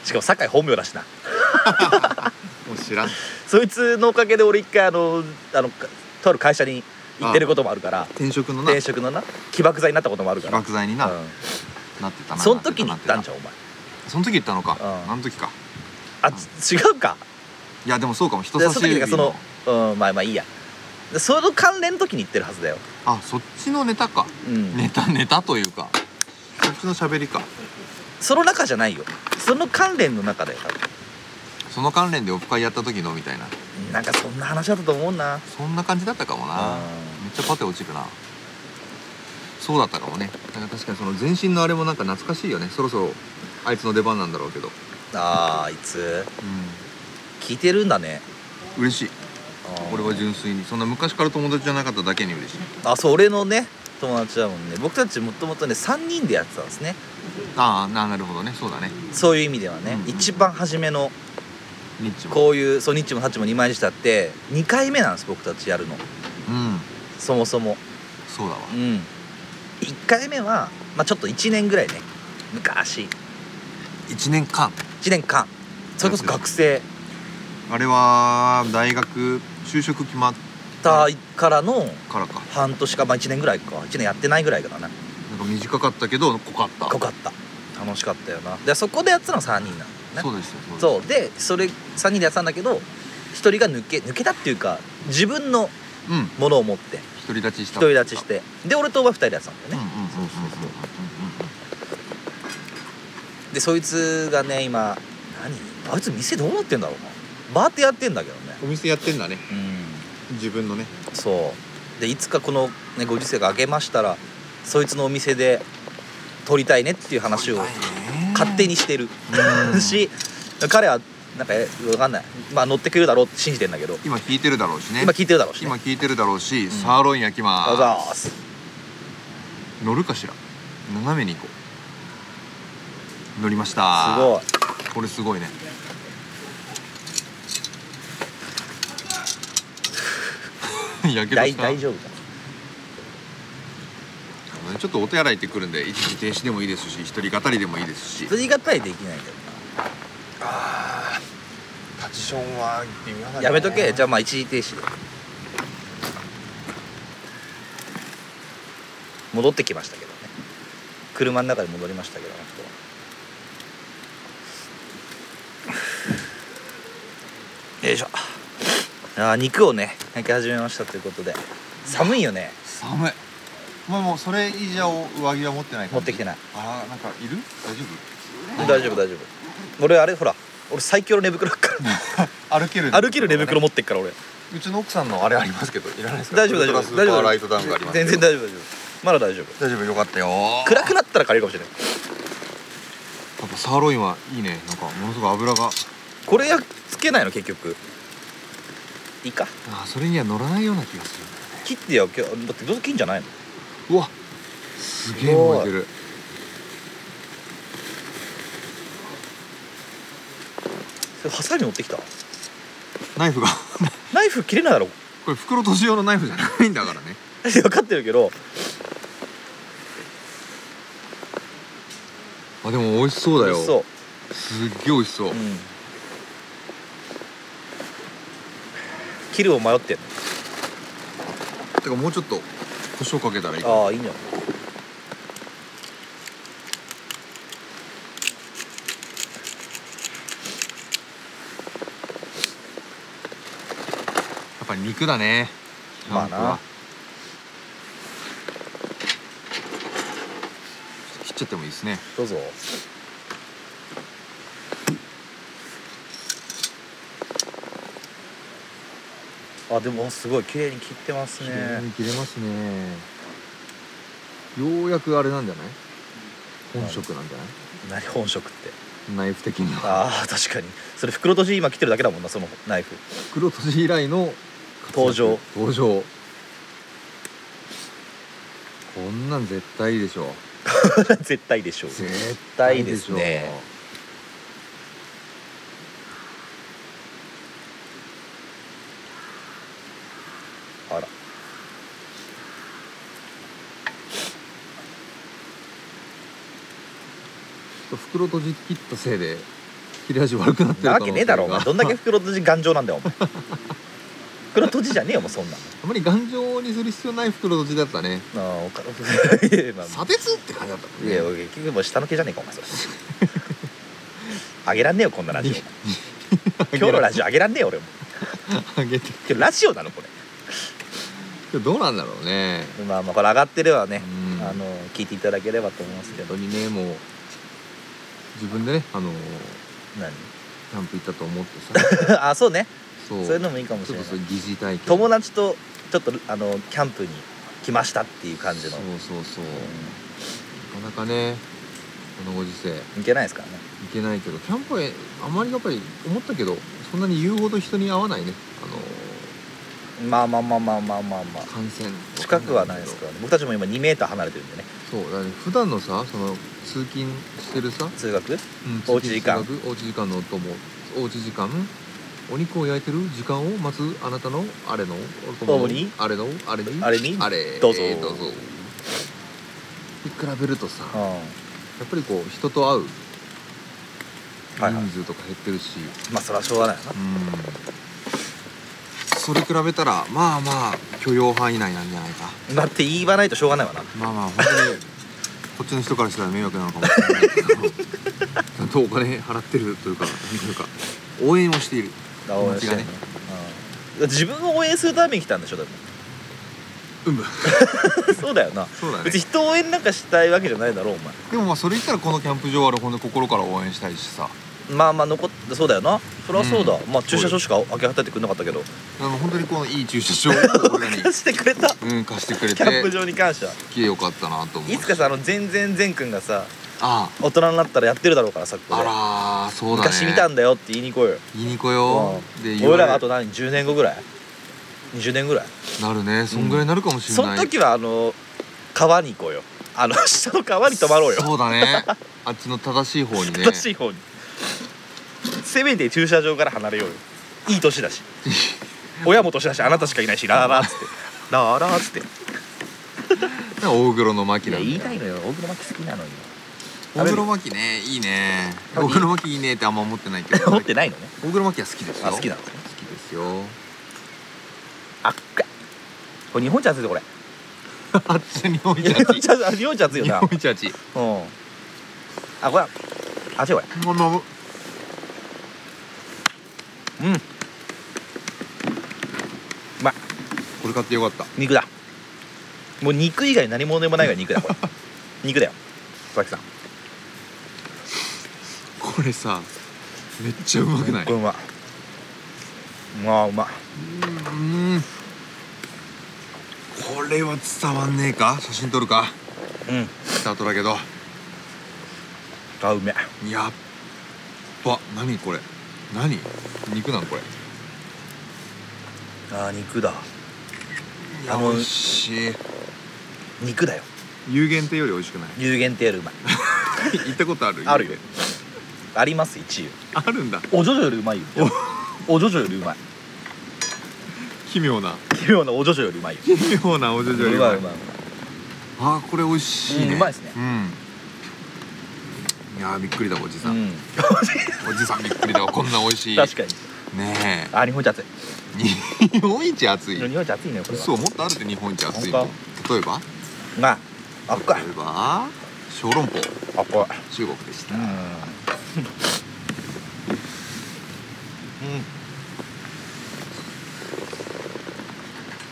Speaker 2: しかも酒井本名だしな
Speaker 8: う知らん
Speaker 2: そいつのおかげで俺一回あのあのかとある会社に行ってることもあるから
Speaker 8: 転職のな
Speaker 2: 転職のな起爆剤になったこともあるから
Speaker 8: 爆剤にな、
Speaker 2: う
Speaker 8: なってた
Speaker 2: ん、
Speaker 8: な
Speaker 2: その時に行
Speaker 8: な
Speaker 2: ってたん
Speaker 8: な
Speaker 2: じゃんお前
Speaker 8: その時行ったのか
Speaker 2: うん
Speaker 8: 何の時か
Speaker 2: あち違うか
Speaker 8: いやでもそうかも人
Speaker 2: で
Speaker 8: 差
Speaker 2: そ
Speaker 8: し
Speaker 2: の時
Speaker 8: 指
Speaker 2: がそのうんまあまあいいやでその関連の時に行ってるはずだよ、
Speaker 8: あそっちのネタか
Speaker 2: うん
Speaker 8: ネタネタというかそっちの喋りか
Speaker 2: その中じゃないよその関連の中だよ多分
Speaker 8: その関連でオフ会やった時のみたいな
Speaker 2: なんかそんな話だったと思うな
Speaker 8: そんな感じだったかもなめっちゃパテ落ちるなそうだったかもねなんか確かにその全身のあれもなんか懐かしいよねそろそろあいつの出番なんだろうけど
Speaker 2: あーあいつ
Speaker 8: う
Speaker 2: 聞いてるんだね
Speaker 8: ん嬉しい
Speaker 2: あー
Speaker 8: 俺は純粋にそんな昔から友達じゃなかっただけに嬉しい
Speaker 2: あそう俺のね友達だもんね僕たちもともとね3人でやってたんですね
Speaker 8: ああななるほどねそうだね
Speaker 2: そういう意味ではね、
Speaker 8: うん
Speaker 2: 一番初めの
Speaker 8: ニッチも
Speaker 2: こういうそうニッチもサッチも2枚にしたって2回目なんです僕たちやるの
Speaker 8: うん
Speaker 2: そもそも
Speaker 8: そうだわ
Speaker 2: うん1回目は、まあ、ちょっと1年ぐらいね昔
Speaker 8: 1年間
Speaker 2: 1年間それこそ学生
Speaker 8: あれは大学就職決まっ
Speaker 2: だからの
Speaker 8: からか
Speaker 2: 半年か、まあ、1年ぐらいか1年やってないぐらいかな
Speaker 8: なんか短かったけど濃かった
Speaker 2: 濃かった楽しかったよなでそこでやってたの3人なんだよね
Speaker 8: そうですよう
Speaker 2: そうでそれ3人でやってたんだけど1人が抜け抜けたっていうか自分の
Speaker 8: ですうん
Speaker 2: ものを持って
Speaker 8: 独り立ちした
Speaker 2: 独り立ちしてで俺とお前2人でやってたんだ
Speaker 8: うん
Speaker 2: よ
Speaker 8: うん
Speaker 2: ね、
Speaker 8: うんうんうん
Speaker 2: でそいつがね今何あいつ店どうなってんだろうなバーってやってんだけどね
Speaker 8: うんお店やってんだね
Speaker 2: うん
Speaker 8: 自分のね
Speaker 2: そうでいつかこの、ね、ご時世が明けましたらそいつのお店で撮りたいねっていう話を勝手にしてる、
Speaker 8: う ん
Speaker 2: し彼はなんかえわかんない、まあ、乗ってくれるだろうって信じてんだけど、
Speaker 8: 今聞いてるだろうしね
Speaker 2: 今聞いてるだろうし、ね、
Speaker 8: 今
Speaker 2: あり
Speaker 8: 聞いてるだろうしサーロイン焼き
Speaker 2: がとうござい
Speaker 8: ま
Speaker 2: ます
Speaker 8: す乗るかしら斜めに行こう乗りました
Speaker 2: す
Speaker 8: これすごいね や
Speaker 2: ご
Speaker 8: け
Speaker 2: い大
Speaker 8: どした
Speaker 2: 大丈夫か
Speaker 8: あのねちょっとお手洗い行ってくるんで一時停止でもいいですし一人語りでもいいですし
Speaker 2: 釣りがたいできないけ
Speaker 1: タジションは微妙
Speaker 2: ど
Speaker 1: な
Speaker 2: なやめとけじゃあまあ一時停止で戻ってきましたけどね車の中で戻りましたけどあの人はよいしょあー肉をね焼き始めましたということで寒いよね
Speaker 8: 寒いもうもうそれ以上上着は持ってない
Speaker 2: 持ってきてない
Speaker 8: あーなんかいる大丈
Speaker 2: 大丈夫大丈夫俺あれほら俺最強の寝袋だか
Speaker 8: 夫 歩ける
Speaker 2: ら歩ける寝袋持ってっから俺
Speaker 8: うちの奥さんのあれありますけどいらないですか
Speaker 2: 大丈夫大丈夫
Speaker 8: ス
Speaker 2: 大
Speaker 8: ー
Speaker 2: 丈
Speaker 8: パ
Speaker 2: 夫
Speaker 8: ーライトダウンがあります
Speaker 2: 全然大丈夫大丈夫まだ大丈夫
Speaker 8: 大丈夫よかったよ
Speaker 2: 暗くなったら借りるかもしれない
Speaker 8: やっぱサーロインはいいねなんかものすごい油が
Speaker 2: これやっつけないの結局いいか
Speaker 8: あーそれには乗らないような気がする
Speaker 2: 切ってよ今日だってどうせ金じゃないの
Speaker 8: うわすげえ燃えてる
Speaker 2: それハサミ持ってきた
Speaker 8: ナイフが
Speaker 2: ナイフ切れないだろ
Speaker 8: これ袋閉じ用のナイフじゃないんだからね
Speaker 2: 分かってるけど
Speaker 8: あでも美味しそうだ
Speaker 2: 美
Speaker 8: よ
Speaker 2: 味しそ
Speaker 8: すっげえ美味しそう、
Speaker 2: う、うん、切るを迷ってん
Speaker 8: てかもうちょっと胡椒かけたらいいか
Speaker 2: のああいいんじゃ
Speaker 8: ぱり肉だねキャンプは、
Speaker 1: まあな
Speaker 8: ちょっと切っちゃってもいいですね
Speaker 1: どうぞ
Speaker 2: あでもすごい綺麗に切ってます
Speaker 8: 綺麗
Speaker 2: ね
Speaker 8: に切れますねようやくあれなんじゃない本色なんじゃない、
Speaker 2: 何本色って
Speaker 8: ナイフ的には
Speaker 2: ああ確かにそれ袋閉じ今切ってるだけだもんなそのナイフ
Speaker 8: 黒とじ以来の
Speaker 2: 登場
Speaker 8: 登場こんなん絶対いいでしょ
Speaker 2: 絶対でしょう
Speaker 8: 絶
Speaker 2: 対ですねあら
Speaker 8: ちょっと袋閉じ切ったせいで切れ味悪くなってる
Speaker 2: なわ
Speaker 8: 可能
Speaker 2: け
Speaker 8: 性
Speaker 2: ねえだろお
Speaker 8: が
Speaker 2: 前どんだけ袋閉じ頑丈なんだよお前 袋閉じじゃねえよもうそんな
Speaker 8: あまり頑丈にする必要ない袋閉じだったね
Speaker 2: のああおか いやまあ
Speaker 8: 砂鉄って感じだったもん
Speaker 2: い
Speaker 8: ね
Speaker 2: や結局もう下の毛じゃねえかお前そ れあげらんねえよこんな ラジオ今日のラジオあげらんねえよ俺も
Speaker 8: あげて
Speaker 2: 今日ラジオなのこれ
Speaker 8: どうなんだろうね
Speaker 2: まあまあこれ上がってればね
Speaker 8: うん
Speaker 2: あの聞いていただければと思いますけ
Speaker 8: 本
Speaker 2: ど
Speaker 8: 当にねもう自分でねあのー
Speaker 2: 何
Speaker 8: キャンプ行ったと思ってさ
Speaker 2: あそうね
Speaker 8: そう
Speaker 2: そういうのもいいかもし
Speaker 8: ちょ
Speaker 2: れ
Speaker 8: っ
Speaker 2: な
Speaker 8: と
Speaker 2: い
Speaker 8: そういう疑似体験
Speaker 2: 友達とちょっとあのキャンプに来ましたっていう感じの
Speaker 8: そうそうそう
Speaker 2: う
Speaker 8: なかなかねこのご時世行
Speaker 2: んいけないですからね
Speaker 8: けないけどキャンプはあまりやっぱり思ったけどそんなに言うほど人に会わないねあのー
Speaker 2: まあまあまあまあまあまあまあ
Speaker 8: 感染
Speaker 2: 近くはないですからね僕たちも今2メーター離れてるんでね
Speaker 8: そうだからね普段のさその通勤してるさ、
Speaker 2: 通学
Speaker 8: うん
Speaker 2: おうち時間
Speaker 8: 通勤通学おうち時間のともおうち時間お肉を焼いてる時間を待つあなたのあれのお供の
Speaker 2: 共に
Speaker 8: あれのあれに
Speaker 2: あれに
Speaker 8: あれ
Speaker 2: どうぞ
Speaker 8: どうぞ比べるとさ
Speaker 2: うん
Speaker 8: やっぱりこう人と会う
Speaker 2: はいはい
Speaker 8: 人数とか減ってるし、
Speaker 2: まあそれはしょうがないよな
Speaker 8: うんそれ比べたらまあまあ許容範囲内なんじゃないか
Speaker 2: だって言わないとしょうがないわな
Speaker 8: まあまあ本当にこっちの人からしたら迷惑なのかもしれないけどちゃんとお金払ってるというかなんというか応援をしている
Speaker 2: 応援して
Speaker 8: 気持ちがね
Speaker 2: ね、うん、自分を応援するために来たんでしょでも
Speaker 8: うむ
Speaker 2: そうだよな
Speaker 8: そうだね
Speaker 2: 別に人を応援なんかしたいわけじゃないだろうお前
Speaker 8: でもまあそれ言ったらこのキャンプ場は俺ほんと心から応援したいしさ
Speaker 2: まあまあ残ってそうだよなそりゃそうだ、
Speaker 8: うん
Speaker 2: まあ駐車場しか開け渡ってくれなかったけど
Speaker 8: でも本当にこのいい駐車場を俺らに
Speaker 2: 出してくれた
Speaker 8: うん貸してくれ
Speaker 2: キャンプ
Speaker 8: て
Speaker 2: 場に関しては
Speaker 8: 来てよかったなと思う
Speaker 2: い
Speaker 8: い
Speaker 2: つかさあの全然善くんがさ
Speaker 8: あ
Speaker 2: 大人になったらやってるだろうからさここ
Speaker 8: あ
Speaker 2: で
Speaker 8: らーそうだね
Speaker 2: 昔見たんだよって言いに行こうよ
Speaker 8: 言いに来ようで言わ
Speaker 2: 俺
Speaker 8: れ
Speaker 2: らがあと何10年後ぐらい20年ぐらい
Speaker 8: なるねそんぐらいになるかもしれ
Speaker 2: そ
Speaker 8: な
Speaker 2: の
Speaker 8: い、
Speaker 2: 時はあの川に行こうよあの 下の川に泊まろうよ
Speaker 8: そうだねあっちの正しい方にね
Speaker 2: 正しい方にせめて駐車場から離れようよいい年 だし親も年だしあなたしかいないしラーラーっつって ラーラーっつって
Speaker 8: 大黒の巻
Speaker 2: い
Speaker 8: な
Speaker 2: や
Speaker 8: ん
Speaker 2: 言い
Speaker 8: だよ
Speaker 2: たいのよ大黒巻好き なのに
Speaker 8: 大黒摩季ねいいね
Speaker 2: あ
Speaker 8: 大黒摩季いいねってあんま思ってないけど
Speaker 2: 持ってないのね
Speaker 8: 大黒摩季は好きですよ
Speaker 2: あ好きなのね
Speaker 8: 好きで すよ
Speaker 2: あっかいこれ日本茶熱いぞこれ
Speaker 8: あっちの日本一
Speaker 2: 日
Speaker 8: あっ
Speaker 2: 本
Speaker 8: ち
Speaker 2: 茶熱い日本茶熱いよ
Speaker 8: 日
Speaker 2: な
Speaker 8: 本一あっち
Speaker 2: うんあこれあ違うこ
Speaker 8: この
Speaker 2: れうん
Speaker 8: これ買ってよかった
Speaker 2: 肉だもう肉以外何物でもないから肉だこれ 肉だよ佐々木さん
Speaker 8: これさめっちゃうまくない
Speaker 2: これうまいまあうまいう
Speaker 8: ーんこれは伝わんねえか写真撮るか
Speaker 2: うん
Speaker 8: スタートだけど
Speaker 2: あうめえ
Speaker 8: やっば何これ何肉なんこれ
Speaker 2: あ肉だ
Speaker 8: いや
Speaker 2: あの
Speaker 8: 美味しい
Speaker 2: 肉だよ
Speaker 8: 有限亭より美味しくない
Speaker 2: 有限ってやるう まい
Speaker 8: 行ったことある
Speaker 2: あるよ
Speaker 8: 有限
Speaker 2: あります一
Speaker 8: あるんだ
Speaker 2: 応おジョジョよりうまいよおジョジョよりうまい
Speaker 8: 奇妙な
Speaker 2: 奇妙なおジョジョよりうまいよ
Speaker 8: 奇妙なおじょ
Speaker 2: う
Speaker 8: じょ
Speaker 2: まいうまいうまい
Speaker 8: あーこれ美味しいね、
Speaker 2: うんうまいですね
Speaker 8: うんいやーびっくりだおじさ、
Speaker 2: うんん
Speaker 8: おじさんびっくりだわこんな美味し い
Speaker 2: 確かに
Speaker 8: ね
Speaker 2: あ日本一熱い
Speaker 8: え日本一暑い
Speaker 2: 日本一熱いねこれは
Speaker 8: 嘘もっとあるって日本一暑いの
Speaker 2: 本
Speaker 8: 例えば
Speaker 2: まああっかい
Speaker 8: 例えば小籠包
Speaker 2: あっか
Speaker 8: 中国でした、
Speaker 2: いうんうん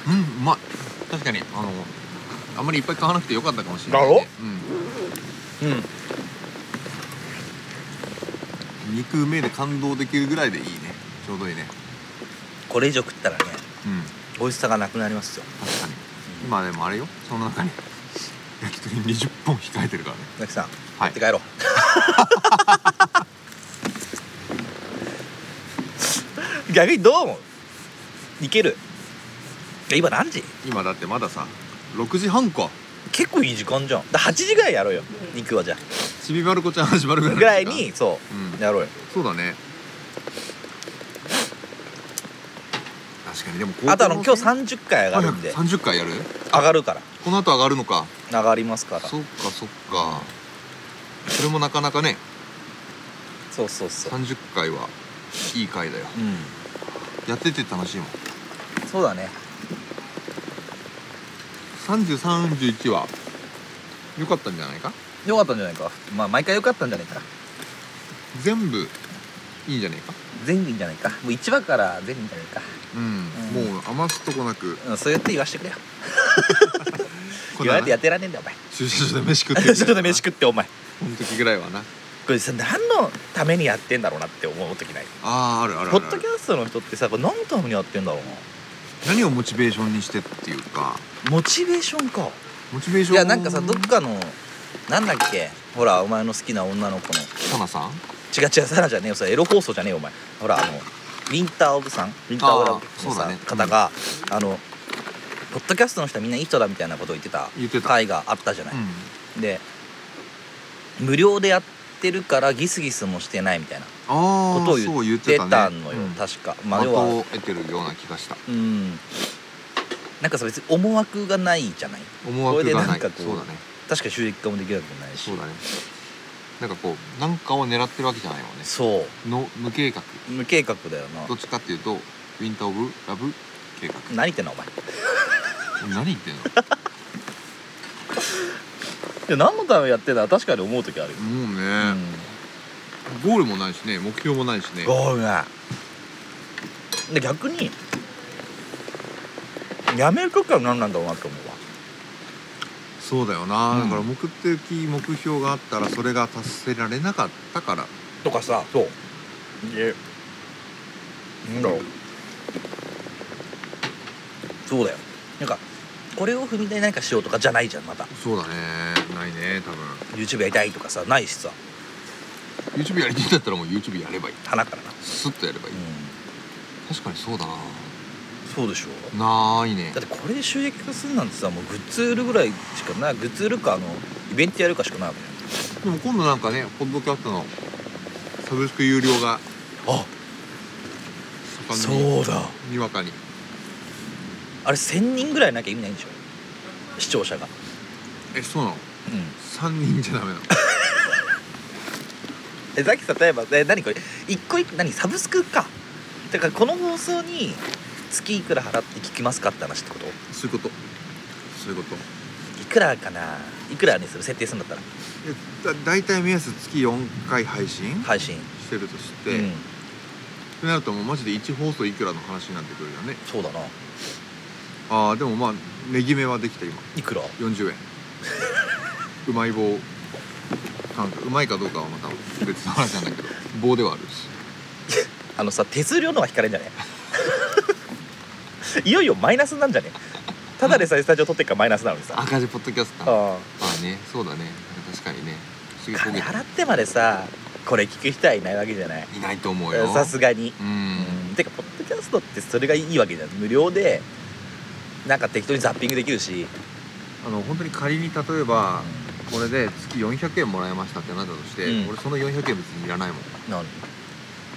Speaker 8: うんうまい確かにあのあんまりいっぱい買わなくてよかったかもしれない、
Speaker 2: だろ
Speaker 8: うん肉目で感動できるぐらいでいいねちょうどいいね
Speaker 2: これ以上食ったらね
Speaker 8: うん
Speaker 2: 美味しさがなくなりますよ
Speaker 8: 確かに今でもあれよその中に焼き鳥20本控えてるからね
Speaker 2: なきさん、
Speaker 8: はい
Speaker 2: 持って帰ろう 逆にどう思ういけるいや今何時
Speaker 8: 今だってまださ6時半か
Speaker 2: 結構いい時間じゃんだ8時ぐらいやろうよ肉はじゃあ
Speaker 8: ちびまる子ちゃん始まるぐらいの
Speaker 2: ぐらい
Speaker 8: 時
Speaker 2: にそ
Speaker 8: 間うん
Speaker 2: うやろうよ
Speaker 8: そうだね確かにでも
Speaker 2: あとあの今日30回上がるんで
Speaker 8: 30回やる
Speaker 2: 上がるから
Speaker 8: この後上がるのか
Speaker 2: 上がりますから
Speaker 8: そっかそっかそれもなかなかね
Speaker 2: そうそうそう
Speaker 8: 30回はいい回だよ
Speaker 2: うん
Speaker 8: やってて楽しいもん
Speaker 2: そうだね
Speaker 8: 3031は良かったんじゃないか
Speaker 2: よかったんじゃないかまあ毎回よかったんじゃないか
Speaker 8: 全部いいんじゃないか
Speaker 2: 全部いいんじゃないかもう1話から全部いいんじゃないか、
Speaker 8: うん、
Speaker 2: うん
Speaker 8: もう余すとこなく
Speaker 2: うん、そうやって言わしてくれよ
Speaker 8: こ
Speaker 2: 言
Speaker 8: ん
Speaker 2: わ
Speaker 8: な
Speaker 2: れてやってらんねえんだよお前
Speaker 8: 駐車場で飯 食って
Speaker 2: ちょっと飯
Speaker 8: 食
Speaker 2: 食ってお前
Speaker 8: この時ぐらいはな
Speaker 2: これさ何のためにやってんだろうなって思う時ない
Speaker 8: あーあるあるあ
Speaker 2: ポ
Speaker 8: る
Speaker 2: ッ
Speaker 8: あ
Speaker 2: ドキ
Speaker 8: る
Speaker 2: ャストの人ってさこれ何のためにやってんだろう
Speaker 8: 何をモチベーションにしてっていうか
Speaker 2: なモチベーションか
Speaker 8: モチベーショ
Speaker 2: い
Speaker 8: ン
Speaker 2: やなんかさどっかのなんだっけほらお前の好きな女の子の
Speaker 8: かなさん
Speaker 2: 違う違うサラじゃねえよそれエロ放送じゃねえよお前ほらあのウィンター・オブさんウィンター・オブ・ラブの
Speaker 8: あーそうだ
Speaker 2: さ、
Speaker 8: ね
Speaker 2: 方があのポッドキャストの人はみんないい人だみたいなことを言ってた
Speaker 8: 言ってた、
Speaker 2: 回があったじゃない、
Speaker 8: うん、
Speaker 2: で無料でやってるからギスギスもしてないみたいな
Speaker 8: あ
Speaker 2: こ
Speaker 8: あ
Speaker 2: とを
Speaker 8: そう言
Speaker 2: 言
Speaker 8: っ
Speaker 2: ってて
Speaker 8: たね
Speaker 2: たのよ、
Speaker 8: うん
Speaker 2: 確かまあ
Speaker 8: 的
Speaker 2: 要は
Speaker 8: を得てるような気がした
Speaker 2: うんなんかさ別に思惑がないじゃない
Speaker 8: 思惑がない
Speaker 2: これでなんかこう
Speaker 8: そうだね
Speaker 2: 確か収益化もできなくもないし
Speaker 8: そうだねなんかこうなんかを狙ってるわけじゃないもんね
Speaker 2: そう
Speaker 8: の無計画
Speaker 2: 無計画だよな
Speaker 8: どっちかっていうとウィンター・オブ・ラブ計画
Speaker 2: 何言ってんのお前い
Speaker 8: 何言っ てんの
Speaker 2: や何のためにやってんだ確かに思う時あるよ、
Speaker 8: もう
Speaker 2: う
Speaker 8: ね、
Speaker 2: ん
Speaker 8: ゴールもないしね目標もないしね
Speaker 2: ゴールがで逆にやめる時は何なんだろうなと思うわ
Speaker 8: そうだよな、
Speaker 2: うん
Speaker 8: だから目的目標があったらそれが達せられなかったから
Speaker 2: とかさそうえなんだろうそうだよなんかこれを踏み台に何かしようとかじゃないじゃんまた
Speaker 8: そうだねないね多分
Speaker 2: YouTube やりたいとかさないしさ
Speaker 8: YouTube やりたいんだったらもう YouTube やればいい
Speaker 2: 花からな
Speaker 8: スッとやればいい、
Speaker 2: う
Speaker 8: 確かにそうだなん
Speaker 2: そうでしょ
Speaker 8: ないね
Speaker 2: だってこれで収益化するなんてさもうグッズ売るぐらいしかないグッズ売るかあのイベントやるかしかないわけじ
Speaker 8: でも今度なんかねポッドキャストのサブスク有料が
Speaker 2: ゃんあ
Speaker 8: 盛んに
Speaker 2: うだ
Speaker 8: にわかに
Speaker 2: あれ1000人ぐらいなきゃ意味ないんでしょ視聴者が
Speaker 8: えそうなの
Speaker 2: うん
Speaker 8: 3人じゃダメなの
Speaker 2: えザキさん例えばえ何これ一個一個何サブスクかだからこの放送に月いくら払って聞きますかって話ってこと
Speaker 8: そういうことそういうこと
Speaker 2: いくらかないくらにする設定するんだったら
Speaker 8: えだ大体目安月4回配信
Speaker 2: 配信
Speaker 8: してるとして、
Speaker 2: うん
Speaker 8: ってなるともうマジで1放送いくらの話になってくるよね
Speaker 2: そうだな
Speaker 8: ああでもまあ値決めはできた今
Speaker 2: いくら
Speaker 8: 40円うまい棒感覚うまいかどうかはまた別の話なんだけど棒ではあるし
Speaker 2: あのさ手数料の方が引かれんじゃね いよいよマイナスなんじゃねただでさえスタジオ撮ってっからマイナスなのにさあ
Speaker 8: 赤字ポッドキャスターあ
Speaker 2: あ
Speaker 8: あねそうだね確かにねすげえ焦
Speaker 2: 金
Speaker 8: げた
Speaker 2: 払ってまでさこれ聞く人はいないわけじゃない
Speaker 8: いないと思うよ
Speaker 2: さすがに
Speaker 8: うん、
Speaker 2: うんてかポッドキャストってそれがいいわけじゃん無料でなんか適当にザッピングできるし
Speaker 8: あの本当に仮に例えばこれで月400円もらえましたってなったとして、
Speaker 2: うん
Speaker 8: 俺その400円別にいらないもん
Speaker 2: なんうん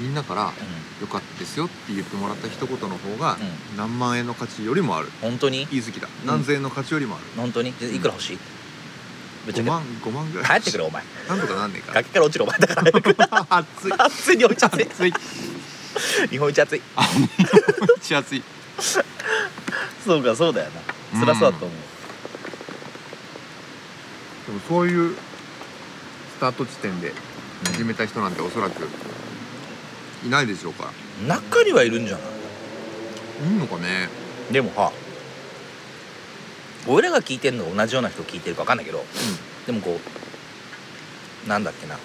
Speaker 8: みんなから「よかったですよ」って言ってもらった一言の方が何万円の価値よりもある
Speaker 2: 本当に
Speaker 8: 言い過ぎだ何千円の価値よりもある、
Speaker 2: 本当にでいくら欲しいぶっち
Speaker 8: 5
Speaker 2: ゃ
Speaker 8: 万5万ぐら
Speaker 2: け
Speaker 8: い
Speaker 2: 帰ってくれお前
Speaker 8: なんとかなんねえか
Speaker 2: 崖から落ちるお前だから
Speaker 8: 熱い
Speaker 2: 熱い日本一暑い
Speaker 8: 熱い
Speaker 2: 日本一暑い
Speaker 8: 血熱い
Speaker 2: そうかそうだよな辛そうだと思う
Speaker 8: でもそういうスタート地点で始めた人なんておそらくいないでしょうから
Speaker 2: 中にはいるんじゃない
Speaker 8: いんのかね
Speaker 2: でもは俺らが聞いてるのが同じような人聞いてるか分かんないけど、でもこうなんだっけな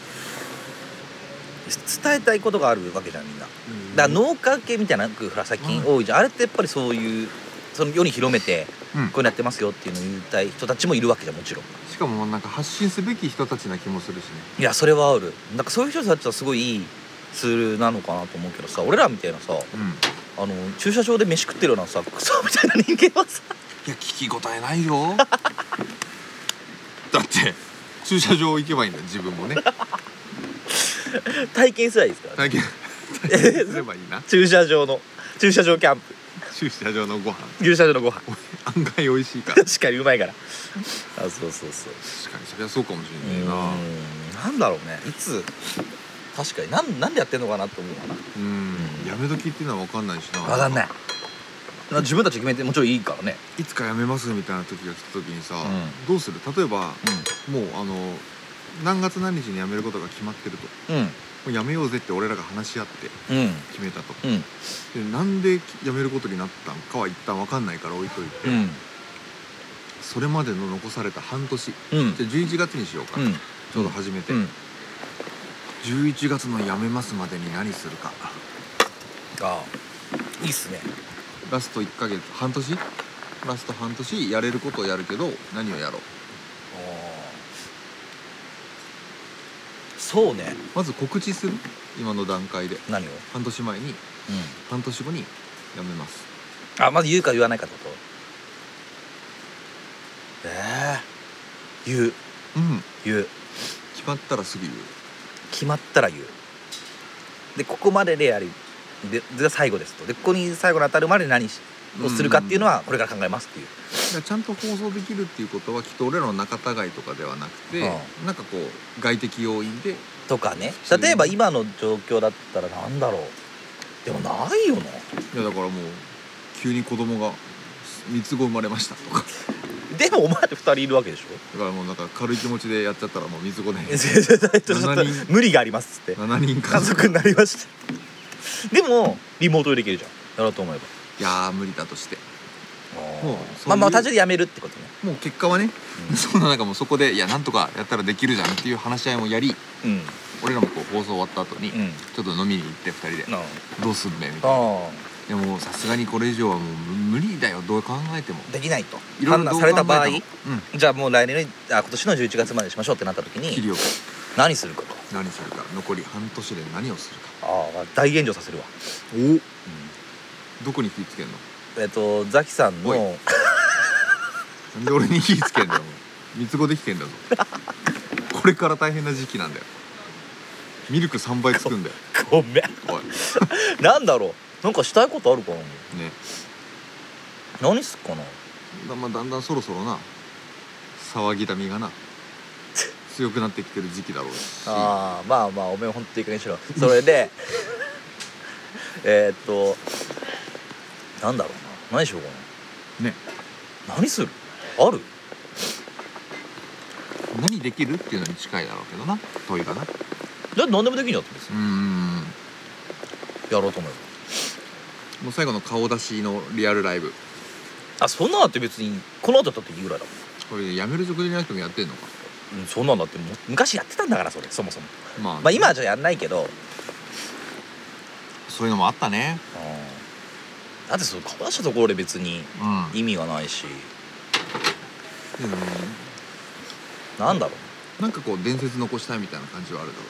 Speaker 2: 伝えたいことがあるわけじゃんみんなだから農家系みたいなグラサキン多いじゃん、あれってやっぱりそういうその世に広めて
Speaker 8: うん
Speaker 2: こういうのやってますよっていうのを言いたい人たちもいるわけじゃんもちろん
Speaker 8: しかもなんか発信すべき人たちな気もするしね
Speaker 2: いやそれはあるなんかそういう人たちはすごいいいツールなのかなと思うけどさ俺らみたいなさ
Speaker 8: うん
Speaker 2: あの駐車場で飯食ってるようなさクソみたいな人間はさ
Speaker 8: いや聞き応えないよ だって駐車場行けばいいんだよ自分もね
Speaker 2: 体験すらいいですから、
Speaker 8: 体験体験すればいいな
Speaker 2: 駐車場の駐車場キャンプ
Speaker 8: 駐車場のご飯
Speaker 2: 駐車場のご飯
Speaker 8: 案外美味しいから
Speaker 2: 確かにうまいからあそうそうそう
Speaker 8: 確かにそりゃそうかもし
Speaker 2: う
Speaker 8: れない
Speaker 2: ん
Speaker 8: な
Speaker 2: なんだろうねいつ確かになんなんでやってんのかなと思うかな
Speaker 8: うんやめ時っていうのは分かんないしな
Speaker 2: 分かんない自分たちで決めてもちろんいいからね
Speaker 8: いつかやめますみたいな時が来た時にさ、
Speaker 2: ん
Speaker 8: どうする例えばもうあの何月何日に辞めることが決まってるとも
Speaker 2: うん
Speaker 8: う辞めようぜって俺らが話し合って
Speaker 2: うん
Speaker 8: 決めたと、
Speaker 2: うん
Speaker 8: でなんで辞めることになったんかは一旦分かんないから置いといて、
Speaker 2: うん
Speaker 8: それまでの残された半年じゃ
Speaker 2: うん
Speaker 8: あ11月にしようか、
Speaker 2: うん
Speaker 8: ちょうど始めて、
Speaker 2: うん
Speaker 8: 11月の辞めますまでに何するか
Speaker 2: あいいっすね
Speaker 8: ラスト1ヶ月半年ラスト半年やれることをやるけど何をやろう
Speaker 2: そうね
Speaker 8: まず告知する今の段階で
Speaker 2: 何を、
Speaker 8: 半年前に
Speaker 2: う
Speaker 8: 半年後に辞めます
Speaker 2: ん、あまず言うか言わないかってことええ言う
Speaker 8: うん
Speaker 2: 言う
Speaker 8: 決まったらすぐ言う
Speaker 2: 決まったら言うでここまででやるでで最後ですとでここに最後に当たるまで何しをするかっていうのはこれから考えますっていう
Speaker 8: だからちゃんと放送できるっていうことはきっと俺らの仲違いとかではなくて、
Speaker 2: う
Speaker 8: なんかこう外的要因で
Speaker 2: とかね
Speaker 8: 普通に
Speaker 2: 例えば今の状況だったらなんだろうでもないよない
Speaker 8: やだからもう急に子供が三つ子生まれましたとか
Speaker 2: でもお前ら2人いるわ けでしょ
Speaker 8: だからもうなんか軽い気持ちでやっちゃったらもう三つ子で
Speaker 2: ちょっと
Speaker 8: 人
Speaker 2: 無理がありますっつって
Speaker 8: 7人家
Speaker 2: 家
Speaker 8: 族
Speaker 2: 族になりましたでもリモートでできるじゃんやろうと思えば
Speaker 8: いやー無理だとしてもうそういう
Speaker 2: まあまあ単純にやめるってことね
Speaker 8: もう結果はね、
Speaker 2: うん
Speaker 8: そんな中もうそこでいやなんとかやったらできるじゃんっていう話し合いもやり
Speaker 2: うん
Speaker 8: 俺らもこう放送終わった後に、
Speaker 2: うん
Speaker 8: ちょっと飲みに行って2人で
Speaker 2: なあ
Speaker 8: 「どうすんべ」みたいな
Speaker 2: あ
Speaker 8: 「でもさすがにこれ以上はもう無理だよどう考えても
Speaker 2: あできないと」
Speaker 8: ろ
Speaker 2: 判断された場合
Speaker 8: どう考えてもうん
Speaker 2: じゃあもう来年のあ今年の11月までにしましょうってなった時
Speaker 8: 切
Speaker 2: に
Speaker 8: りよく
Speaker 2: 何するかと
Speaker 8: 何するか残り半年で何をするか
Speaker 2: ああ大炎上させるわ、
Speaker 8: おどこに火つけんの
Speaker 2: えっとザキさん
Speaker 8: おい
Speaker 2: の
Speaker 8: なんで俺に火つけんだよ 三つ子できてんだぞこれから大変な時期なんだよミルク3倍つくんだよ
Speaker 2: ごめん
Speaker 8: おい
Speaker 2: なんだろうなんかしたいことあるかな
Speaker 8: ね
Speaker 2: 何すっかな
Speaker 8: だ,、まあ、だんだんそろそろな騒ぎだみ がな強くなってきてる時期だろうし
Speaker 2: あーまあまあおめえほんといい加減にしろそれ でえーっとなんだろうな何しようかな
Speaker 8: ね
Speaker 2: 何するある
Speaker 8: 何できるっていうのに近いだろうけどな問いがなう
Speaker 2: だって何でもできんじゃんって別に
Speaker 8: ーん
Speaker 2: やろうと思え
Speaker 8: もう最後の顔出しのリアルライブ
Speaker 2: ばあそんなんだって別にこの後だっていいぐらいだ
Speaker 8: これやめる直前になくてもやってんのか
Speaker 2: もん、うん、そんなんだってもう昔やってたんだからそれそもそも
Speaker 8: まあ、
Speaker 2: まあ今はじゃやんないけど
Speaker 8: そういうのもあったね
Speaker 2: うんだってその顔出したところで別に
Speaker 8: うん
Speaker 2: 意味がないし
Speaker 8: うん
Speaker 2: なんだろう
Speaker 8: なんかこう伝説残したいみたいな感じはあるだろ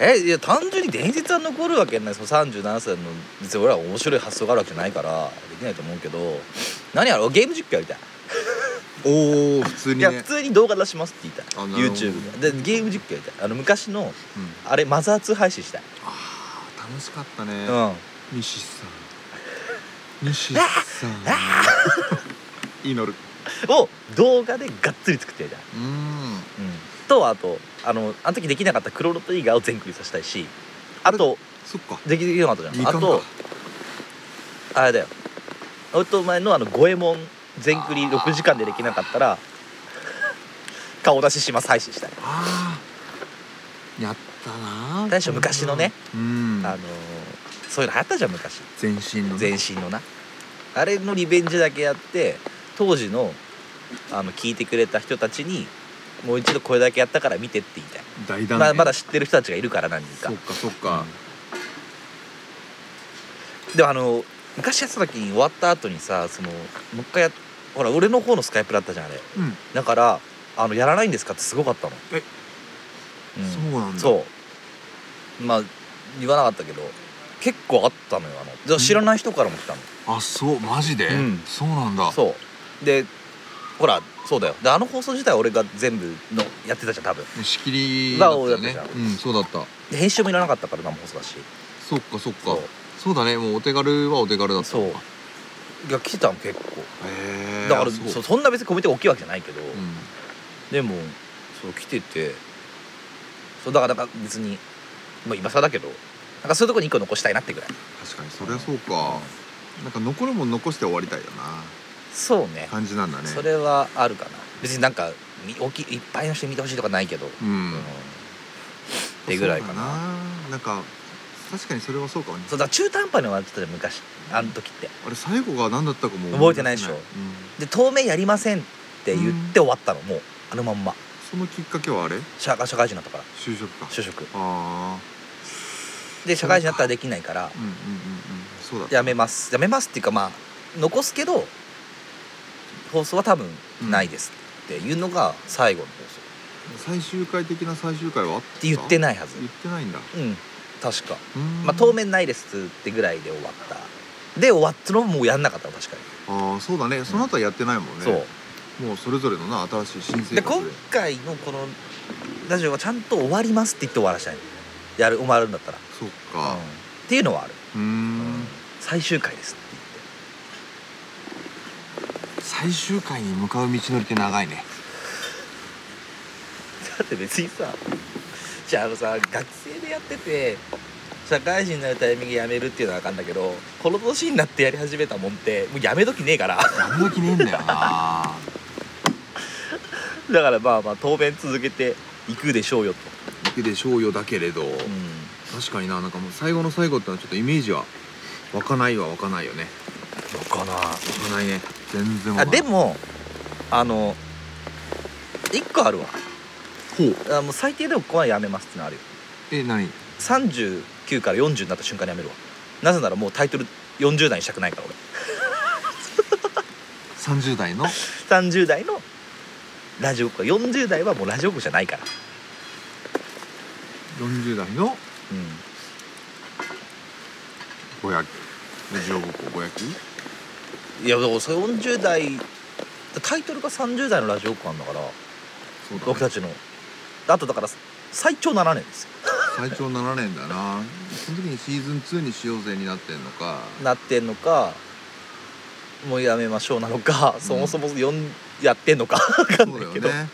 Speaker 8: う
Speaker 2: え
Speaker 8: ね
Speaker 2: いや単純に伝説は残るわけないその37歳の別に俺ら面白い発想があるわけじゃないからできないと思うけど何やろうゲーム実況やりたい、
Speaker 8: おお普通に
Speaker 2: い
Speaker 8: ね
Speaker 2: や普通に動画出しますって言いたい
Speaker 8: あなるほど
Speaker 2: YouTube ででゲーム実況やりたいあの昔の
Speaker 8: うん
Speaker 2: あれマザー2配信したい、
Speaker 8: あー楽しかったね、
Speaker 2: うん
Speaker 8: 西さん西さん 祈る
Speaker 2: を動画でがっつり作ってやりたい、
Speaker 8: うーん
Speaker 2: うん、とあとあのあの時できなかったクロロトイガーを全クリさせたいしあと
Speaker 8: そっか
Speaker 2: できなかったじゃ
Speaker 8: み
Speaker 2: ん
Speaker 8: か
Speaker 2: あ
Speaker 8: んか
Speaker 2: とあれだよ俺とお前のあの五右衛門全クリ6時間でできなかったら顔出しします配信したい
Speaker 8: あーやったなー
Speaker 2: 大将昔のね
Speaker 8: うん
Speaker 2: あのーそういうの流行ったじゃん昔
Speaker 8: 全身のね
Speaker 2: 全身のなあれのリベンジだけやって当時のあの聞いてくれた人たちにもう一度これだけやったから見てって言いたい、
Speaker 8: 大団円
Speaker 2: まあまだ知ってる人たちがいるから何人か
Speaker 8: そっかそっか、
Speaker 2: でもあの昔やってた時に終わった後にさそのもう一回やほら俺の方のスカイプだったじゃんあれ
Speaker 8: うん
Speaker 2: だからあのやらないんですかってすごかったの
Speaker 8: え
Speaker 2: うん
Speaker 8: そうなんだ
Speaker 2: そうまあ言わなかったけど結構あったのよあので知らない人からも来たの、
Speaker 8: あそうマジで、
Speaker 2: うん
Speaker 8: そうなんだ
Speaker 2: そうでほらそうだよであの放送自体は俺が全部のやってたじゃん多分
Speaker 8: 仕切りだったよね
Speaker 2: が多かった
Speaker 8: うんそうだった
Speaker 2: で編集もいらなかったから生放送だし
Speaker 8: そっかそっか
Speaker 2: そ
Speaker 8: そううだねもうお手軽はお手軽だった
Speaker 2: そういや来てたの結構
Speaker 8: へえ
Speaker 2: だから
Speaker 8: そ
Speaker 2: そううそんな別にコメントが大きいわけじゃないけど、
Speaker 8: うん
Speaker 2: でもそう来ててそうだからなんか別に、まあ、今更だけどなんかそういうとこに一個残したいなってぐらい
Speaker 8: 確かにそりゃそうかなんか残るもん残して終わりたいよな
Speaker 2: そうね
Speaker 8: 感じなんだね
Speaker 2: それはあるかな別になんかみ大きいいっぱいの人に見てほしいとかないけど、う
Speaker 8: う
Speaker 2: んんってぐらいかな
Speaker 8: そうだなんか確かにそれはそうかもね
Speaker 2: そうだから中途半端に終わってたじゃん昔あの時って
Speaker 8: あれ最後が何だったかも
Speaker 2: 覚えてないでしょ
Speaker 8: うん
Speaker 2: で当面やりませんって言って終わったの、もうあのまんま
Speaker 8: そのきっかけはあれ
Speaker 2: 社社会人になったから
Speaker 8: 就職か
Speaker 2: 就職
Speaker 8: ああ
Speaker 2: で社会人になったらできないから
Speaker 8: うんうんうんうんそうだ
Speaker 2: やめますやめますっていうかまあ残すけど放送は多分ないですっていうのが最後の放送
Speaker 8: 最終回的な最終回はあっ
Speaker 2: ったて言って
Speaker 8: ない
Speaker 2: ないはず
Speaker 8: 言ってないんだ
Speaker 2: うん確か
Speaker 8: うん
Speaker 2: まあ当面ないですってぐらいで終わったで終わったのももうやんなかったの確か
Speaker 8: ああそうだねその後はやってないもん
Speaker 2: に、
Speaker 8: ね、
Speaker 2: そう
Speaker 8: もうそれぞれのな新しい新生活
Speaker 2: で今回のこのラジオはちゃんと終わりますって言って終わらしたいのやる終わるんだったら、
Speaker 8: そっ
Speaker 2: う
Speaker 8: か
Speaker 2: んっていうのはある
Speaker 8: うーん
Speaker 2: 最終回ですって
Speaker 8: 最終回に向かう道のりって長いね
Speaker 2: 言ってだって別にさじゃああのさ学生でやってて社会人になるタイミングで辞めるっていうのは分かんだけどこの年になってやり始めたもんってもうやめ時ねえから
Speaker 8: やめときねえんだよな
Speaker 2: だからまあまあ当面続けていくでしょうよと、
Speaker 8: 行くでしょうよだけれど、確かにななんかもう最後の最後ってのはちょっとイメージは湧かないは湧かないよね
Speaker 2: のかな
Speaker 8: 湧かないね全然湧
Speaker 2: あ
Speaker 8: かない
Speaker 2: でもあの1個あるわ
Speaker 8: ほう
Speaker 2: あもう最低でもここはやめますってのあるよ
Speaker 8: え何
Speaker 2: 39から40になった瞬間にやめるわなぜならもうタイトル40代にしたくないから俺
Speaker 8: 30代の
Speaker 2: 30代のラジオっ子40代はもうラジオっ子じゃないから、
Speaker 8: 40代のぼやきラジオごっこぼやき
Speaker 2: いやでもそれ40代タイトルが30代のラジオっ子なんだから
Speaker 8: そうだ、ね、
Speaker 2: 僕たちのあとだから最長7年ですよ
Speaker 8: 最長7年だなその時にシーズン2にしようぜになってんのか
Speaker 2: なってんのかもうやめましょうなのか、そもそもよんやってんのかわかん
Speaker 8: そ
Speaker 2: な
Speaker 8: うだ
Speaker 2: い
Speaker 8: よ
Speaker 2: けど、
Speaker 8: ね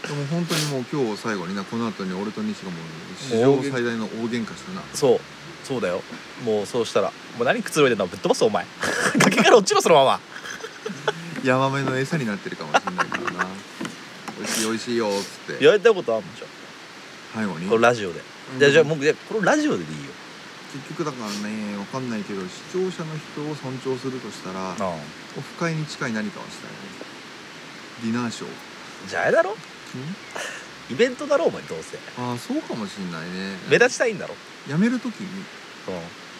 Speaker 8: でも本当にもう今日を最後になこの後に俺と西がもう史上最大の大喧嘩したな
Speaker 2: そうそうだよもうそうしたらもう何くつろいでんのぶっ飛ばす お前崖から落ちろそのまま
Speaker 8: ヤマメの餌になってるかもしれないからな美味しい美味しいよっつって
Speaker 2: 言われたことあるんじゃん
Speaker 8: 最後に
Speaker 2: このラジオで、
Speaker 8: うん
Speaker 2: じゃあじゃあもうじゃあこのラジオでいいよ
Speaker 8: 結局だからねわかんないけど視聴者の人を尊重するとしたら
Speaker 2: あ
Speaker 8: オフ会に近い何かをしたいねディナーショー
Speaker 2: じゃああれだろ
Speaker 8: うん
Speaker 2: イベントだろお前どうせ
Speaker 8: ああそうかもしんないね
Speaker 2: 目立ちたいんだろ
Speaker 8: やめる時に
Speaker 2: う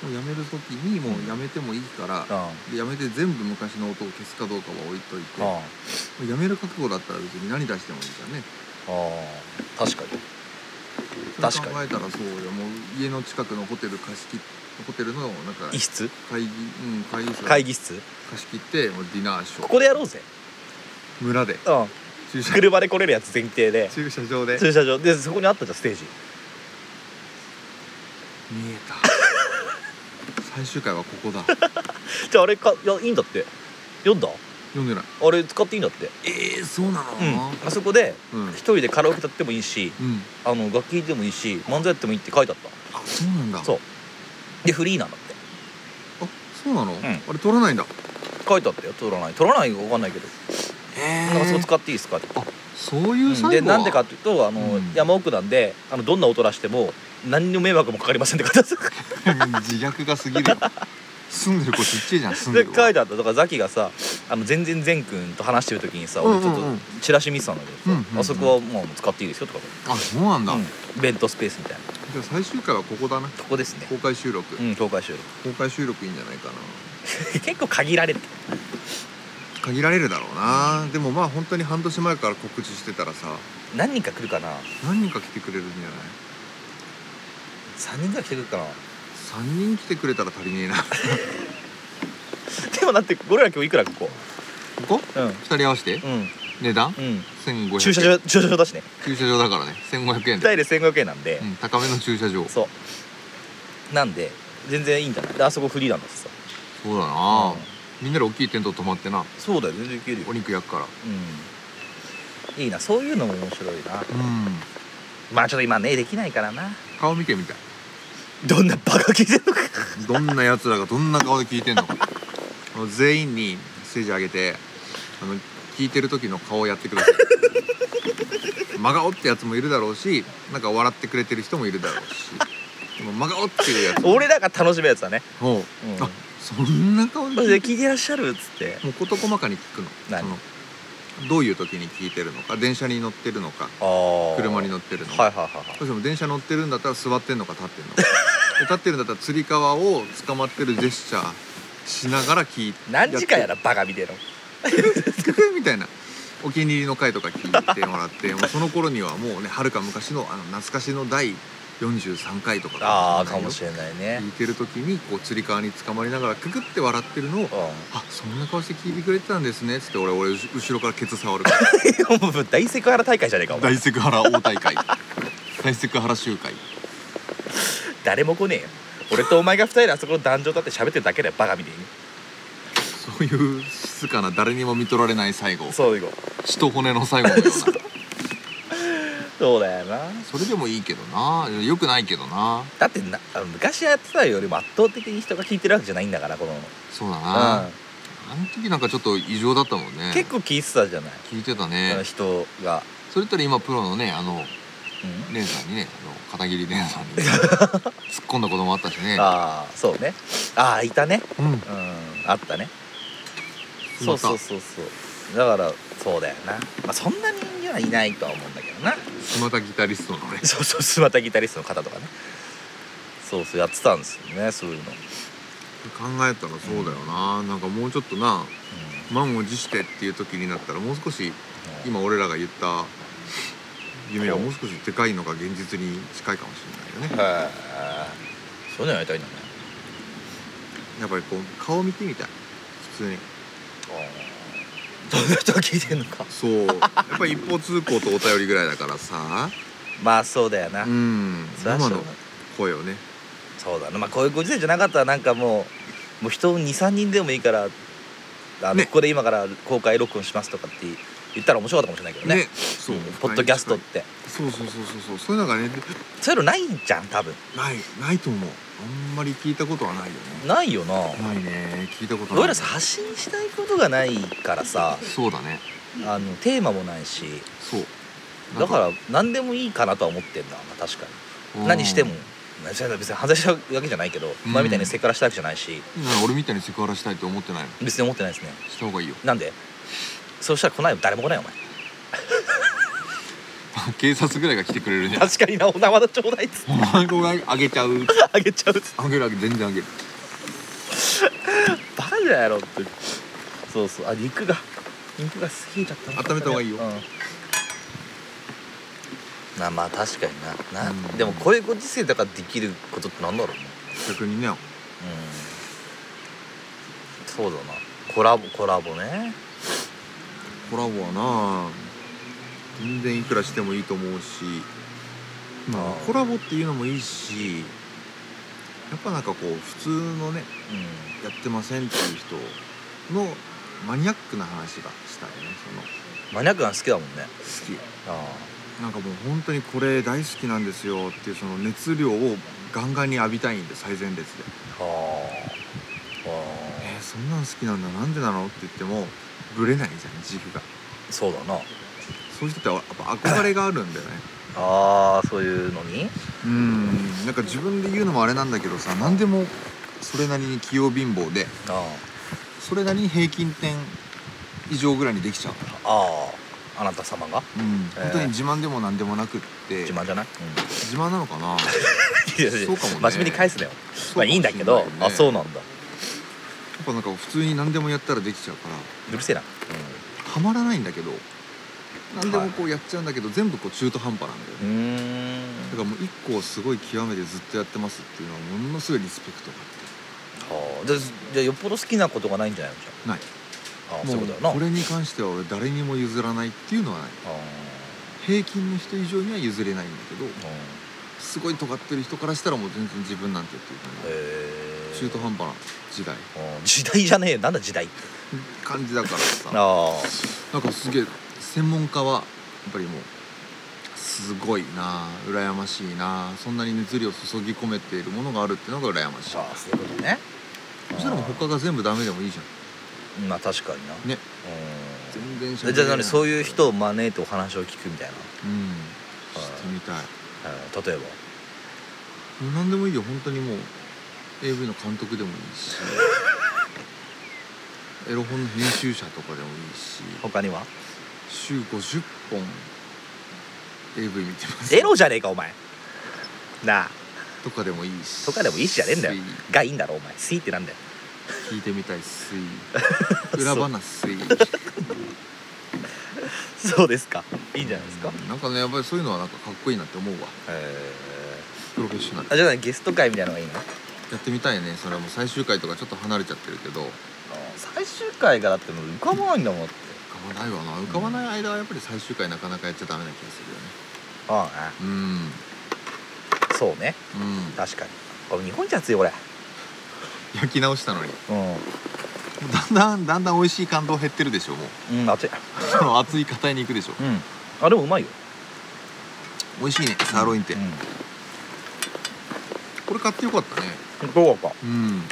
Speaker 2: ん
Speaker 8: もうやめる時にもうやめてもいいから、でやめて全部昔の音を消すかどうかは置いといて、
Speaker 2: うん
Speaker 8: もうやめる覚悟だったら別に何出してもいいじゃんね
Speaker 2: うん確かに
Speaker 8: それ
Speaker 2: 確かに
Speaker 8: 考えたらそうよもう家の近くのホテル貸し切っホテルのなんか
Speaker 2: 一室
Speaker 8: 会議、うん、会議室
Speaker 2: 会議室
Speaker 8: 貸し切ってもうディナーショ
Speaker 2: こ
Speaker 8: ー
Speaker 2: こでやろうぜ
Speaker 8: 村で
Speaker 2: うん
Speaker 8: 駐車
Speaker 2: 車で来れるやつ前提で
Speaker 8: 駐車場で 見え
Speaker 2: 駐車場でそこにあったじゃんステージ
Speaker 8: た最終回はここだ
Speaker 2: じゃああれかいやいいんだって読んだ
Speaker 8: 読んでない
Speaker 2: あれ使っていいんだって
Speaker 8: えー、そうなの
Speaker 2: うんあそこで
Speaker 8: うん、うん
Speaker 2: 一人でカラオケ歌ってもいいしあの楽器弾いてもいいし漫才やってもいいって書いてあった
Speaker 8: あそうなんだ
Speaker 2: そうでフリーなんだって
Speaker 8: あそうなの、
Speaker 2: ん
Speaker 8: あれ取らないんだ
Speaker 2: 書いてあったよ取らない取らないか分かんないけど
Speaker 8: え
Speaker 2: なんかそう使っていいですかって
Speaker 8: そういう最後は、
Speaker 2: でなんでかっていうとあの、
Speaker 8: うん
Speaker 2: 山奥なんであのどんな音出しても何の迷惑もかかりませんって書いてある
Speaker 8: 自虐が過ぎるよ住んでる子ちっちゃいじゃん住んで
Speaker 2: で
Speaker 8: る
Speaker 2: 書
Speaker 8: 子
Speaker 2: いてあっただからザキがさあの全然善くんと話してる時にさ、
Speaker 8: うんうんうん
Speaker 2: 俺ちょっとチラシ見てたんだけどさ、
Speaker 8: うんうんうん
Speaker 2: あそこはもう使っていいですよとか、
Speaker 8: あそうなんだ、
Speaker 2: う
Speaker 8: じ
Speaker 2: ん、ベントスペースみたいな
Speaker 8: ゃあ最終回はここだな
Speaker 2: ここですね
Speaker 8: 公開収録、
Speaker 2: うん公開収録
Speaker 8: 公開収録いいんじゃないかな
Speaker 2: 結構限られて
Speaker 8: 限られるだろうな、でもまあ本当に半年前から告知してたらさ
Speaker 2: 何人か来るかな
Speaker 8: 何人か来てくれるんじ
Speaker 2: 3人ぐらい来てくるかな
Speaker 8: ゃない3人来てくれたら足りね えな
Speaker 2: でもだって俺ら今日いくらここ
Speaker 8: ここ
Speaker 2: うんう
Speaker 8: 2人合わせて
Speaker 2: ん
Speaker 8: 値段
Speaker 2: うん
Speaker 8: 1500円
Speaker 2: 駐車場駐車場だしね
Speaker 8: 駐車場だからね1500円
Speaker 2: 2
Speaker 8: で、
Speaker 2: 人で1500円なんで、
Speaker 8: うん、高めの駐車場そ
Speaker 2: そうなんで全然いいんじゃないであそこフリーなんだしさ
Speaker 8: うだな、
Speaker 2: うん
Speaker 8: みんなで大きいテント泊まってな
Speaker 2: そうだよ全然いける
Speaker 8: お肉焼くから
Speaker 2: うんいいなそういうのも面白いな
Speaker 8: うん
Speaker 2: まあちょっと今ねできないからな
Speaker 8: 顔見てみたい
Speaker 2: どんなバカ聞いてん のか
Speaker 8: どんな奴らがどんな顔で聞いてん のかあの全員にステージ上げてあの聞いてる時の顔をやってください真顔ってやつもいるだろうしなんか笑ってくれてる人もいるだろうしでも真顔っていうやつ
Speaker 2: 俺らが楽しむやつだね
Speaker 8: もう、
Speaker 2: うん
Speaker 8: あそんな顔で
Speaker 2: それ
Speaker 8: 聞
Speaker 2: で
Speaker 8: いて
Speaker 2: 聞いてらっしゃるっつって
Speaker 8: もう事細かに聞くの
Speaker 2: 何
Speaker 8: そのどういう時に聞いてるのか電車に乗ってるのか
Speaker 2: ああ
Speaker 8: 車に乗
Speaker 2: っ
Speaker 8: ってるのか、
Speaker 2: はいはいはいはい
Speaker 8: どうしても電車乗ってるんだったら座ってんのか立って んのかで立ってるんだったらつり革を捕まってるジェスチャーしながら聞いて
Speaker 2: 何時間や
Speaker 8: ら
Speaker 2: らバカみてえの
Speaker 8: みたいなお気に入りの回とか聞いてもらってもうその頃にはもうねはるか昔のあの懐かしの第43回とか
Speaker 2: ああかもしれないね
Speaker 8: 聞いてる時にこうつり革に捕まりながらククって笑ってるのを「あそんな顔して聞いてくれてたんですね」っつって俺俺後ろからケツ 触るから
Speaker 2: うんもう大セクハラ大会じゃねえかお前
Speaker 8: 大セクハラ大大会大セクハラ集会
Speaker 2: 誰も来ねえよ俺とお前が二人であそこの壇上立って喋ってるだけでバカみてえに
Speaker 8: そういう静かな誰にも見とられない最後
Speaker 2: そういうこ
Speaker 8: 血と骨の最後のよう な
Speaker 2: そうだよな
Speaker 8: それでもいいけどなよくないけどな
Speaker 2: だってなあの昔やってたよりも圧倒的に人が聞いてるわけじゃないんだからこの、
Speaker 8: そうだ
Speaker 2: う、
Speaker 8: なんあの時なんかちょっと異常だったもんね
Speaker 2: 結構聞いてたじゃない、
Speaker 8: 聞いてた
Speaker 2: あの
Speaker 8: ね
Speaker 2: 人が、
Speaker 8: それとら今プロのねあの
Speaker 2: うん
Speaker 8: 姉さんにねあの片桐姉さん に突っ込んだこともあったしね
Speaker 2: ああそうねああいたね
Speaker 8: うん
Speaker 2: うんあったねそうそうそうそうだからそうだよな、まあ、そんな人間はいないとは思うんだけどな
Speaker 8: スマタギタリストのね
Speaker 2: そうそう姿ギタリストの方とかねそうそうやってたんですよねそういうの、
Speaker 8: 考えたらそうだよななんかもうちょっとな満を持してっていう時になったらもう少し
Speaker 2: うん
Speaker 8: 今俺らが言った夢はもう少しでかいのが現実に近いかもしれないよ
Speaker 2: へ
Speaker 8: ね
Speaker 2: えそういうのやりたいんだね
Speaker 8: やっぱりこう顔見てみたい普通に
Speaker 2: どんな人が聞いてんのか
Speaker 8: そう やっぱり一方通行とお便りぐらいだからさ
Speaker 2: まあそうだよな、
Speaker 8: うん
Speaker 2: そりゃそ
Speaker 8: 生
Speaker 2: うだ
Speaker 8: の声をね
Speaker 2: そうだなまあこういうご時世じゃなかったらなんかもうもう人23人でもいいからあの、
Speaker 8: ね
Speaker 2: ここで今から公開録音しますとかって言ったら面白かったかもしれないけどね
Speaker 8: そう
Speaker 2: うんポッドキャストって
Speaker 8: そうそうそうそうそうそういうのがね
Speaker 2: そういうのないじゃん多分
Speaker 8: ないないと思うあんまり聞いたことはないよね
Speaker 2: ないよな
Speaker 8: ないね聞いたことない
Speaker 2: 俺らさ発信したいことがないからさ
Speaker 8: そうだね
Speaker 2: あのテーマもないし
Speaker 8: そう
Speaker 2: だから何でもいいかなとは思ってんだ、まあ、確かに何しても別に別に犯罪したわけじゃないけど、
Speaker 8: うん
Speaker 2: 前みたいにセクハラしたわけじゃないし
Speaker 8: なんか俺みたいにセクハラしたいと思ってないの
Speaker 2: 別に思ってないですね
Speaker 8: した方がいいよ
Speaker 2: なんでそうしたら来ないよ誰も来ないよお前
Speaker 8: 警察ぐらいが来てくれ るね
Speaker 2: 確かになお縄だちょうだいっつって
Speaker 8: お前ごがあげちゃう
Speaker 2: あげちゃうっつって
Speaker 8: あげるあげる全然あげる
Speaker 2: バカじゃないのってそうそうあ肉が肉が過ぎちゃったな
Speaker 8: 温めた方がいいよ
Speaker 2: うんなまあ確かになな、
Speaker 8: うん
Speaker 2: でもこういうご時世だからできることってなんだろうね
Speaker 8: 逆にね
Speaker 2: うんそうだなコラボコラボね
Speaker 8: コラボはな全然いくらしてもいいと思うし、ま
Speaker 2: あ
Speaker 8: あ、
Speaker 2: ー
Speaker 8: コラボっていうのもいいしやっぱなんかこう普通のね
Speaker 2: う
Speaker 8: やってませんっていう人のマニアックな話がしたいね
Speaker 2: んマニアックなの好きだもんね
Speaker 8: その好
Speaker 2: あ
Speaker 8: きなんかもう本当にこれ大好きなんですよっていうその熱量をガンガンに浴びたいんで最前列で
Speaker 2: あはあ
Speaker 8: 「えー、そんなん好きなんだなんでなの?」って言ってもぶれないじゃん自負が
Speaker 2: そうだな
Speaker 8: そういう人ってやっぱ憧れがあるんだよね
Speaker 2: ああそういうのに
Speaker 8: うんなんか自分で言うのもあれなんだけどさ何でもそれなりに器用貧乏で
Speaker 2: あ
Speaker 8: それなりに平均点以上ぐらいにできちゃうか
Speaker 2: ああああなた様が
Speaker 8: ら、うん
Speaker 2: えー
Speaker 8: 本当に自慢でも何でもなくって
Speaker 2: 自慢じゃない、
Speaker 8: 自慢なのか
Speaker 2: い
Speaker 8: な
Speaker 2: やいや
Speaker 8: そうかも
Speaker 2: 真
Speaker 8: ね
Speaker 2: 面目に返すなよ
Speaker 8: そ
Speaker 2: まあ
Speaker 8: うかもしれない
Speaker 2: いんだけど、
Speaker 8: ね
Speaker 2: あそうなんだ
Speaker 8: やっぱなんか普通に何でもやったらできちゃうから
Speaker 2: うるせえな、
Speaker 8: ハマらないんだけど何でもこうやっちゃうんだけど、全部こう中途半端なんだよね
Speaker 2: う、ん
Speaker 8: だからもう一個をすごい極めてずっとやってますっていうのはものすごいリスペクトが
Speaker 2: はあじゃあじゃあよっぽど好きなことがないんじゃないのじゃ
Speaker 8: ない
Speaker 2: あああそう
Speaker 8: も
Speaker 2: いううことだよな
Speaker 8: これに関しては俺誰にも譲らないっていうのはない
Speaker 2: ああ
Speaker 8: 平均の人以上には譲れないんだけど
Speaker 2: うん
Speaker 8: すごい尖ってる人からしたらもう全然自分なんてっていう感
Speaker 2: へ
Speaker 8: じ
Speaker 2: え
Speaker 8: 中途半端な時代
Speaker 2: うん時代じゃねえよなんだ時代って
Speaker 8: 感じだか らさ
Speaker 2: ああ
Speaker 8: なんかすげえ専門家はやっぱりもうすごいなあ羨ましいなあそんなに熱量を注ぎ込めているものがあるっていうのが羨ましい
Speaker 2: ああそういうことね
Speaker 8: そしたらもう他が全部ダメでもいいじゃん
Speaker 2: まあ確かにな
Speaker 8: ね
Speaker 2: うん
Speaker 8: 全然
Speaker 2: じゃあ何そういう人
Speaker 8: う
Speaker 2: を招いてお話を聞くみたいな、
Speaker 8: んしてみたい
Speaker 2: うん例えば
Speaker 8: もう何でもいいよ本当にもう AV の監督でもいい しエロ本の編集者とかでもいいし
Speaker 2: 他には
Speaker 8: 週50本 AV 見てます
Speaker 2: エロじゃねえかお前なあ
Speaker 8: とかでもいいし
Speaker 2: とかでもいいしじゃねえんだよ
Speaker 8: 水
Speaker 2: がいいんだろお前スイってなんだよ
Speaker 8: 聞いてみたい 水裏話水
Speaker 2: そうですかいいんじゃないですか
Speaker 8: なんかねやっぱりそういうのはなんかかっこいいなって思うわ
Speaker 2: え
Speaker 8: プロフェッショナル
Speaker 2: ーあじゃあ何ゲスト会みたいなのがいいの
Speaker 8: やってみたいねそれはもう最終回とかちょっと離れちゃってるけど
Speaker 2: 最終回がだってもう浮かばないんだもんって
Speaker 8: 浮かばないわな浮かばない間はやっぱり最終回なかなかやっちゃダメな気がするよね
Speaker 2: ああ
Speaker 8: うん
Speaker 2: そうね
Speaker 8: うん
Speaker 2: 確かに俺日本じゃ熱い俺
Speaker 8: 焼き直したのに
Speaker 2: うん
Speaker 8: だんだんだんだん美味しい感動減ってるでしょもう
Speaker 2: うん熱い
Speaker 8: その熱い硬いに行くでしょ
Speaker 2: うんあでもうまいよ
Speaker 8: 美味しいねサーロインって、
Speaker 2: うん
Speaker 8: これ買ってよかったね
Speaker 2: どうか
Speaker 8: うん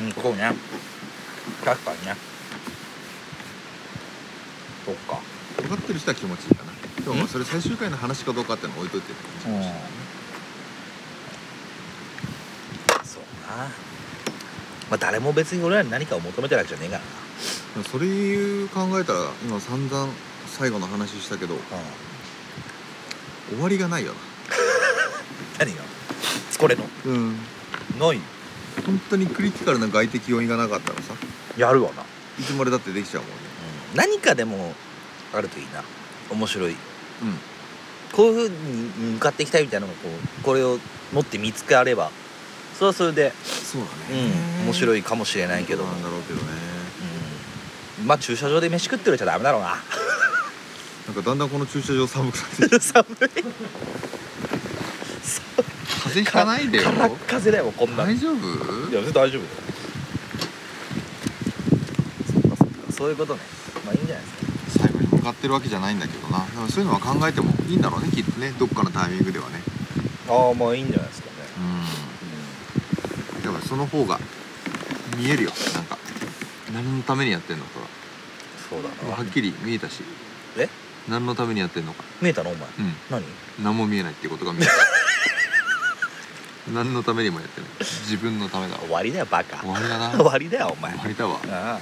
Speaker 2: うんそうね確かにねそっか
Speaker 8: 分かってる人は気持ちいいかなでもまあそれ最終回の話かどうかってのは置いといてる感じがして
Speaker 2: そうなまあ誰も別に俺らに何かを求めてるわけじゃねえか
Speaker 8: でもそれいう考えたら今散々最後の話したけど
Speaker 2: らな、うん、
Speaker 8: 終わりがないよ
Speaker 2: 何がこれの
Speaker 8: なうん
Speaker 2: ない
Speaker 8: 本当にクリティカルな外的要因がなかったらさ
Speaker 2: やるわな、
Speaker 8: いつまでだってできちゃうもんね
Speaker 2: 何かでもあるといいな面白い
Speaker 8: うん
Speaker 2: こういうふうに向かっていきたいみたいなのがこうこれを持って見つかればそれはそれで、
Speaker 8: そうだ
Speaker 2: うん、面
Speaker 8: い
Speaker 2: 白いかもしれないけど
Speaker 8: なんだろうけどね
Speaker 2: うん、まあ駐車場で飯食ってるじゃダメだろうな
Speaker 8: なんかだんだんこの駐車場寒くなって き
Speaker 2: 寒い
Speaker 8: た風邪ひかないでよ
Speaker 2: からっ風だよこんなの
Speaker 8: 大丈夫
Speaker 2: いや別に大丈夫そっかそっかそういうことねまあいいんじゃないですか
Speaker 8: 最後に向かってるわけじゃないんだけどなだからそういうのは考えてもいいんだろうねきっとねどっかのタイミングではね
Speaker 2: ああまあいいんじゃないですかね、
Speaker 8: うん
Speaker 2: う
Speaker 8: やっぱその方が見えるよなんか何のためにやってんのか
Speaker 2: ん、そうだ
Speaker 8: が
Speaker 2: な
Speaker 8: はっきり見えたし
Speaker 2: え
Speaker 8: 何のためにやってんのか
Speaker 2: 見えたのお前
Speaker 8: うん
Speaker 2: 何
Speaker 8: 何も見えないってことが見えた 何のためにもやってない自分のためだ
Speaker 2: 終わりだよバカ
Speaker 8: 終わりだな
Speaker 2: 終
Speaker 8: 終
Speaker 2: わりだよお前あ
Speaker 8: わりだわ
Speaker 2: あま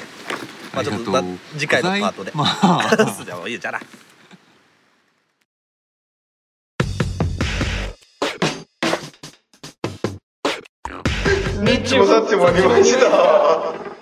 Speaker 8: あ
Speaker 2: あち
Speaker 8: り
Speaker 2: ょ
Speaker 8: が
Speaker 2: っ
Speaker 8: と
Speaker 2: と
Speaker 8: う
Speaker 2: ま次回のパートで
Speaker 8: ございまあ
Speaker 2: じゃあもういいよじゃあな
Speaker 9: ニッチもさっちもありました。